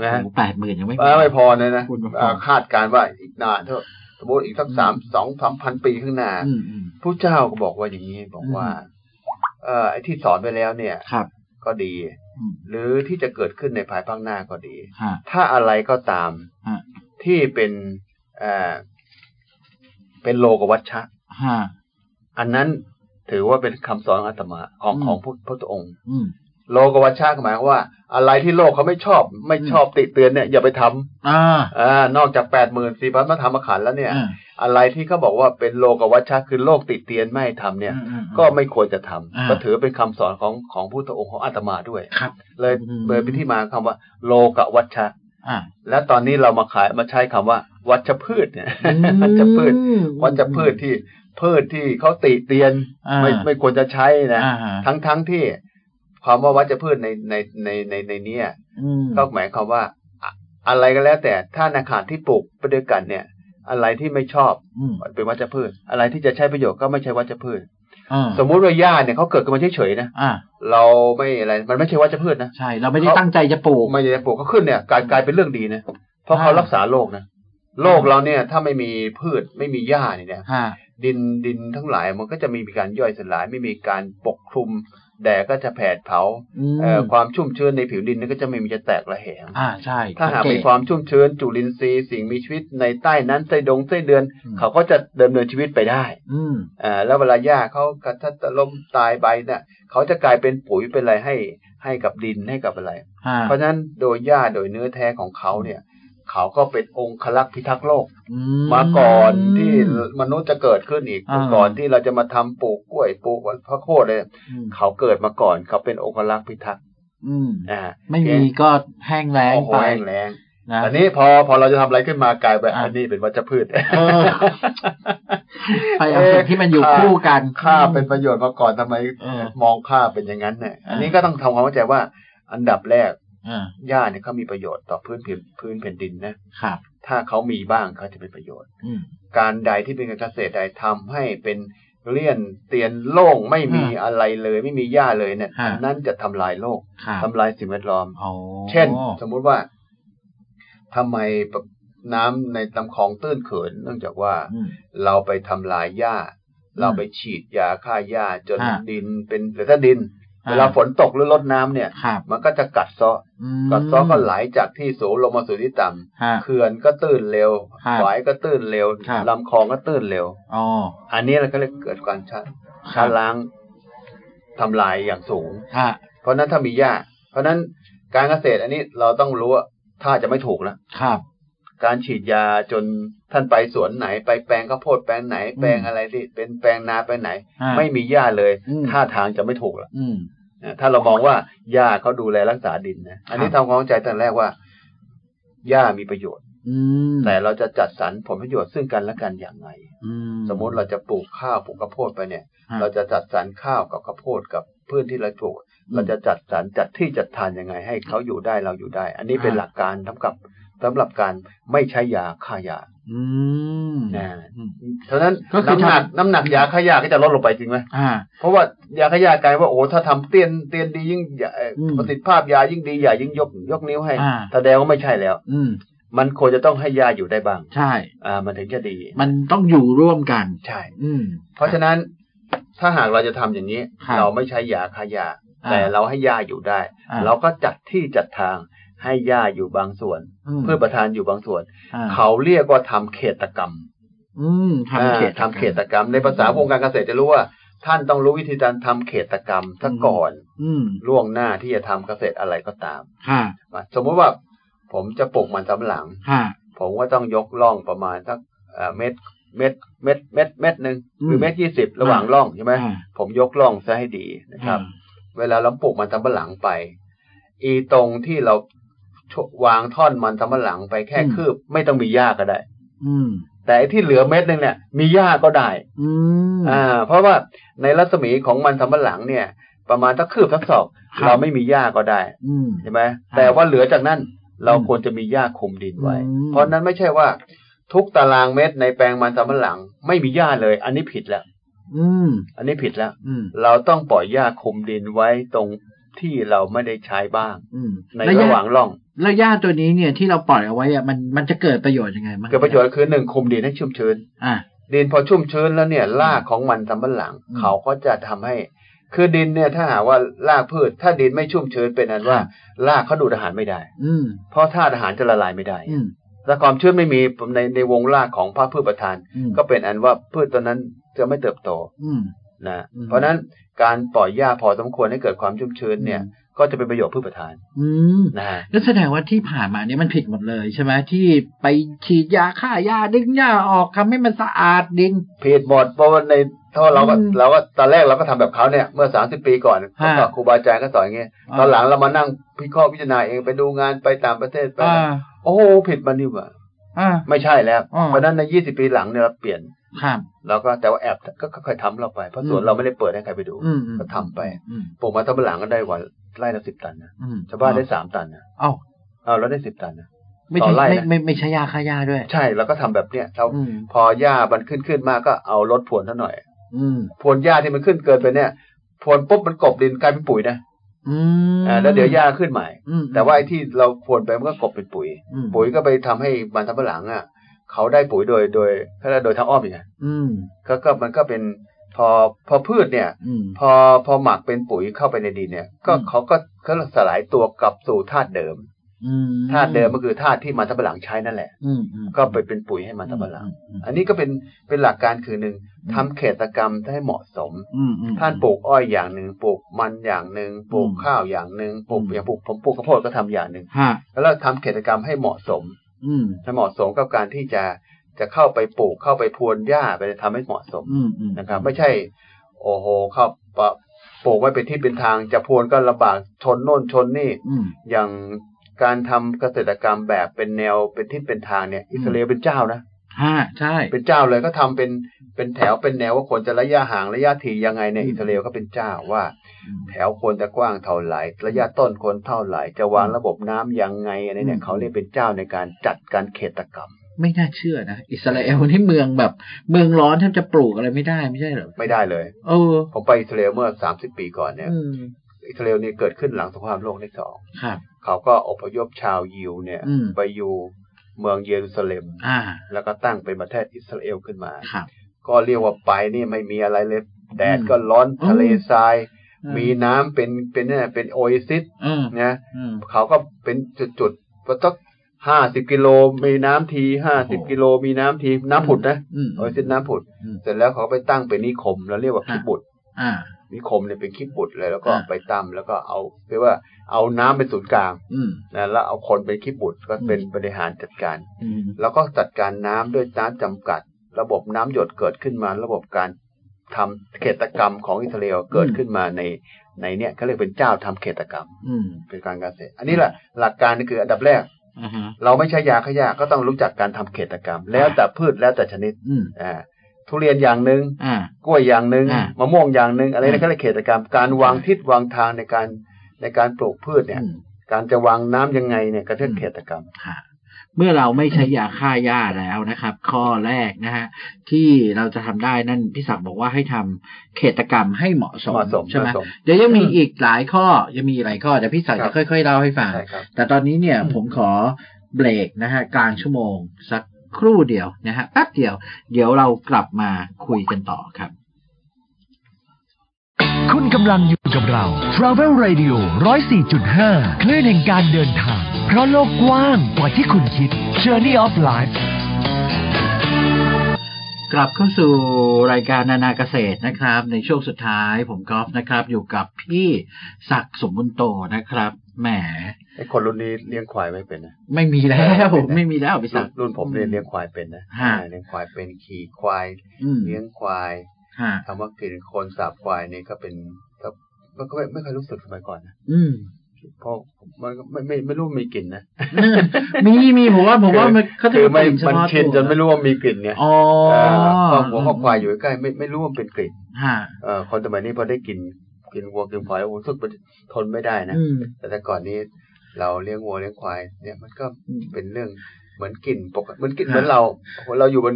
Speaker 2: นะฮะ
Speaker 1: โอ้แปดหมื่นยังไม่
Speaker 2: เออไม่พ
Speaker 1: อ
Speaker 2: อเลยนะ
Speaker 1: คุณพระ
Speaker 2: เอ่อคาดการณ์ว่าอีกนานเท่าสมมติอีกสักสามสองสามพันปีข้างหน้า
Speaker 1: อืมอืม
Speaker 2: ผู้เจ้าก็บอกว่าอย่างนี้บอกว่า
Speaker 1: อืม
Speaker 2: เออไอ้ที่สอนไปแล้วเนี่ย
Speaker 1: ครับ
Speaker 2: ก็ดี
Speaker 1: อืม
Speaker 2: หรือที่จะเกิดขึ้นในภายภาคหน้าก็ดี
Speaker 1: ฮะ
Speaker 2: ถ้าอะไรก็ตาม
Speaker 1: ฮะ
Speaker 2: ที่เป็นเอ่อเป็นโลกวัชชะ
Speaker 1: ฮะ
Speaker 2: อันนั้นถือว่าเป็นคำสอนของอาตมาของ
Speaker 1: อืม
Speaker 2: ของพระพุทธองค์
Speaker 1: อืม
Speaker 2: โลกวัชชะก็หมายความว่า อะไรที่โลกเขาไม่ชอบ ไม่ชอบติเตือนเนี่ยอย่าไปท
Speaker 1: อ่า
Speaker 2: ำอ่านอกจากแปดหมื่นสี่พันมาทำขันธ์แล้วเนี่ย
Speaker 1: อ่า
Speaker 2: อะไรที่เขาบอกว่าเป็นโลกวัชชะคือโลกติเตียนไม่ให้ทำเนี่ย
Speaker 1: อืม
Speaker 2: ก็ไม่ควรจะทำ
Speaker 1: อ่า
Speaker 2: ก็ถือเป็นคำสอนของของพุทธองค์ของอาตมาด้วย
Speaker 1: ครับ
Speaker 2: เลย
Speaker 1: อืม
Speaker 2: เลยเป็นที่มาคำว่า โลกวัชชะ
Speaker 1: อ่า
Speaker 2: และตอนนี้เรามาขายมาใช้คำว่า วัชพืชเนี่ย วัชพืช
Speaker 1: อืม
Speaker 2: วัชพืชที่พืชที่เขาติเตียน
Speaker 1: อ่า
Speaker 2: ไม่ไม่ควรจะใช้นะ
Speaker 1: อ่าฮะ
Speaker 2: ทั้งทั้งที่ความว่าวัชพืชในในในในในเนี้
Speaker 1: อืม
Speaker 2: ก็หมายความว่าอะอะไรก็แล้วแต่ถ้าอาคารที่ปลูกไปด้วยกันเนี่ย อะไรที่ไม่ชอบ
Speaker 1: อืม
Speaker 2: เป็นวัชพืช อะไรที่จะใช้ประโยชน์ก็ไม่ใช่วัชพืช
Speaker 1: อ่า
Speaker 2: สมมุติว่าหญ้าเนี่ยเขาเกิดขึ้นมาเฉยๆนะ
Speaker 1: อ่า
Speaker 2: เราไม่อะไรมันไม่ใช่วัชพืชนะ
Speaker 1: ใช่ เราไม่ได้
Speaker 2: เขา
Speaker 1: ตั้งใจจะปลูก
Speaker 2: ไม่จะปลูกก็ขึ้นเนี่ยกลายกลายเป็นเรื่องดีนะเพราะเขา
Speaker 1: อ่ารั
Speaker 2: รักษาโลกนะโลกเราเนี่ย ถ้าไม่มีพืชไม่มีหญ้าเนี่ยนะ
Speaker 1: ฮะ
Speaker 2: ดินดินทั้งหลายมันก็จะมีการย่อยสลาย ไม่มีการปกคลุมแดดก็จะแผดเผา
Speaker 1: อืม
Speaker 2: เอ่อความชุ่มชื้นในผิวดินก็จะไม่มีจะแตกระแหง
Speaker 1: อ่าใช่
Speaker 2: ถ้าหา
Speaker 1: สัง
Speaker 2: ก
Speaker 1: เต
Speaker 2: มีความชุ่มชื้นจุลินทรีย์สิ่งมีชีวิตในใต้นั้นใต้ดงใต้เดือน
Speaker 1: อืม
Speaker 2: เขาก็จะดำเนินชีวิตไปได้
Speaker 1: อืม
Speaker 2: อ่าแล้วเวลาหญ้าเขากระทัดล้มตายใบเนี่ยเขาจะกลายเป็นปุ๋ยเป็นอะไรให้ให้กับดินให้กับอะไร
Speaker 1: ฮะ
Speaker 2: เพราะฉะนั้นโดยหญ้าโดยเนื้อแท้ของเขาเนี่ย เขาก็เป็นองคลักษ์พิทักษ์โลก
Speaker 1: อื
Speaker 2: มาก่อนที่มนุษย์จะเกิดขึ้นอีก
Speaker 1: อ่า
Speaker 2: ก่อนที่เราจะมาทำปลูกกล้วยปลูกพระโคดเลย
Speaker 1: อืม
Speaker 2: เขาเกิดมาก่อนเขาเป็นองคลักษ์พิทักษ์
Speaker 1: อืม
Speaker 2: อ่า
Speaker 1: ไม่มีก็แห้งแล้ง
Speaker 2: โอ้โห
Speaker 1: ไป
Speaker 2: แรงแรง
Speaker 1: นะ
Speaker 2: อันนี้พอพอเราจะทำอะไรขึ้นมากลายไปน
Speaker 1: อ่ะ
Speaker 2: อันนี้เป็นวัชพืช
Speaker 1: เออ ไปเอาสิ่งที่มันอยู่
Speaker 2: า
Speaker 1: คู่กัน
Speaker 2: ข้าเป็นประโยชน์มาก่อนทำไม
Speaker 1: เออ
Speaker 2: มองข้าเป็นอย่างนั้นเนี่ยอันนี้
Speaker 1: อ่า
Speaker 2: ก็ต้องทำความเข้าใจว่า อันดับแรก
Speaker 1: อ่า
Speaker 2: หญ้าเนี่ยเขามีประโยชน์ต่อพื้นผิวพื้นแผ่นดินนะครับ ถ้าเขามีบ้างเขาจะเป็นประโยชน์
Speaker 1: อืม
Speaker 2: การใดที่เป็นการเกษตรใดทำให้เป็นเลี่ยนเตียนโล่งไม่มี
Speaker 1: ฮะ
Speaker 2: อะไรเลยไม่มีหญ้าเลยเนี่ย
Speaker 1: ฮะ
Speaker 2: อันนั้นจะทำลายโลก
Speaker 1: ครับ
Speaker 2: ทำลายสิ่งแวดล้อม
Speaker 1: โอ้
Speaker 2: เช่น สมมุติว่าทำไมน้ำในลำคลองตื้นเขิน เนื่องจากว่า
Speaker 1: อืม
Speaker 2: เราไปทำลายหญ้า เราไปฉีดยาฆ่าหญ้าจน
Speaker 1: ฮะ
Speaker 2: ดินเป็นหรือถ้าดิน เวลาฝนตกหรือรดน้ำเนี่ย
Speaker 1: ครับ
Speaker 2: มันก็จะกัดเซาะ
Speaker 1: อืม
Speaker 2: กัดเซาะก็ไหลจากที่สูงลงมาสู่ที่ต่ำ
Speaker 1: ฮะ
Speaker 2: เขื่อนก็ตื้นเร็ว
Speaker 1: ครับ
Speaker 2: ฝายก็ตื้นเร็ว
Speaker 1: ครับ
Speaker 2: ลำคลองก็ตื้นเร็ว
Speaker 1: อ๋อ
Speaker 2: อันนี้เราก็เลยเกิดการชาชาล้างทำลายอย่างสูง
Speaker 1: ฮะ
Speaker 2: เพราะฉะนั้นถ้ามีหญ้า เพราะฉะนั้นการเกษตรอันนี้เราต้องรู้ว่าถ้าจะไม่ถูกแล้ว
Speaker 1: ครับ
Speaker 2: การฉีดยาจนท่านไปสวนไหน ไปแปลงข้าวโพดแปลงไหน
Speaker 1: อืม
Speaker 2: แปลงอะไรที่เป็นแปลงนาแปลงไหน
Speaker 1: ฮะ
Speaker 2: ไม่มีหญ้าเลย
Speaker 1: อืม
Speaker 2: ท่าทางจะไม่ถูกแล้ว
Speaker 1: อืม
Speaker 2: นะถ้าเรามองว่าหญ้าเขาดูแลรักษาดินนะอันนี้
Speaker 1: ครับ
Speaker 2: ทำความเข้าใจตั้งแต่แรกว่าหญ้ามีประโยชน์
Speaker 1: อืม
Speaker 2: แต่เราจะจัดสรรผลประโยชน์ซึ่งกันและกันอย่างไร
Speaker 1: อื
Speaker 2: สมมุติเราจะปลูกข้าวปลูกข้าวโพดไปเนี่ย
Speaker 1: ฮะ
Speaker 2: เราจะจัดสรรข้าวกับข้าวโพดกับพืชที่เราปลูก เราจะจัดสรรจัดที่จัดทานยังไง ให้เขาอยู่ได้เราอยู่ได้ อันนี้เป็น
Speaker 1: ฮะ
Speaker 2: หลักการเท่ากับ สำหรับการไม่ใช้ยาฆ่ายา
Speaker 1: อืม
Speaker 2: นะ
Speaker 1: อืม
Speaker 2: ฉะนั้น
Speaker 1: ก็คือ
Speaker 2: น้ำหนัก
Speaker 1: ทำ
Speaker 2: น้ำหนักยาฆ่ายาก็จะลดลงไปจริงไหม
Speaker 1: อ่า
Speaker 2: เพราะว่ายาฆ่ายากลายว่าโอ้โหถ้าทำเตียนเตียนดียิ่งยาเอ่ออ
Speaker 1: ม
Speaker 2: ประสิทธิภาพยายิ่งดียายิ่งยกยกนิ้วให้
Speaker 1: อ่า
Speaker 2: แสดงว่าไม่ใช่แล้ว
Speaker 1: อืม
Speaker 2: มันควรจะต้องให้ยาอยู่ได้บ้าง
Speaker 1: ใช่
Speaker 2: อ่า มันถึงจะดี
Speaker 1: มันต้องอยู่ร่วมกัน
Speaker 2: ใช่
Speaker 1: อืม
Speaker 2: เพราะฉะนั้นถ้าหากเราจะทำอย่างนี้
Speaker 1: ครับ
Speaker 2: เราไม่ใช้ยาฆ่ายา
Speaker 1: อ่า
Speaker 2: แต่เราให้ยาอยู่ได้
Speaker 1: อ่า
Speaker 2: เราก็จัดที่จัดทางให้ยาอยู่บางส่วน
Speaker 1: ม
Speaker 2: เพื่อประทานอยู่บางส่วน
Speaker 1: อ่
Speaker 2: เขาเรียกว่าทำเขตกรรม
Speaker 1: อืมทำเขต
Speaker 2: อ่าทำเขตกรรม ในภาษาวงการเกษตรจะรู้ว่า ท่านต้องรู้วิธีการทำเขตกรรมซะก่อน
Speaker 1: อืม
Speaker 2: ล่วงหน้าที่จะทำเกษตรอะไรก็ตาม
Speaker 1: ค่ะ
Speaker 2: มาสมมุติว่าผมจะปลูกมันสำปะหลัง
Speaker 1: ค่ะ
Speaker 2: ผมก็ต้องยกร่องประมาณสักเอ่อเม็ดเม็ดเม็ดเม็ดเม็ดหนึ่งหรือ
Speaker 1: ม
Speaker 2: เม็ดยี่สิบระหว่าง
Speaker 1: อ่า
Speaker 2: ร่องใช่ไหม
Speaker 1: อ่า
Speaker 2: ผมยกล่องซะให้ดีนะครับ เวลาเราปลูกมันสำปะหลังไป อีตรงที่เราช่ววางท่อนมันสำปะหลังไปแค่คืบ ไม่ต้องมีหญ้าก็ได้
Speaker 1: อืม
Speaker 2: แต่ไอ้ที่เหลือเม็ดนึงเนี่ย มีหญ้าก็ได้
Speaker 1: อืม
Speaker 2: อ่า เพราะว่าในรัศมีของมันสำปะหลังเนี่ย ประมาณทักคืบทักศอก
Speaker 1: ครับ
Speaker 2: เราไม่มีหญ้าก็ได้
Speaker 1: อืม
Speaker 2: ใช่ไหมแต่ว่าเหลือจากนั้นเราควรจะมีหญ้าคลุมดินไว้
Speaker 1: อืม
Speaker 2: เพราะนั้นไม่ใช่ว่า ทุกตารางเม็ดในแปลงมันสำปะหลัง ไม่มีหญ้าเลย อันนี้ผิดแล้ว
Speaker 1: อืม
Speaker 2: อันนี้ผิดแล้ว
Speaker 1: อืม
Speaker 2: เราต้องปล่อยหญ้าคลุมดินไว้ตรงที่เราไม่ได้ใช้บ้าง
Speaker 1: อืม
Speaker 2: ใน
Speaker 1: แล้ว
Speaker 2: ระ
Speaker 1: ญ้
Speaker 2: หว่างร่อง
Speaker 1: แล้วหญ้าตัวนี้เนี่ยที่เราปล่อยเอาไว้อะมันมันจะเกิดประโยชน์ยังไงบ้าง
Speaker 2: เกิดประโยชน์คือหนึ่งคลุมดินให้ชุ่มชื้น
Speaker 1: อ่า
Speaker 2: ดินพอชุ่มชื้นแล้วเนี่ยรากของมันสำปะหลัง
Speaker 1: อืม
Speaker 2: เขาก็จะทำให้ คือดินเนี่ยถ้าหากว่ารากพืช ถ้าดินไม่ชุ่มชื้นเป็นนั้นว่า
Speaker 1: ครับ
Speaker 2: รากเขาดูดอาหารไม่ได้
Speaker 1: อืม
Speaker 2: เพราะธาตุอาหารจะละลายไม่ได้
Speaker 1: อืม
Speaker 2: ถ้าความชื้นไม่มีในในวงรากของพระพืชประทาน
Speaker 1: อืม
Speaker 2: ก็เป็นอันว่าพืชตัวนั้นจะไม่เติบโต
Speaker 1: อืม
Speaker 2: นะ
Speaker 1: อืม
Speaker 2: เพราะฉะนั้นการปล่อยหญ้าพอสมควรให้เกิดความชุ่มชื้นเนี่ย ก็จะเป็นประโยชน์พืชประทาน
Speaker 1: อืม
Speaker 2: นะฮะ
Speaker 1: ก็แสดงว่าที่ผ่านมาเนี่ยมันผิดหมดเลยใช่ไหมที่ไปฉีดยาฆ่าหญ้าดึงหญ้าออกทำให้มันสะอาดดิน
Speaker 2: ผิดหมดเพราะว่าในถ้าเราก็
Speaker 1: อืม
Speaker 2: เราก็ตอนแรกเราก็ทำแบบเขาเนี่ยเมื่อสามสิบปีก่อน
Speaker 1: ฮะ
Speaker 2: ก็ครูบาอาจารย์ก็สอนอย่างเงี้ยตอนหลังเรามานั่งพิเคราะห์พิจารณาเองไปดูงานไปต่างประเทศไป
Speaker 1: อ่า
Speaker 2: โอ้โหผิดมันนี่หว่า
Speaker 1: อ่า
Speaker 2: ไม่ใช่แล้ว
Speaker 1: อ๋อ
Speaker 2: เพราะฉะนั้นในยี่สิบปีหลังเนี่ยเราเปลี่ยน
Speaker 1: ครับ
Speaker 2: เราก็แต่ว่าแอบก็ก็ค่อยๆทำเราไปเพราะสวน
Speaker 1: อืม
Speaker 2: เราไม่ได้เปิดให้ใครไปดู
Speaker 1: อืมอืม
Speaker 2: ก็ทำไป
Speaker 1: อืม
Speaker 2: ปลูกมาทำหลังก็ได้วันไร่ละสิบตันนะ
Speaker 1: อืม
Speaker 2: ชาวบ้านได้สามตันนะ
Speaker 1: เอ้า
Speaker 2: เอาเราได้สิบตันนะ
Speaker 1: ไม่
Speaker 2: ต่
Speaker 1: ใช่
Speaker 2: อไร่
Speaker 1: ไม่
Speaker 2: นะ
Speaker 1: ไม่ไม่ใช่ยาฆ่าหญ้าด้วย
Speaker 2: ใช่เราก็ทำแบบเนี้ยเรา
Speaker 1: อืม
Speaker 2: พอหญ้ามันขึ้นขึ้นมากก็เอารถพรวนซะหน่อย
Speaker 1: อืม
Speaker 2: พรวนหญ้าที่มันขึ้นเกินไปเนี่ยพรวนปุ๊บมันกลบดินกลายเป็นปุ๋ยนะ
Speaker 1: อืม
Speaker 2: อ่าแล้วเดี๋ยวหญ้าขึ้นใหม่
Speaker 1: อืม
Speaker 2: แต่ว่าไอ้ที่เราพรวนไปมันก็กลบเป็นปุ๋ย
Speaker 1: อืม
Speaker 2: ปุ๋ยก็ไปทำให้มันสำปะหลังอ่ะเขาได้ปุ๋ยโดยโดยเขาเรียกโดยทางอ้อมอย่างเงี้ย
Speaker 1: อืม
Speaker 2: ก็ก็มันก็เป็นพอพอพืชเนี่ย
Speaker 1: อืม
Speaker 2: พอพอหมักเป็นปุ๋ยเข้าไปในดินเนี่ย ก็
Speaker 1: อืม
Speaker 2: เขาก็เขาสลายตัวกลับสู่ธาตุเดิม
Speaker 1: อืม
Speaker 2: ธาตุเดิมก็คือธาตุที่มันสำปะหลังใช้นั่นแหละ
Speaker 1: อืมอืม
Speaker 2: ก็ไปเป็นปุ๋ยให้มันสำปะหลัง
Speaker 1: อืม
Speaker 2: อันนี้ก็เป็นเป็นหลักการคือหนึ่ง
Speaker 1: อืม
Speaker 2: ทำเขตกรรมให้เหมาะสม
Speaker 1: อืมอืม
Speaker 2: ท่านปลูกอ้อยอย่างหนึ่งปลูกมันอย่างหนึ่งปลูก
Speaker 1: อืม
Speaker 2: ข้าวอย่างหนึ่งปลูก
Speaker 1: อืม
Speaker 2: อย่างปลูกผมปลูกข้าวโพดก็ทำอย่างหนึ่ง
Speaker 1: ฮะ
Speaker 2: แล้วเราทำเกษตรกรรมให้เหมาะสม
Speaker 1: อืม
Speaker 2: ให้เหมาะสมกับการที่จะจะเข้าไปปลูกเข้าไปพรวนหญ้าไปทำให้เหมาะสม
Speaker 1: อืมอืม
Speaker 2: นะครับ ไม่ใช่ โอ้โหเข้าปะปลูกไว้เป็นที่เป็นทาง จะพรวนก็ลำบากชนโน่นชนนี่
Speaker 1: อืม
Speaker 2: อย่างการทำเกษตรกรรมแบบเป็นแนวเป็นทิศเป็นทางเนี่ยอิสราเอลเป็นเจ้านะ
Speaker 1: ฮะใช่
Speaker 2: เป็นเจ้าเลยก็ทำเป็นเป็นแถวเป็นแนวว่าควรจะระยะห่างระยะถี่ยังไงเนี่ย
Speaker 1: อืม
Speaker 2: อิสราเอลก็เป็นเจ้าว่า
Speaker 1: อืม
Speaker 2: แถวควรจะกว้างเท่าไหร่ ระยะต้นควรเท่าไหร่ จะวางระบบน้ำยังไงอันนี้เนี่
Speaker 1: อื
Speaker 2: ย
Speaker 1: ม
Speaker 2: เขาเรียกเป็นเจ้าในการจัดการเขตกรรม
Speaker 1: ไม่น่าเชื่อนะ อิสราเอลนี่เมืองแบบ เมืองร้อนแทบจะปลูกอะไรไม่ได้ไม่ใช่เหรอ
Speaker 2: ไม่ได้เลย
Speaker 1: เออ
Speaker 2: ผมไปอิสราเอลเมื่อ 30 ปีก่อนเนี่ย
Speaker 1: อืม
Speaker 2: อิสราเอลนี่เกิดขึ้นหลังสงครามโลกที่สอง
Speaker 1: ครับ
Speaker 2: เขาก็อพยพชาวยิวเนี่ย
Speaker 1: อืม
Speaker 2: ไปอยู่เมืองเยรูซาเล็ม
Speaker 1: อ่า
Speaker 2: แล้วก็ตั้งเป็นประเทศอิสราเอลขึ้นมา
Speaker 1: ครับ
Speaker 2: ก็เรียกว่าไปนี่ไม่มีอะไรเลยแดด
Speaker 1: อืม
Speaker 2: ก็ร้อน
Speaker 1: อืม
Speaker 2: ทะเลทราย
Speaker 1: เออ
Speaker 2: มีน้ำเป็นเป็นเนี่ยเป็นโอเอซิส
Speaker 1: เออ
Speaker 2: นะ
Speaker 1: อืม
Speaker 2: เขาก็เป็นจุดๆก็ต้องห้าสิบกิโลมีน้ำทีห้าสิบ
Speaker 1: โอ้โห
Speaker 2: กิโลมีน้ำทีน้ำผุดนะ
Speaker 1: อืม
Speaker 2: โอเอซิสน้ำผุด
Speaker 1: อืม
Speaker 2: เสร็จแล้วเขาไปตั้งเป็นนิคมแล้วเรียกว่า
Speaker 1: ฮะ
Speaker 2: คิบบุตร
Speaker 1: อ่า
Speaker 2: นิคมเนี่ยเป็นคิบบุตรเลยแล้วก็
Speaker 1: อ่า
Speaker 2: ไปตั้งแล้วก็เอาเรียกว่าเอาน้ำเป็นศูนย์กลาง
Speaker 1: อืม
Speaker 2: นะแล้วเอาคนเป็นคิบบุตรก็เป็น
Speaker 1: อืม
Speaker 2: บริหารจัดการ
Speaker 1: อืม
Speaker 2: แล้วก็จัดการน้ำด้วยน้ำจำกัด ระบบน้ำหยดเกิดขึ้นมา ระบบการทำเขตกรรมของอิสราเอลเกิดขึ้นมาในในเนี่ยเขาเรียกเป็นเจ้าทำเขตกรรม
Speaker 1: อืม
Speaker 2: เป็นการเกษตรอันนี้แหละหลักการนี่คืออันดับแรก
Speaker 1: อ่าฮะ
Speaker 2: เราไม่ใช้ยาขยะก็ต้องรู้จักการทำเขตกรรม แล้วแต่พืชแล้วแต่ชนิด
Speaker 1: อืม
Speaker 2: อ่าทุเรียนอย่างหนึ่ง
Speaker 1: อ่า
Speaker 2: กล้วยอย่างหนึ่ง
Speaker 1: อ่าม
Speaker 2: ะม่วงอย่างหนึ่งอะไร
Speaker 1: อ่า
Speaker 2: นี่เขาเรียกเขตกรรม การวางทิศวางทางในการในการปลูกพืชเนี่ย การจะวางน้ำยังไงเนี่ยก็เรียก
Speaker 1: อืม
Speaker 2: เขตกรรม
Speaker 1: ค่ะ เมื่อเราไม่ใช้ยาฆ่าหญ้าแล้วนะครับ ข้อแรกนะฮะที่เราจะทำได้นั่นพี่ศักดิ์บอกว่าให้ทำเขตกรรมให้เหมาะสม
Speaker 2: เหมาะสม
Speaker 1: ใช่ไหม
Speaker 2: เหมาะสม
Speaker 1: เดี๋ยวยังมีอีกหลายข้อยังมีอีกหลายข้อเดี๋ยวพี่ศักดิ์
Speaker 2: ครั
Speaker 1: จะ
Speaker 2: บ
Speaker 1: ค่อย ๆเล่าให้ฟัง
Speaker 2: ใช่ครับ
Speaker 1: แต่ตอนนี้เนี่ย
Speaker 3: อืม
Speaker 1: ผมขอเบรกนะฮะกลางชั่วโมง สักครู่เดียวนะฮะแป๊บเดียว เดี๋ยวเรากลับมาคุยกันต่อครับ
Speaker 3: คุณกำลังอยู่กับเรา Travel Radio 104.5 คลื่นแห่งการเดินทาง เพราะโลกกว้างกว่าที่คุณคิด Journey of Life
Speaker 1: กลับเข้าสู่รายการนานาเกษตรนะครับ ในช่วงสุดท้ายผมกอล์ฟนะครับ อยู่กับพี่ศักดิ์สมบุญโตนะครับแหม
Speaker 2: ไอ้คนรุ่นนี้เลี้ยงควายไม่เป็นนะ
Speaker 1: ไม่มีแล้ว
Speaker 2: ไม่เป็นไร
Speaker 1: ไม่มีแล้วพี่ศั
Speaker 2: รุ่
Speaker 1: ก
Speaker 2: น
Speaker 1: ดิ์
Speaker 2: รุ่นผมเรียนเลี้ยงควายเป็นนะ
Speaker 1: ฮะ
Speaker 2: อ่าเลี้ยงควายเป็นขี่ควาย
Speaker 1: อืม
Speaker 2: เลี้ยงควาย
Speaker 1: ฮะ
Speaker 2: คำว่ากลิ่นโคลนสาบควายนี่ก็เป็นก็มันก็ไม่ไม่เคยรู้สึกสมัยก่อนนะ
Speaker 1: อืม
Speaker 2: เพราะมันก็ไม่ไม่ไม่รู้มีกลิ่นนะ
Speaker 1: มีมีผมว่าผมว่ามันเขาจะ
Speaker 2: คือ
Speaker 1: มี
Speaker 2: ไม่
Speaker 1: กลิ่เฉ
Speaker 2: มัน
Speaker 1: พาะ
Speaker 2: ชิน
Speaker 1: ตัว
Speaker 2: จนไม่รู้ว่ามีกลิ่นเนี่ย
Speaker 1: อ๋อ
Speaker 2: ครอบครัวครอบควายอยู่ใกล้ๆไม่ไม่รู้ว่ามันเป็นกลิ่น
Speaker 1: ฮะ
Speaker 2: เอ่อคนสมัยนี้พอได้กลิ่นกลิ่นวัวกลิ่นควายโอ้โหรู้สึกมันทนไม่ได้นะ
Speaker 1: อืม
Speaker 2: แต่แต่ก่อนนี้เราเลี้ยงวัวเลี้ยงควายเนี่ยมันก็
Speaker 1: อืม
Speaker 2: เป็นเรื่องเหมือนกลิ่นปกติเหมือนกลิ่น
Speaker 1: ฮะ
Speaker 2: เหมือนเราเราอยู่บน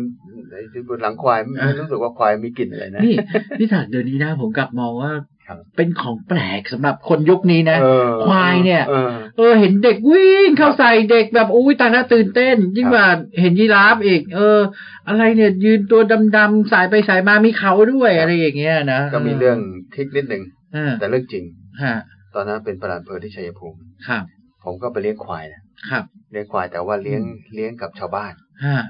Speaker 2: บนหลังควายไม่
Speaker 1: อ่ะ
Speaker 2: ไม่รู้สึกว่าควายมีกลิ่นอะไรนะ
Speaker 1: นี่พี่ศักดิ์เดี๋ยวนี้นะผมกลับมองว่า
Speaker 2: ครับ
Speaker 1: เป็นของแปลกสำหรับคนยุคนี้นะ
Speaker 2: เออ
Speaker 1: ควายเนี่ย
Speaker 2: ออ
Speaker 1: เออเห็นเด็กวิ่งเข้าใส่เด็กแบบอุ้ยตายละตื่นเต้น ยิ่ง
Speaker 2: ครับ
Speaker 1: กว่าเห็นยีราฟอีก เออ อะไรเนี่ย ยืนตัวดำๆสายไปสายมามีเขาด้วยอะไรอย่างเงี้ยนะ
Speaker 2: ก็มีเรื่องทริกนิดหนึ่ง
Speaker 1: เออ
Speaker 2: แต่เรื่องจริง
Speaker 1: ฮะ
Speaker 2: ตอนนั้นเป็นประหลัดอำเภอที่ชัยภูมิ
Speaker 1: ครับ
Speaker 2: ผมก็ไปเลี้ยงควายนะครับ เลี้ยงควายแต่ว่าเลี้ยงเลี้ยงกับชาวบ้าน
Speaker 1: ฮะ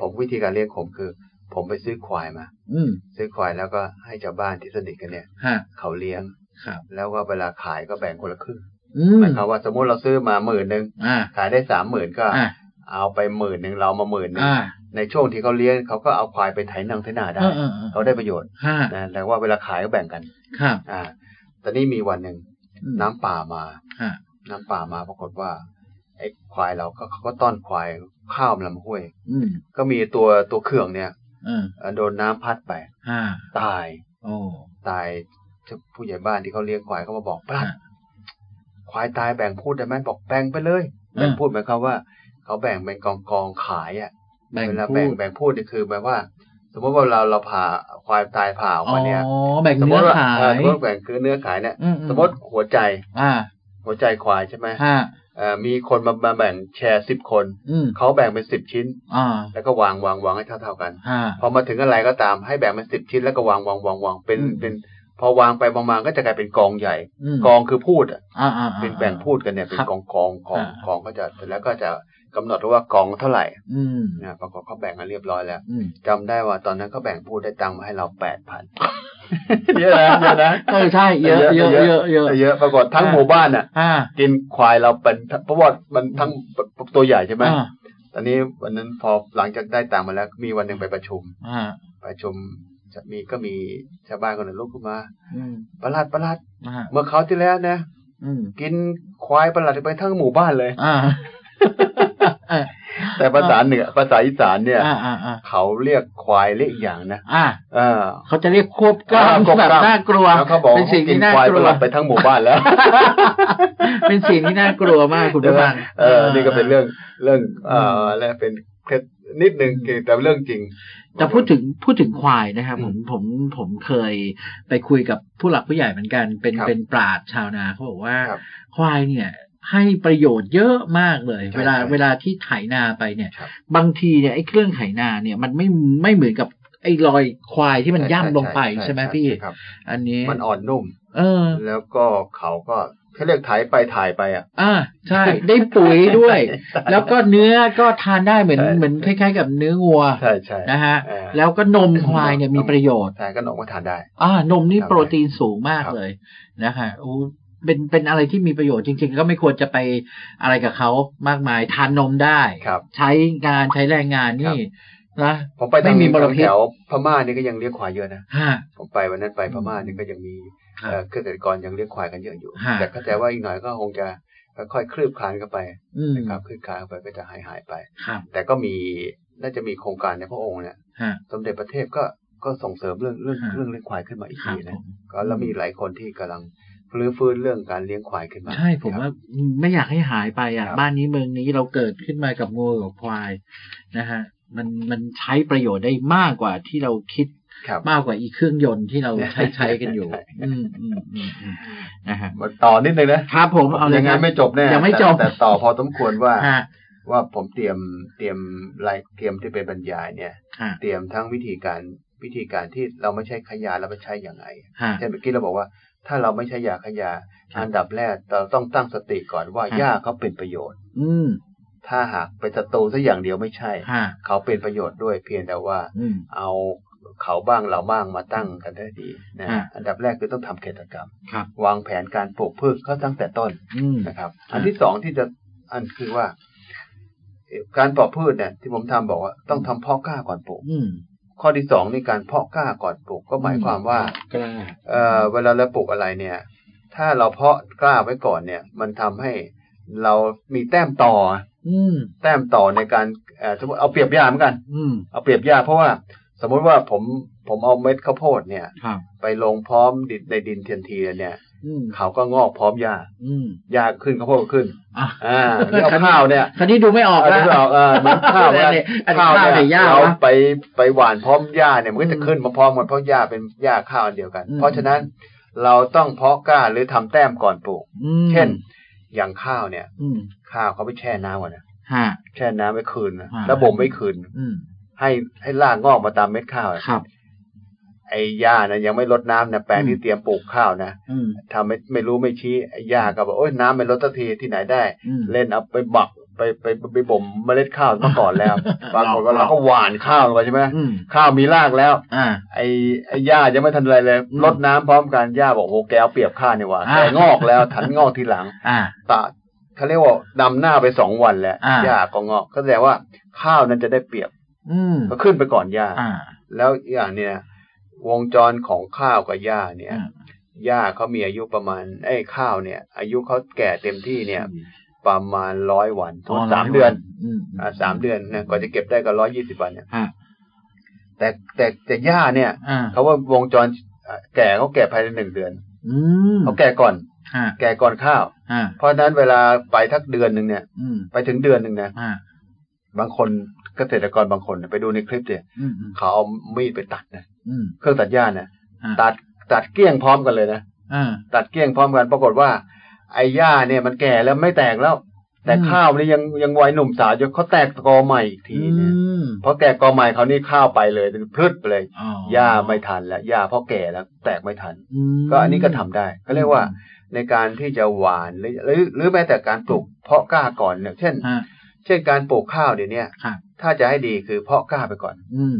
Speaker 2: ผมวิธีการเลี้ยงผมคือ ผมไปซื้อควายมา
Speaker 1: อืม
Speaker 2: ซื้อควายแล้วก็ให้ชาวบ้านที่สนิทกันเนี่ย
Speaker 1: ฮะ
Speaker 2: เขาเลี้ยง
Speaker 1: ครับ
Speaker 2: แล้วก็เวลาขายก็แบ่งคนละครึ่ง
Speaker 1: อืม
Speaker 2: หมายความว่าสมมติเราซื้อมาหมื่นหนึ่ง
Speaker 1: อ่า
Speaker 2: ขายได้สามหมื่นก็
Speaker 1: อ่า
Speaker 2: เอาไปหมื่นหนึ่งเรามาหมื่นหนึ่ง
Speaker 1: อ่า
Speaker 2: ในช่วงที่เขาเลี้ยงเขาก็เอาควายไปไถนางไถนาได้
Speaker 1: เออเออเออ
Speaker 2: เขาได้ประโยชน์
Speaker 1: ฮะ
Speaker 2: นะแต่ว่าเวลาขายก็แบ่งกัน
Speaker 1: ครับ
Speaker 2: อ่าแตอนนี้มีวันหนึ่ง
Speaker 1: อืม
Speaker 2: น้ำป่ามา
Speaker 1: ฮะ
Speaker 2: น้ำป่ามาปรากฏว่าไอ้ควายเราก็เขาก็ต้อนควายข้ามลำห้วย
Speaker 1: อืม
Speaker 2: ก็มีตัวตัวเขื่องเนี่ย
Speaker 1: เออ
Speaker 2: เอ่อโดนน้ำพัดไป
Speaker 1: ฮะ
Speaker 2: ตาย
Speaker 1: โอ้
Speaker 2: ตายผู้ใหญ่บ้านที่เขาเลี้ยงควายเขามาบอกปลัด
Speaker 1: ฮะ
Speaker 2: ควายตายแบ่งพูดได้ไหมบอกแบ่งไปเลยแบ่ง
Speaker 1: อืม
Speaker 2: พูดหมายความว่า เขาแบ่งเป็นกองกองๆขายอ่ะ
Speaker 1: แบ่ง
Speaker 2: เวลา
Speaker 1: พู
Speaker 2: แบ่ง
Speaker 1: ด
Speaker 2: แบ่งพูดนี่คือแปลว่า สมมติว่าเราเราผ่าควายตายผ่าออก
Speaker 1: อ๋อ
Speaker 2: มาเนี่ย
Speaker 1: แบ่ง
Speaker 2: สมม
Speaker 1: เนื้อ
Speaker 2: ติว่า
Speaker 1: ขา
Speaker 2: เออย สมมติแบ่งคือเนื้อขายเนี่ย
Speaker 1: อือื
Speaker 2: สมมติหัวใจ
Speaker 1: อ่า
Speaker 2: หัวใจควายใช่ไหม
Speaker 1: ฮะ
Speaker 2: เอ่อมีคนมามาแบ่งแชร์สิบคน
Speaker 1: อืม
Speaker 2: เขาแบ่งเป็นสิบชิ้น
Speaker 1: อ่า
Speaker 2: แล้วก็วางวางวางให้เท่าเท่าๆกัน
Speaker 1: ฮะ
Speaker 2: พอมาถึงอะไรก็ตามให้แบ่งเป็นสิบชิ้นแล้วก็วางวางวางวางเป็น
Speaker 1: อืม
Speaker 2: เป็น พอวางไปวางมาก็จะกลายเป็นกองใหญ่
Speaker 1: ม
Speaker 2: กองคือพูดอะ
Speaker 1: อ่าอ่าอ่า
Speaker 2: เป็นแบ่งพูดกันเนี่ยเป็น
Speaker 1: ครับ
Speaker 2: กองกองกอง
Speaker 1: อ่า
Speaker 2: กองก็จะเสร็จแล้วก็จะกำหนดว่ากองเท่าไหร่
Speaker 1: อืม
Speaker 2: นะปรากฏเขาแบ่งกันเรียบร้อยแล้ว
Speaker 1: อืม
Speaker 2: จำได้ว่าตอนนั้นเขาแบ่งพูดได้ตังค์มาให้เราแปด พัน เยอะนะเยอะนะ
Speaker 1: เออใช่เยอะเยอะเยอะเยอะ
Speaker 2: เยอะปรากฏทั้งหมู่บ้านอ่ะ
Speaker 1: อ่า
Speaker 2: กินควายเราเป็นเพราะว่ามันทั้งตัวใหญ่ใช่ไหม
Speaker 1: อ่า
Speaker 2: ตอนนี้วันนั้นพอหลังจากได้ตังค์มาแล้วมีวันหนึ่งไปประชุม
Speaker 1: อ่า
Speaker 2: ประชุมจะมีก็มีชาวบ้านคนหนึ่งลุกขึ้นมา
Speaker 1: อืม
Speaker 2: ประหลัดประหลัด
Speaker 1: อ่า
Speaker 2: เมื่อเขาวที่แล้วนะ
Speaker 1: อืม
Speaker 2: กินควายประหลัดไปทั้งหมู่บ้านเลย
Speaker 1: อ่าอ่า
Speaker 2: แต่ภาษาเหนือภาษาอีสานเนี่ย
Speaker 1: อ่าอ่าอ่า
Speaker 2: เขาเรียกควายเรียกอีกอย่างนะ
Speaker 1: อ่า
Speaker 2: เออ
Speaker 1: เขาจะเรียกควบกล้าม
Speaker 2: อ่าควบก
Speaker 1: แบ
Speaker 2: ล้า
Speaker 1: บ
Speaker 2: ม
Speaker 1: น่ากลัว
Speaker 2: แล้วเขาบอก
Speaker 1: เป็น
Speaker 2: เขา
Speaker 1: สิ่ง
Speaker 2: กิ
Speaker 1: ที่
Speaker 2: น
Speaker 1: น่า
Speaker 2: ควาย
Speaker 1: ก
Speaker 2: ป
Speaker 1: ลั
Speaker 2: ระ
Speaker 1: ว
Speaker 2: หลัดไปทั้งหมู่บ้านแล้ว
Speaker 1: เป็นสิ่งที่น่ากลัวมากคุณผู้ฟัง
Speaker 2: เออ นี่ก็เป็นเรื่องเรื่องเอ่
Speaker 1: ม
Speaker 2: อและเป็นเคล็ดนิดนึงเกี่ยวกับเรื่องจริง
Speaker 1: แต่พูดถึงพูดถึงควายนะครับผม
Speaker 2: อืม
Speaker 1: ผมผมเคยไปคุยกับผู้หลักผู้ใหญ่เหมือนกัน เป็น
Speaker 2: ครับ
Speaker 1: เป็นปราชญ์ชาวนาเขาบอกว่า
Speaker 2: ครับ
Speaker 1: ควายเนี่ยให้ประโยชน์เยอะมากเลย
Speaker 2: ใช่
Speaker 1: เวลา
Speaker 2: ใช่
Speaker 1: เวลาที่ไถนาไปเนี่ย
Speaker 2: ครับ
Speaker 1: บางทีเนี่ยไอ้เครื่องไถนาเนี่ยมันไม่ไม่เหมือนกับไอ้รอยควายที่มันย่ำลงไปใช่ไหมพี่
Speaker 2: ครับ
Speaker 1: อันนี้
Speaker 2: มันอ่อนนุ่ม
Speaker 1: เออ
Speaker 2: แล้วก็เขาก็เขาเรียกถ่ายไปถ่ายไปอ่ะ
Speaker 1: อ่าใช่ ได้ปุ๋ยด้วย แล้วก็เนื้อก็ทานได้เหมือน
Speaker 2: ใช่
Speaker 1: เหมือนคล้ายๆ กับเนื้องัว
Speaker 2: ใช่ใช่
Speaker 1: นะฮะ
Speaker 2: เออ
Speaker 1: แล้วก็นมควายเนี่ยมีประโยชน์
Speaker 2: ใช่ก็นกมาทานได้
Speaker 1: อ่านมนี่
Speaker 2: ครับ
Speaker 1: โปรตีนสูงมาก
Speaker 2: ครับ
Speaker 1: เลยนะฮะโอ้เป็นเป็นอะไรที่มีประโยชน์จริง ๆ ก็ไม่ควรจะไปอะไรกับเขามากมายทานนมได้
Speaker 2: ครับ
Speaker 1: ใช้งานใช้แรงงานนี่นะ
Speaker 2: ผมไป
Speaker 1: ไม่
Speaker 2: ทาง
Speaker 1: มีมล
Speaker 2: ทาง
Speaker 1: พิษ
Speaker 2: แถวพม่านี่ก็ยังเลี้ยงควายเยอะนะ
Speaker 1: ฮะ
Speaker 2: ผมไปวันนั้นไปพม่านี่ก็ยังมี
Speaker 1: ครับ
Speaker 2: เอ่อเกษตรกรยังเลี้ยงควายกันเยอะอยู่
Speaker 1: ฮะ
Speaker 2: แต่เข้าใจว่าอีกหน่อยก็คงจะค่อยๆคลืบคลานเข้าไป
Speaker 1: อืม
Speaker 2: นะครับคลืบคลานเข้าไปก็จะหายหายๆไป
Speaker 1: ครับ
Speaker 2: แต่ก็มีน่าจะมีโครงการในพระองค์เนี่ย
Speaker 1: ฮะ
Speaker 2: สมเด็จพระเทพก็ก็ส่งเสริมเรื่องเรื่อง
Speaker 1: ครับ
Speaker 2: เรื่องเลี้ยงควายขึ้นมาอีก
Speaker 1: ครับ
Speaker 2: ที
Speaker 1: ผ
Speaker 2: นะ
Speaker 1: ม
Speaker 2: ก็แล้วมีหลายคนที่กำลัง รื้อฟื้นเรื่องการเลี้ยงควายขึ้นมา
Speaker 1: ใช่ผม
Speaker 2: ครับ
Speaker 1: ว่าไม่อยากให้หายไปอ่ะ
Speaker 2: ครับ
Speaker 1: บ้านนี้เมืองนี้เราเกิดขึ้นมากับงูกับควายนะฮะมันมันใช้ประโยชน์ได้มากกว่าที่เราคิด
Speaker 2: ครับ
Speaker 1: มากกว่าอีเครื่องยนต์ที่เราใช้ ใช้กัน อยู่
Speaker 2: ใช่
Speaker 1: อืมอืมอืมอืมนะฮะ
Speaker 2: มาต่อนิดนึงนะครับ
Speaker 1: ผมเอาเลย
Speaker 2: ยังไง
Speaker 1: ครับ
Speaker 2: ไม่จบแน่
Speaker 1: ยังไม่จบ
Speaker 2: แต่แต่ต่อพอสมควรว่า
Speaker 1: ฮะ
Speaker 2: ว่าผมเตรียมเตรียมรายเตรียมที่เป็นบรรยายเนี่ย
Speaker 1: ฮะ
Speaker 2: เตรียมทั้งวิธีการวิธีการที่เราไม่ใช้ขยาเราไปใช้อย่างไร
Speaker 1: ฮะ
Speaker 2: เช่นเมื่อกี้เราบอกว่า ถ้าเราไม่ใช้ยาขยา
Speaker 1: ครับ
Speaker 2: อันดับแรกเราต้องตั้งสติก่อนว่า
Speaker 1: ครับ
Speaker 2: ยาเขาเป็นประโยชน์
Speaker 1: อืม
Speaker 2: ถ้าหากเป็นศัตรูซะอย่างเดียวไม่ใช่
Speaker 1: ฮะ
Speaker 2: เขาเป็นประโยชน์ด้วยเพียงแต่ว่า
Speaker 1: อืม
Speaker 2: เอาเขาบ้างเราบ้างมาตั้งกันได้ดีนะ
Speaker 1: อ่า
Speaker 2: อันดับแรกคือต้องทำเกษตรกรรม
Speaker 1: ครับ
Speaker 2: วางแผนการปลูกพืชเขาตั้งแต่ต้น
Speaker 1: อืม
Speaker 2: นะครับ
Speaker 1: อ่า
Speaker 2: อันที่สองที่จะอันคือว่าเอ่อการปลูกพืชเนี่ยที่ผมทำบอกว่าต้องทำเพาะกล้าก่อนปลูก
Speaker 1: อืม
Speaker 2: ข้อที่สองนี่การเพาะกล้าก่อนปลูกก็หมายความว่า
Speaker 1: กล้า
Speaker 2: เอ่อเวลาเราปลูกอะไรเนี่ย ถ้าเราเพาะกล้าไว้ก่อนเนี่ย มันทำให้เรามีแต้มต่อ
Speaker 1: อืม
Speaker 2: แต้มต่อในการเอ่อสมมติเอาเปรียบยาเหมือนกัน
Speaker 1: อืม
Speaker 2: เอาเปรียบยากเพราะว่าสมมุติว่าผมผมเอาเม็ดข้าวโพดเนี่ย
Speaker 1: ครับ
Speaker 2: ไปลงพร้อมดินในดินเทียนทีเนี่ย
Speaker 1: อืม
Speaker 2: เขาก็งอกพร้อมหญ้า
Speaker 1: อืม
Speaker 2: หญ้าขึ้นข้าวโพดก็ขึ้น
Speaker 1: อ่ะ
Speaker 2: อ่าแล้วเอาข้าวเนี่ย
Speaker 1: คันนี้ดูไม่ออก
Speaker 2: เอัน
Speaker 1: แล้ว
Speaker 2: นี้เราเออเหมือนข้าวเนี่ย
Speaker 1: อันนี้ข้าวเนี่ยยากนะ
Speaker 2: เราไปไปหว่านพร้อมหญ้าเนี่ยมันก็จะ
Speaker 1: อืม
Speaker 2: ขึ้นมาพร้อมกันเพราะหญ้าเป็นหญ้าข้าวอันเดียวกัน
Speaker 1: อืม
Speaker 2: เพราะฉะนั้นเราต้องเพาะกล้าหรือทำแต้มก่อนปลูก
Speaker 1: อืม
Speaker 2: เช่น อย่างข้าวเนี่ย
Speaker 1: อืม
Speaker 2: ข้าวเขาไปแช่น้ำก่อนนะ
Speaker 1: ฮะ
Speaker 2: แช่น้ำไว้คืนนะ
Speaker 1: อ่า
Speaker 2: แล้วบ่มไว้คืน
Speaker 1: อืม
Speaker 2: ให้ให้รากงอกมาตามเม็ดข้าวอะ
Speaker 1: ครับ
Speaker 2: ไอ้หญ้านะยังไม่ลดน้ำนะแปลง
Speaker 1: อืม
Speaker 2: ที่เตรียมปลูกข้าวนะ
Speaker 1: อืม
Speaker 2: ทำไม่ไม่รู้ไม่ชี้ไอ้หญ้าก็บอกโอ้ยน้ำไม่ลดสักทีที่ไหนได้
Speaker 1: อืม
Speaker 2: เล่นเอาไปบักไปไปไปไปบ่มเมล็ดข้าวมาก่อน แล้วปรากฏว่า
Speaker 1: หลอก
Speaker 2: เราก็หว่านข้าวลงไปใช่ไหม
Speaker 1: อืม
Speaker 2: ข้าวมีรากแล้ว
Speaker 1: อ่า
Speaker 2: ไอ้ไอ้หญ้ายังไม่ทันไรเลย
Speaker 1: อืม
Speaker 2: ลดน้ำพร้อมกันหญ้าบอกโอ้แกเอาเปรียบข้านี่หว่า
Speaker 1: อ่า
Speaker 2: แต่งอกแล้วถันงอกทีหลัง
Speaker 1: อ่า
Speaker 2: ตาเขาเรียกว่าดำหน้าไปสองวันแล้ว
Speaker 1: อ่า
Speaker 2: หญ้าก็งอกก็แสดงว่าข้าวนั้นจะได้เปรียบ
Speaker 1: อืม
Speaker 2: ก็ขึ้นไปก่อนหญ้า
Speaker 1: อ่า
Speaker 2: แล้วอีกอย่างเนี่ย วงจรของข้าวกับหญ้าเนี่ย
Speaker 1: อืม
Speaker 2: หญ้าเขามีอายุประมาณไอ้ยข้าวเนี่ย อายุเขาแก่เต็มที่เนี่ย ประมาณร้อยวันถึงสามเดือน
Speaker 1: อืม
Speaker 2: อ่าสามเดือนนะกว่าจะเก็บได้ก็ร้อยี่สิบวันเนี่ย
Speaker 1: ฮะ
Speaker 2: แต่แต่แต่หญ้าเนี่ย
Speaker 1: อ่า
Speaker 2: เขาว่าวงจรอ่ะแก่เขาแก่ภายในหนึ่งเดือน
Speaker 1: อืม
Speaker 2: เขาแก่ก่อน
Speaker 1: ฮะ
Speaker 2: แก่ก่อนข้าว
Speaker 1: ฮะ
Speaker 2: เพราะฉะนั้นเวลาไปทักเดือนหนึ่งเนี่ย
Speaker 1: อืม
Speaker 2: ไปถึงเดือนหนึ่งนะ
Speaker 1: ฮะ
Speaker 2: บางคนเกษตรกรบางคนเนี่ยไปดูในคลิปเนี่ย
Speaker 1: อืมอืม
Speaker 2: เขาเอามีดไปตัดนะ
Speaker 1: อืม
Speaker 2: เครื่องตัดหญ้าเนี่ย
Speaker 1: อ่า
Speaker 2: ตัดตัดเกลี้ยงพร้อมกันเลยนะ
Speaker 1: อ่า
Speaker 2: ตัดเกลี้ยงพร้อมกันปรากฏว่า ไอ้หญ้าเนี่ยมันแก่แล้วไม่แตกแล้ว แต่
Speaker 1: อืม
Speaker 2: ข้าวนี่ยังยังวัยหนุ่มสาวอยู่เขาแตกกอใหม่อีกที
Speaker 1: อื
Speaker 2: เนี่ย
Speaker 1: ม
Speaker 2: พอแก่กอใหม่เขาวนี่ข้าวไปเลยเป็นพืชไปเลย
Speaker 1: อ๋อ
Speaker 2: หญ้าไม่ทันแล้วหญ้าพอแก่แล้วแตกไม่ทัน
Speaker 1: อืม
Speaker 2: ก็อันนี้ก็ทำได้ก็เรียกว่าในการที่จะหวานหรือหรือหรือแม้แต่การปลูกเพาะกล้าก่อนเนี่ยเช่น
Speaker 1: ฮะ
Speaker 2: เช่นการปลูกข้าวเดี๋ยวนี้
Speaker 1: ครับ
Speaker 2: ถ้าจะให้ดีคือเพาะกล้าไปก่อน
Speaker 1: อืม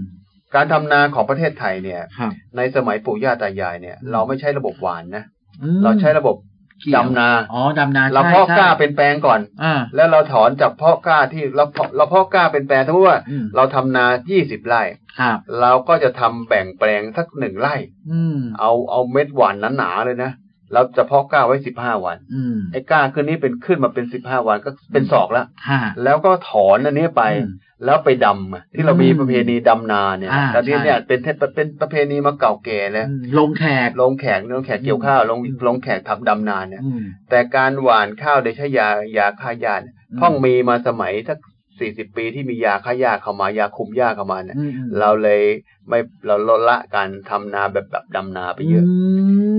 Speaker 2: การทำนาของประเทศไทยเนี่ย
Speaker 1: ครับ
Speaker 2: ในสมัยปู่ย่าตายายเนี่ย
Speaker 1: อืม
Speaker 2: เราไม่ใช่ระบบหวานนะ
Speaker 1: อืม
Speaker 2: เราใช้ระบบ
Speaker 1: เกี่ยว
Speaker 2: ดำนา
Speaker 1: อ๋อดำนา
Speaker 2: เรา
Speaker 1: ใช่
Speaker 2: เพาะกล้า
Speaker 1: ใช่
Speaker 2: เป็นแปลงก่อน
Speaker 1: อ่า
Speaker 2: แล้วเราถอนจากเพาะกล้าที่เราเพาะเราเพาะกล้าเป็นแปลงสมมติว่า
Speaker 1: อืม
Speaker 2: เราทำนา 20 ไร่
Speaker 1: ครับ
Speaker 2: เราก็จะทำแบ่งแปลงสักหนึ่งไร่
Speaker 1: อืม
Speaker 2: เอาเอาเม็ดหวานหนาๆเลยนะเราจะเพาะกล้าไว้ 15 วัน
Speaker 1: อืม
Speaker 2: ไอ้กล้าขึ้นนี้เป็นขึ้นมาเป็น 15 วันก็เป็นศอกแล้ว
Speaker 1: ฮะ
Speaker 2: แล้วก็ถอนอันนี้ไป
Speaker 1: อืม
Speaker 2: แล้วไปดำอะที่เรามี
Speaker 1: อืม
Speaker 2: ประเพณีดำนาเนี่ย
Speaker 1: อ่า
Speaker 2: ตอนนี้
Speaker 1: ใช่
Speaker 2: เนี่ยเป็นเทศเป็นประเพณีมาเก่าแก่เลย
Speaker 1: อืมลงแขก
Speaker 2: ลงแขกลงแขกเกี่ยวข้าวลง
Speaker 1: อืม
Speaker 2: ลงแขกทำดำนาเนี่ย
Speaker 1: อืม
Speaker 2: แต่การหว่านข้าวโดยใช้ยายาฆ่าหญ้าเนี่ย
Speaker 1: อืม
Speaker 2: เพ่องมีมาสมัยสักสี่สิบปีที่มียาฆ่าหญ้าเข้ามายาคุมหญ้าเข้ามาเนี่ย
Speaker 1: อืมอืม
Speaker 2: เราเลยไม่เราลดละการทำนาแบบแบบดำนาไปเยอะ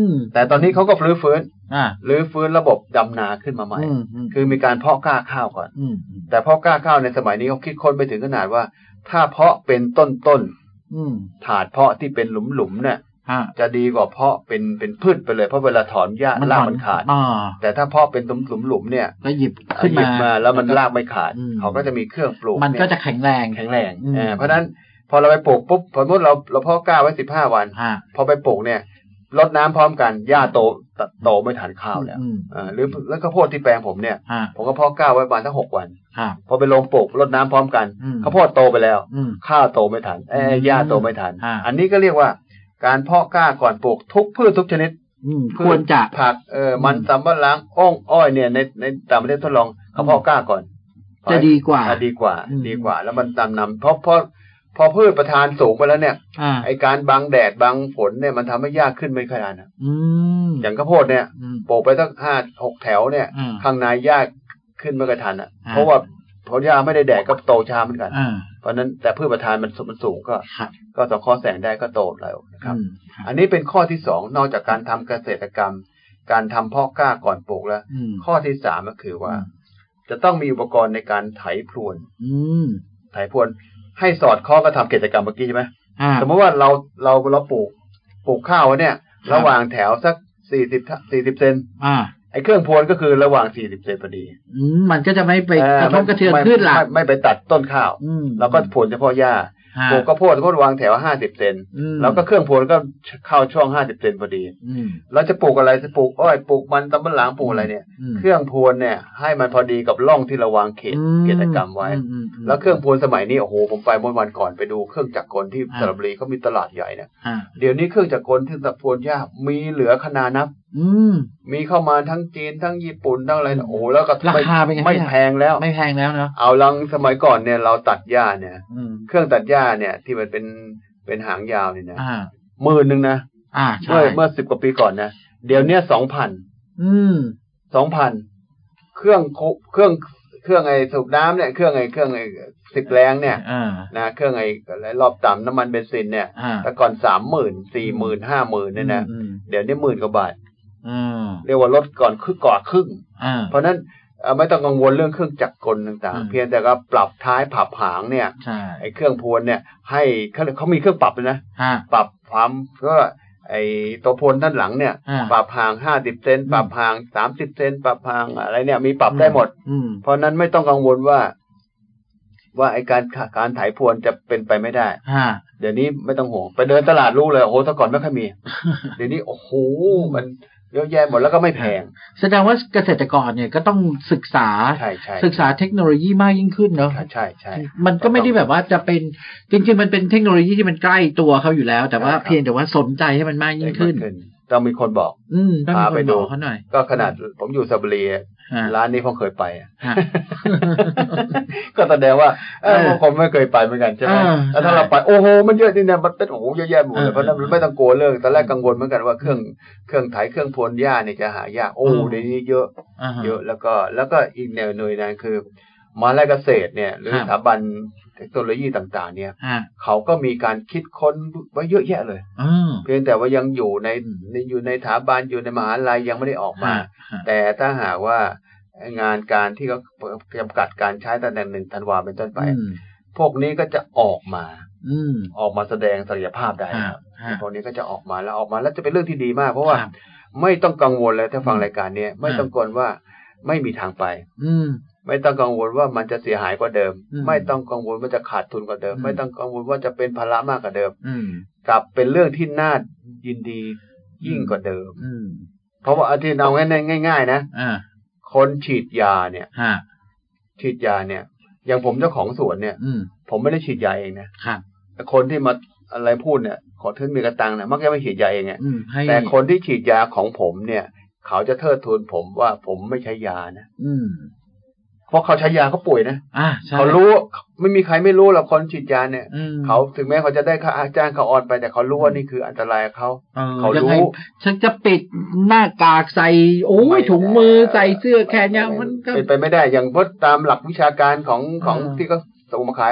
Speaker 1: ม
Speaker 2: แต่ตอนนี้เขาก็รื้อฟื้น
Speaker 1: อ่า
Speaker 2: รื้อฟื้นระบบดำนาขึ้นมาใหม่
Speaker 1: อืมอืม
Speaker 2: คือมีการเพาะกล้าข้าวก่อน
Speaker 1: อืม
Speaker 2: แต่เพาะกล้าข้าวในสมัยนี้เขาคิดค้นไปถึงขนาดว่า ถ้าเพาะเป็นต้นต้น
Speaker 1: อืม
Speaker 2: ๆถาดเพาะที่เป็นหลุมหลุมๆเนี่ย
Speaker 1: ฮะ
Speaker 2: จะดีกว่าเพาะเป็นเป็นพืชไปเลยเพราะเวลาถอนหญ้ารากมันขาด
Speaker 1: อ่า
Speaker 2: แต่ถ้าเพาะเป็นหลุมหลุมๆเนี่ย
Speaker 1: แล้วหยิบ
Speaker 2: เอา
Speaker 1: ขึ้น
Speaker 2: ห
Speaker 1: มา
Speaker 2: ยิบมาแล้วมัน
Speaker 1: ก็
Speaker 2: รากไม่ขาด
Speaker 1: อืม
Speaker 2: เขาก็จะมีเครื่องปลูก
Speaker 1: มันก็จะ
Speaker 2: เย
Speaker 1: แข็งแรง
Speaker 2: แข็งแรง
Speaker 1: อืม
Speaker 2: เออเพราะฉะนั้นพอเราไปปลูกปุ๊บสมมติเราเราเพาะกล้าไว้สิบห้าวัน
Speaker 1: ฮะ
Speaker 2: พอไปปลูกเนี่ยรดน้ำพร้อมกันหญ้าโตตโตไม่ทันข้าวแล้ว
Speaker 1: อืม
Speaker 2: เออหรือแล้วข้าวโพดที่แปลงผมเนี่ย
Speaker 1: ฮะ
Speaker 2: ผมก็เพาะกล้าไว้ประมาณทั้งหกวัน
Speaker 1: ครับ
Speaker 2: พอไปลงปลูกรดน้ำพร้อมกัน
Speaker 1: อืม
Speaker 2: ข้าวโพดโตไปแล้ว
Speaker 1: อืม
Speaker 2: ข้าวโตไม่ทันเอ้ย
Speaker 1: อืม
Speaker 2: หญ้าโตไม่ทัน
Speaker 1: อ่า
Speaker 2: อันนี้ก็เรียกว่าการเพาะกล้าก่อนปลูกทุกพืชทุกชนิด
Speaker 1: อืมควรจะ
Speaker 2: ผักเออ
Speaker 1: อืม
Speaker 2: มันสำปะหลังอ้องอ้อยเนี่ยในในต่างประเทศทดลองเขาเพาะกล้าก่อน
Speaker 1: จะดีกว่า
Speaker 2: อ่ะดีกว่า
Speaker 1: อืม
Speaker 2: ดีกว่า แล้วมันตามนำเพราะเพราะพอพืชประทานสูงไปแล้วเนี่ย
Speaker 1: อ่า
Speaker 2: ไอการบังแดดบังฝนเนี่ยมันทำให้ยากขึ้นไม่ขนาดนะ
Speaker 1: อืม
Speaker 2: อย่างข้าวโพดเนี่ย
Speaker 1: อืม
Speaker 2: โปกไปสักห้าหกแถวเนี่ย
Speaker 1: อืม
Speaker 2: ข้างในหญ้าขึ้นไม่กระทันอ่ะ
Speaker 1: อ่า
Speaker 2: เพราะว่าเพราะหญ้าไม่ได้แดดก็โตช้าเหมือนกัน
Speaker 1: อ่า
Speaker 2: เพราะฉะนั้นแต่พืชประทานมันสูงมันสูงก็
Speaker 1: ครับ
Speaker 2: ก็สองข้อแสงได้ก็โตแล้วนะครับ
Speaker 1: อืมครับ
Speaker 2: อันนี้เป็นข้อที่สองนอกจากการทำเกษตรกรรม การทำเพาะกล้าก่อนปลูกแล้ว
Speaker 1: อืม
Speaker 2: ข้อที่สามก็คือว่า
Speaker 1: อืม
Speaker 2: จะต้องมีอุปกรณ์ในการไถพรวน
Speaker 1: อืม
Speaker 2: ไถพรวน ให้สอดคล้องกับทำกิจกรรมเมื่อกี้ใช่ไหม
Speaker 1: อ่า
Speaker 2: สมมติว่าเราเราเราปลูกปลูกข้าวไว้เนี่ย
Speaker 1: ครับ
Speaker 2: ระหว่างแถวสักสี่สิบสี่สิบเซน
Speaker 1: อ่า
Speaker 2: ไอ้เครื่องพรวนก็คือระหว่างสี่สิบเซนพอดี
Speaker 1: อืมมันก็จะไม่ไป
Speaker 2: เอ่อก
Speaker 1: ระทบกระเทือน
Speaker 2: ไม่
Speaker 1: พืชหลัก
Speaker 2: ไม่ไม่ไปตัดต้นข้าว
Speaker 1: อืม
Speaker 2: เราก็พรวนเฉพาะหญ้า
Speaker 1: ฮะ
Speaker 2: ปลูกข้าวโพดก็วางแถวห้าสิบเซน
Speaker 1: อืม
Speaker 2: แล้วก็เครื่องพรวนก็เข้าช่องห้าสิบเซนพอดี
Speaker 1: อืม
Speaker 2: เราจะปลูกอะไรจะปลูกอ้อยปลูกมันตำบลหลังปลูกอะไรเนี่ย
Speaker 1: ม
Speaker 2: เครื่องพรวนเนี่ย ให้มันพอดีกับร่องที่เราวางเขต
Speaker 1: อื
Speaker 2: กิจกรรมไว้
Speaker 1: อืมม
Speaker 2: แล้วเครื่องพรวนสมัยนี้โอ้โหผมไปเมื่อวันก่อนไปดูเครื่องจักรกลที่
Speaker 1: อ่า
Speaker 2: สระบุรีเขามีตลาดใหญ่เนี่ย
Speaker 1: อ่า
Speaker 2: เดี๋ยวนี้เครื่องจักรกลที่สระพรวนยากมีเหลือขนาดนับ
Speaker 1: อืม
Speaker 2: มีเข้ามาทั้งจีนทั้งญี่ปุ่นทั้งอะไรโอ้โหแล้วก็
Speaker 1: ราคาเป็นไง
Speaker 2: ไม่
Speaker 1: เนี่ย
Speaker 2: แพงแล้ว
Speaker 1: ไม่แพงแล้วเนาะ
Speaker 2: เอาลังสมัยก่อนเนี่ยเราตัดหญ้าเนี่ย
Speaker 1: อืม
Speaker 2: เครื่องตัดหญ้าเนี่ย ที่มันเป็นเป็นหางยาวเนี่ยนะ
Speaker 1: อ่า
Speaker 2: หมื่นหนึ่งนะ
Speaker 1: อ่า
Speaker 2: เมื่
Speaker 1: ใช่
Speaker 2: อเมื่อสิบกว่าปีก่อนนะ เดี๋ยวเนี้สองพัน
Speaker 1: อืม
Speaker 2: สองพันเครื่องโคเครื่องเครื่องไอสูบน้ำเนี่ยเครื่องไอเครื่องไอสิบแรงเนี่ย
Speaker 1: อ่า
Speaker 2: นะเครื่องไอรอบต่ำน้ำมันเบนซินเนี่ย
Speaker 1: อ่า
Speaker 2: แต่ก่อนสามหมื่นสี่หมื่นห้าหมื่นเนี่ยนะ
Speaker 1: อืม
Speaker 2: เดี๋ยวนี้หมื่นกว่าบาท
Speaker 1: อืม
Speaker 2: เรียกว่าลดก่อนครึ่งก่อนครึ่ง
Speaker 1: อ่า
Speaker 2: เพราะฉะนั้นเอ่อไม่ต้องกังวลเรื่องเครื่องจักรกลต่าง
Speaker 1: อืม
Speaker 2: ๆ เพียงแต่ก็ปรับท้ายผับหางเนี่ย
Speaker 1: ใช่
Speaker 2: ไอเครื่องพรวนเนี่ยให้เขาเขามีเครื่องปรับเลยนะ
Speaker 1: ฮะ
Speaker 2: ปรับความก็ไอตัวพลด้านหลังเนี่ย
Speaker 1: อ่า
Speaker 2: ปรับห่างห้าสิบเซน
Speaker 1: อืม
Speaker 2: ปรับห่างสามสิบเซนปรับห่างอะไรเนี่ย มีปรับได้หมด
Speaker 1: อืม
Speaker 2: เพราะฉะนั้นไม่ต้องกังวลว่า ว่าไอการการถ่ายพรวนจะเป็นไปไม่ได้
Speaker 1: ฮะ
Speaker 2: เดี๋ยวนี้ไม่ต้องห่วงไปเดินตลาดรู้เลยโอ้โหแต่ก่อนไม่ค่อยมี เดี๋ยวนี้โอ้โหมันเยอะแยะหมดแล้วก็ไม่แพง
Speaker 1: แสดงว่าเกษตรกรเนี่ยก็ต้องศึกษา
Speaker 2: ใช่ใช่
Speaker 1: ศึกษาเทคโนโลยีมากยิ่งขึ้นเนาะ
Speaker 2: ใช่ใช่ใช่
Speaker 1: มันก็ไม่ได้แบบว่าจะเป็นจริง ๆ มันเป็นเทคโนโลยีที่มันใกล้ตัวเขาอยู่แล้ว แต่ว่า
Speaker 2: ใช่ครับ
Speaker 1: เพียงแต่ว่าสนใจให้มันมากยิ่งขึ้น
Speaker 2: ได้มากต้องมีคนบอก
Speaker 1: อืมต้องมี
Speaker 2: พา
Speaker 1: ค
Speaker 2: ไป
Speaker 1: น
Speaker 2: ดู
Speaker 1: บอกเขาหน่อย
Speaker 2: ก็ขนาดผมอยู่สระบุรีอะ
Speaker 1: ฮะ
Speaker 2: ร้านนี้ผมเคยไปอะ
Speaker 1: ฮะ
Speaker 2: ก็แสดงว่าเอ
Speaker 1: เออบ
Speaker 2: อางคนไม่เคยไปเหมือนกันใช่ไหม
Speaker 1: เออ
Speaker 2: แล้วถ้า
Speaker 1: ใช่
Speaker 2: เราไปโอ้โหมันเยอะจริงนะมันเป็นโอ้โหเยอะแยะหมดเล
Speaker 1: เออย
Speaker 2: เพราะฉะนั้น
Speaker 1: เออ
Speaker 2: ไม่ต้องกลัวเรื่องตอนแรกกังวลเหมือนกันว่าเครื่องเครื่องไถเครื่องพรวนหญ้าเนี่ยจะหายากโอ้
Speaker 1: อืม
Speaker 2: เดี๋ยวนี้เยอะ
Speaker 1: อ่าฮะ
Speaker 2: เยอะแล้วก็แล้วก็อีกแนวหน่วยนั้นคือมหาลัยเกษตรเนี่ย หรือ
Speaker 1: ครับ
Speaker 2: สถาบันเทคโนโลยีต่างๆ เนี่ย
Speaker 1: ฮะ
Speaker 2: เขาก็มีการคิดค้นไว้เยอะแยะเลย
Speaker 1: อืม
Speaker 2: เพียงแต่ว่ายังอยู่ใน
Speaker 1: อืม
Speaker 2: ในอยู่ในสถาบันอยู่ในมหาลัยยังไม่ได้ออกมา
Speaker 1: ฮะฮะ
Speaker 2: แต่ถ้าหากว่างานการที่เขาจำกัดการใช้ตั้งแต่หนึ่งธันวาเป็นต้นไป
Speaker 1: อืม
Speaker 2: พวกนี้ก็จะออกมา
Speaker 1: อืม
Speaker 2: ออกมาแสดงศักยภาพได้
Speaker 1: ฮะ
Speaker 2: นะครับ
Speaker 1: ฮะ
Speaker 2: พวกนี้ก็จะออกมาแล้วออกมาแล้วจะเป็นเรื่องที่ดีมาก เพราะว่า
Speaker 1: ครับ
Speaker 2: ไม่ต้องกังวลเลยถ้าฟังรายการเนี้ยไม่
Speaker 1: อ่า
Speaker 2: ต้องกังวลว่าไม่มีทางไป
Speaker 1: อืม
Speaker 2: ไม่ต้องกังวลว่ามันจะเสียหายกว่าเดิม
Speaker 1: อืม
Speaker 2: ไม่ต้องกังวลว่าจะขาดทุนกว่าเดิม
Speaker 1: อืม
Speaker 2: ไม่ต้องกังวลว่าจะเป็นภาระมากกว่าเดิม
Speaker 1: อืม
Speaker 2: กลับเป็นเรื่องที่น่ายินดียิ่งกว่าเดิม
Speaker 1: อืม
Speaker 2: เพราะว่าอาทิตย์เอาง่ายๆนะ
Speaker 1: อ่า
Speaker 2: คนฉีดยาเนี่ย
Speaker 1: ฮะ
Speaker 2: ฉีดยาเนี่ย อย่างผมเจ้าของสวนเนี่ย
Speaker 1: อืม
Speaker 2: ผมไม่ได้ฉีดยาเองนะครับ แต่คนที่มาอะไรพูดเนี่ย ขอทึ่งมีกระตังเนี่ยมักจะไม่ฉีดยาเองอะ
Speaker 1: อืมให้
Speaker 2: แต่คนที่ฉีดยาของผมเนี่ย เขาจะเทิดทูนผมว่าผมไม่ใช้ยานะ
Speaker 1: อืม
Speaker 2: เพราะเขาใช้ยาเขาป่วยนะ
Speaker 1: อ่าใช่
Speaker 2: เขารู้ไม่มีใครไม่รู้หรอกคนฉีดยาเนี่ย
Speaker 1: อืม
Speaker 2: เขาถึงแม้เขาจะได้ค่าจ้างเขาออนไปแต่เขารู้ว่านี่คืออันตรายกับเขา
Speaker 1: ออ
Speaker 2: เขารู้
Speaker 1: ยังไงฉันจะปิดหน้ากากใส่ โอ้
Speaker 2: ไม่
Speaker 1: ย
Speaker 2: ได้
Speaker 1: ถุงมือใส่เสื้อแขนยาวมันก็
Speaker 2: เป็นไปไม่ได้อย่างเพราะตามหลักวิชาการของของ
Speaker 1: อืม
Speaker 2: ที่เขาส่งมาขาย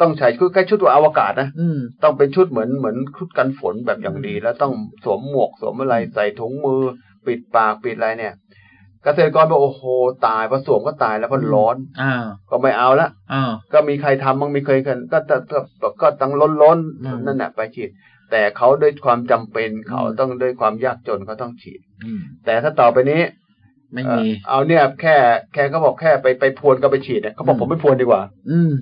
Speaker 2: ต้องใส่ชุดใกล้ชุดตัวอวกาศนะ
Speaker 1: อืม
Speaker 2: ต้องเป็นชุดเหมือนเหมือนชุดกันฝนแบบอย่างดี แล้วต้องสวมหมวกสวมอะไรใส่ถุงมือ ปิดปากปิดอะไรเนี่ย เกษตรกรบอกโอ้โหตายพอสวมก็ตายแล้วเพอร้อน
Speaker 1: อ่า
Speaker 2: ก็ไม่เอาละ
Speaker 1: อ่า
Speaker 2: ก็มีใครทำบ้างมีเคยกันก็ก็ก็ก็ต้องล้นล้น
Speaker 1: อืม
Speaker 2: นั่นแหละไปฉีด แต่เขาด้วยความจำเป็นเขา
Speaker 1: อืม
Speaker 2: ต้องด้วยความยากจนเขาต้องฉีด
Speaker 1: อืม
Speaker 2: แต่ถ้าต่อไปนี้
Speaker 1: ไม่
Speaker 2: เอ่
Speaker 1: มี
Speaker 2: อเอาเนี่ยแค่แค่เขาบอกแค่ไปไปพรวนก็ไปฉีดเนี่ยเขาบอ
Speaker 1: อื
Speaker 2: ก
Speaker 1: ม
Speaker 2: ผมไม่พรวนดีกว่า
Speaker 1: อืม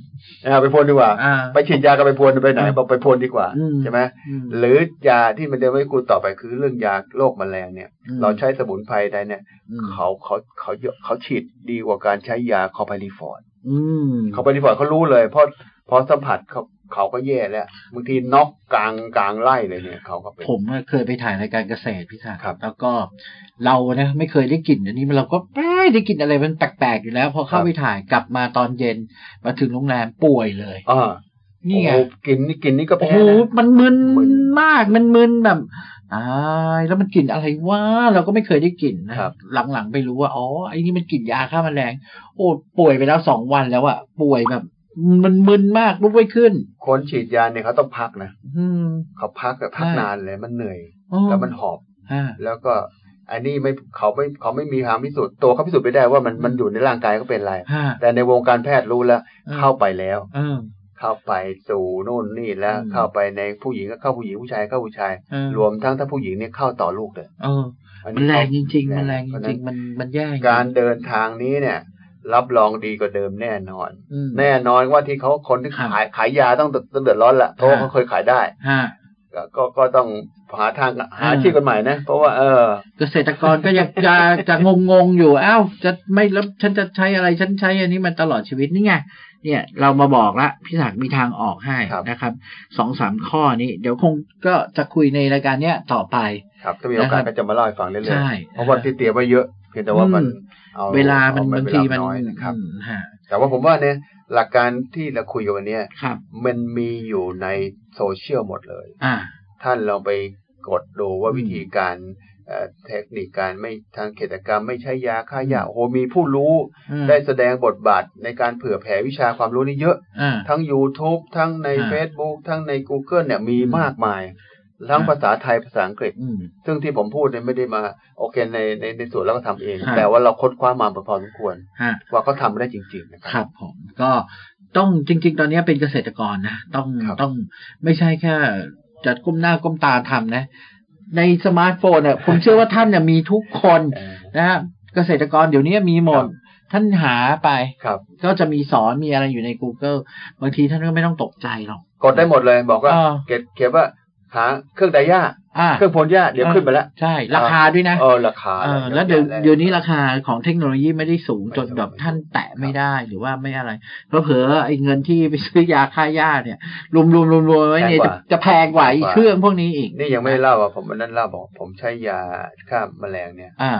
Speaker 2: นะไปพรวนดีกว่า
Speaker 1: อ่า
Speaker 2: ไปฉีดยาก็ไปพรวนไปไหนบอกไปพรวนดีกว่า
Speaker 1: อืม
Speaker 2: ใช่ไหม
Speaker 1: อืม
Speaker 2: หรือยาที่มันจะไว้กูต่อไปคือเรื่องยาโรคแมลงเนี่ย เราใช้สมุนไพรใดเนี่ย
Speaker 1: อืม
Speaker 2: เขาเขาเขาเยอะเขาฉีดดีกว่าการใช้ยาคอร์ไพลีฟอร์ด
Speaker 1: อืม
Speaker 2: คอร์ไพลีฟอร์ดเขารู้เลยเพราะเพอสัมผัสเขาเขาก็แย่แล้วบางทีน็อกกลางกลางไล่เลยเนี่ยเขาก็เป็น
Speaker 1: ผมอะเคยไปถ่ายรายการเกษตรพี่ถา
Speaker 2: ครับ
Speaker 1: แล้วก็เรานะไม่เคยได้กลิ่นอันนี้มันเราก็เอ้ยได้กลิ่นอะไรมันแปลกๆอยู่แล้ว พอเข้า
Speaker 2: ครับ
Speaker 1: ไปถ่ายกลับมาตอนเย็นมาถึงโรงแรมป่วยเลย
Speaker 2: อ่า
Speaker 1: นี่ไง
Speaker 2: โอ้โหกินนี่กินนี่ก็
Speaker 1: โอ้
Speaker 2: แพ้
Speaker 1: โห
Speaker 2: นะ
Speaker 1: มันมึน
Speaker 2: มึน
Speaker 1: มาก มันมึนแบบ อายแล้วมันกลิ่นอะไรวะเราก็ไม่เคยได้กลิ่นนะครับ หลังๆไปรู้ว่าอ๋อไอ้นี่มันกลิ่นยาฆ่าแมลง โอ้ป่วยไปแล้วสองวันแล้วอะป่วยแบบ มันมึนมากลุกไม่ขึ้น
Speaker 2: คนฉีดยาเนี่ยเขาต้องพักนะ
Speaker 1: อืม
Speaker 2: เขาพักแต่พัก
Speaker 1: ใช่
Speaker 2: นานเลยมันเหนื่อย
Speaker 1: อ๋อ
Speaker 2: แล้วมันหอบ
Speaker 1: ฮะ
Speaker 2: แล้วก็อันนี้ไม่เขาไม่เขาไม่มีทางพิสูจน์ตัวเขาพิสูจน์ไม่ได้ว่ามันมันอยู่ในร่างกายเขาเป็นอะไร
Speaker 1: ฮะ
Speaker 2: แต่ในวงการแพทย์รู้แล้ว เข้าไปแล้ว
Speaker 1: เออ
Speaker 2: เข้าไปสู่นู่นนี่แล้ว
Speaker 1: อืม
Speaker 2: เข้าไปในผู้หญิงก็เข้าผู้หญิงผู้ชายเข้าผู้ชาย
Speaker 1: เออ
Speaker 2: รวมทั้งถ้าผู้หญิงเนี่ยเข้าต่อลูกเลย
Speaker 1: เออ
Speaker 2: อั
Speaker 1: มันแรงจริง ๆ
Speaker 2: เขา
Speaker 1: มันแรงจ
Speaker 2: เพาะฉะ
Speaker 1: ริงๆมันมันแย่จง
Speaker 2: การเดินทางนี้เนี่ย รับรองดีกว่าเดิมแน่นอน
Speaker 1: อืม
Speaker 2: แน่นอนว่าที่เขาคนที่
Speaker 1: ครับ
Speaker 2: ขายขายยาต้องต้องเดือดร้อนละเพราะว่าเขาเคยขายได้
Speaker 1: ฮะ
Speaker 2: ก็ก็ก็ต้องหาทางหา
Speaker 1: อ่า
Speaker 2: อาชีพกันใหม่นะ เพราะว่าเออ
Speaker 1: เกษตรกรก็ยังจะจะงงงๆอยู่อ้าวจะไม่แล้วฉันจะใช้อะไรฉันใช้อันนี้มันตลอดชีวิตนี่ไงเนี่ย เรามาบอกละพี่ศักดิ์มีทางออกให้
Speaker 2: ครับ
Speaker 1: นะครับสองสามข้อนี้ เดี๋ยวคงก็จะคุยในรายการเนี้ยต่อไป
Speaker 2: ครับถ้ามีโอกาส
Speaker 1: นะครับ
Speaker 2: ก็จะมาเล่าให้ฟังเรื่อ
Speaker 1: ใช่
Speaker 2: ยๆเพราะว่าที่เตรียมไว้เยอะเพียงแต่ว่ามัน
Speaker 1: อืม
Speaker 2: เอา
Speaker 1: เวลามั
Speaker 2: เอบ
Speaker 1: นางทีมัน
Speaker 2: เวลาน้อยนะครับ
Speaker 1: อืมฮะ
Speaker 2: แต่ว่าผมว่าเนี่ยหลักการที่เราคุยกันวันเนี้ย
Speaker 1: ครับ
Speaker 2: มันมีอยู่ในโซเชียลหมดเลย
Speaker 1: อ่า
Speaker 2: ท่านลองไปกดดูว่า
Speaker 1: อืม
Speaker 2: วิธีการเอ่อเทคนิคการไม่ทางเขตกรรม ไม่ใช้ยาฆ่ายาโอ้โหมีผู้รู้ได้แสดงบทบาทในการเผื่อแผ่วิชาความรู้นี่เยอะ
Speaker 1: อ่า
Speaker 2: ทั้ง YouTube ทั้งใน
Speaker 1: อ่า
Speaker 2: Facebook ทั้งใน Google เนี่ยมี
Speaker 1: อืม
Speaker 2: มากมาย ทั้ง
Speaker 1: อ่า
Speaker 2: ภาษาไทยภาษาอังกฤษ
Speaker 1: อืม
Speaker 2: ซึ่งที่ผมพูดเนี่ยไม่ได้มาโอเคในในในส่วนเราก็ทำเอง
Speaker 1: ครับ
Speaker 2: แต่ว่าเราค้นคว้ามาพอสมควร
Speaker 1: ฮะ
Speaker 2: ว่าเขาทำได้จริง ๆ นะค
Speaker 1: ค
Speaker 2: รั
Speaker 1: รับ บผมก็ต้องจริง ๆ ตอนนี้เป็นเกษตรกรนะต้อง
Speaker 2: ครับ
Speaker 1: ต้องไม่ใช่แค่จัดก้มหน้าก้มตาทำนะ ในสมาร์ทโฟนเนี่ยผมเชื่อว่าท่านเนี่ยมีทุกคน
Speaker 2: เออ
Speaker 1: นะฮะเกษตรกรเดี๋ยวนี้มีหมด
Speaker 2: ครับ
Speaker 1: ท่านหาไป
Speaker 2: ครับ
Speaker 1: ก็จะมีสอนมีอะไรอยู่ใน Google บางทีท่านก็ไม่ต้องตกใจหรอก
Speaker 2: กดได้หมดเลยบอกว่า
Speaker 1: อ่า
Speaker 2: เขียนเขียนว่าหาเครื่องไดย่า
Speaker 1: อ่า
Speaker 2: เครื่องพ่นหญ้าเดี๋ยว
Speaker 1: อ่า
Speaker 2: ขึ้นมาแล้ว
Speaker 1: ใช่ ราคาด้วยนะ
Speaker 2: เออราคา
Speaker 1: เออ
Speaker 2: อะไร
Speaker 1: แล้วเดี๋ยว
Speaker 2: อะ
Speaker 1: เดี๋ยว
Speaker 2: แ
Speaker 1: นี้ราคาของเทคโนโลยีไม่ได้สูง
Speaker 2: ไม่
Speaker 1: จ
Speaker 2: สู
Speaker 1: น
Speaker 2: ง
Speaker 1: แบบท่านแตะไม่ได้หรือว่าไม่อะไรเพราะเผลอๆไอ้เงินที่ไปซื้อยาค่าหญ้าเนี่ย รวมๆรวมๆไว้เนี่ยจะจะแพงกว่าไอ้เครื่องพวกนี้อีก
Speaker 2: นี่ยังไม่ได้เล่าอ่ะผมวันนั้นเล่าบอกผมใช้ยาฆ่าแมลงเนี่ย
Speaker 1: อ่า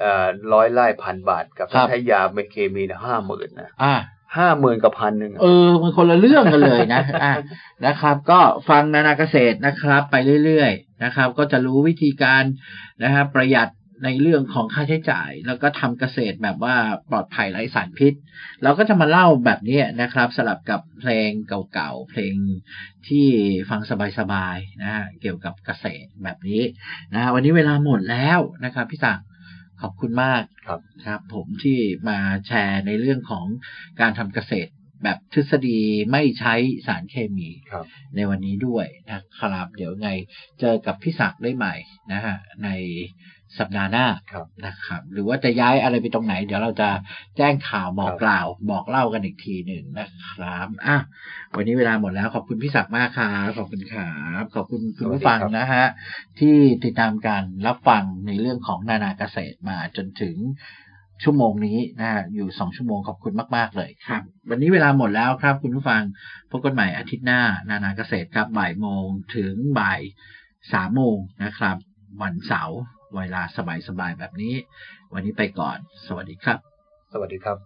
Speaker 2: เอ่อร้อยไร่พันบาทกับ
Speaker 1: ครับ
Speaker 2: ใช้ยาเมเคมีเนี่ยห้าหมื่นนะ
Speaker 1: อ่า
Speaker 2: ห้าหมื่นกับพันหนึ่งอะ
Speaker 1: เออมันคนละเรื่องกันเลยนะ อ่ะนะครับ ก็ฟังนานาเกษตรนะครับ ไปเรื่อยๆนะครับ ก็จะรู้วิธีการนะฮะประหยัดในเรื่องของค่าใช้จ่าย แล้วก็ทำเกษตรแบบว่าปลอดภัยไร้สารพิษ เราก็จะมาเล่าแบบนี้นะครับ สลับกับเพลงเก่าๆเพลงที่ฟังสบายๆนะฮะเกี่ยวกับเกษตรแบบนี้นะฮะวันนี้เวลาหมดแล้วนะครับพี่ศักดิ์ขอบคุณมาก
Speaker 2: ครับ
Speaker 1: ครับผมที่มาแชร์ในเรื่องของการทำเกษตร แบบทฤษฎีไม่ใช้สารเคมี
Speaker 2: ครับ
Speaker 1: ในวันนี้ด้วยนะครับ เดี๋ยวไงเจอกับพี่ศักดิ์ได้ใหม่นะฮะในสัปดาห์หน้า
Speaker 2: ครับ
Speaker 1: นะครับ หรือว่าจะย้ายอะไรไปตรงไหน เดี๋ยวเราจะแจ้งข่าวบอก
Speaker 2: ครับ
Speaker 1: กล่าว บอกเล่ากันอีกทีหนึ่งนะครับอ่ะวันนี้เวลาหมดแล้วขอบคุณพี่ศักดิ์มากครับขอบคุณครับขอบคุณคุณผู้ฟังนะฮะที่ติดตามการรับฟังในเรื่องของนานาเกษตรมาจนถึง ชั่วโมงนี้นะฮะอยู่สองชั่วโมงขอบคุณมาก ๆ เลยครับ วันนี้เวลาหมดแล้วครับ คุณผู้ฟังพบกันใหม่อาทิตย์หน้า นานาเกษตรครับบ่ายโมงถึงบ่ายสามโมงนะครับ วันเสาร์เวลาสบาย ๆ แบบนี้ วันนี้ไปก่อน สวัสดีครับ
Speaker 2: สวัสดีครับ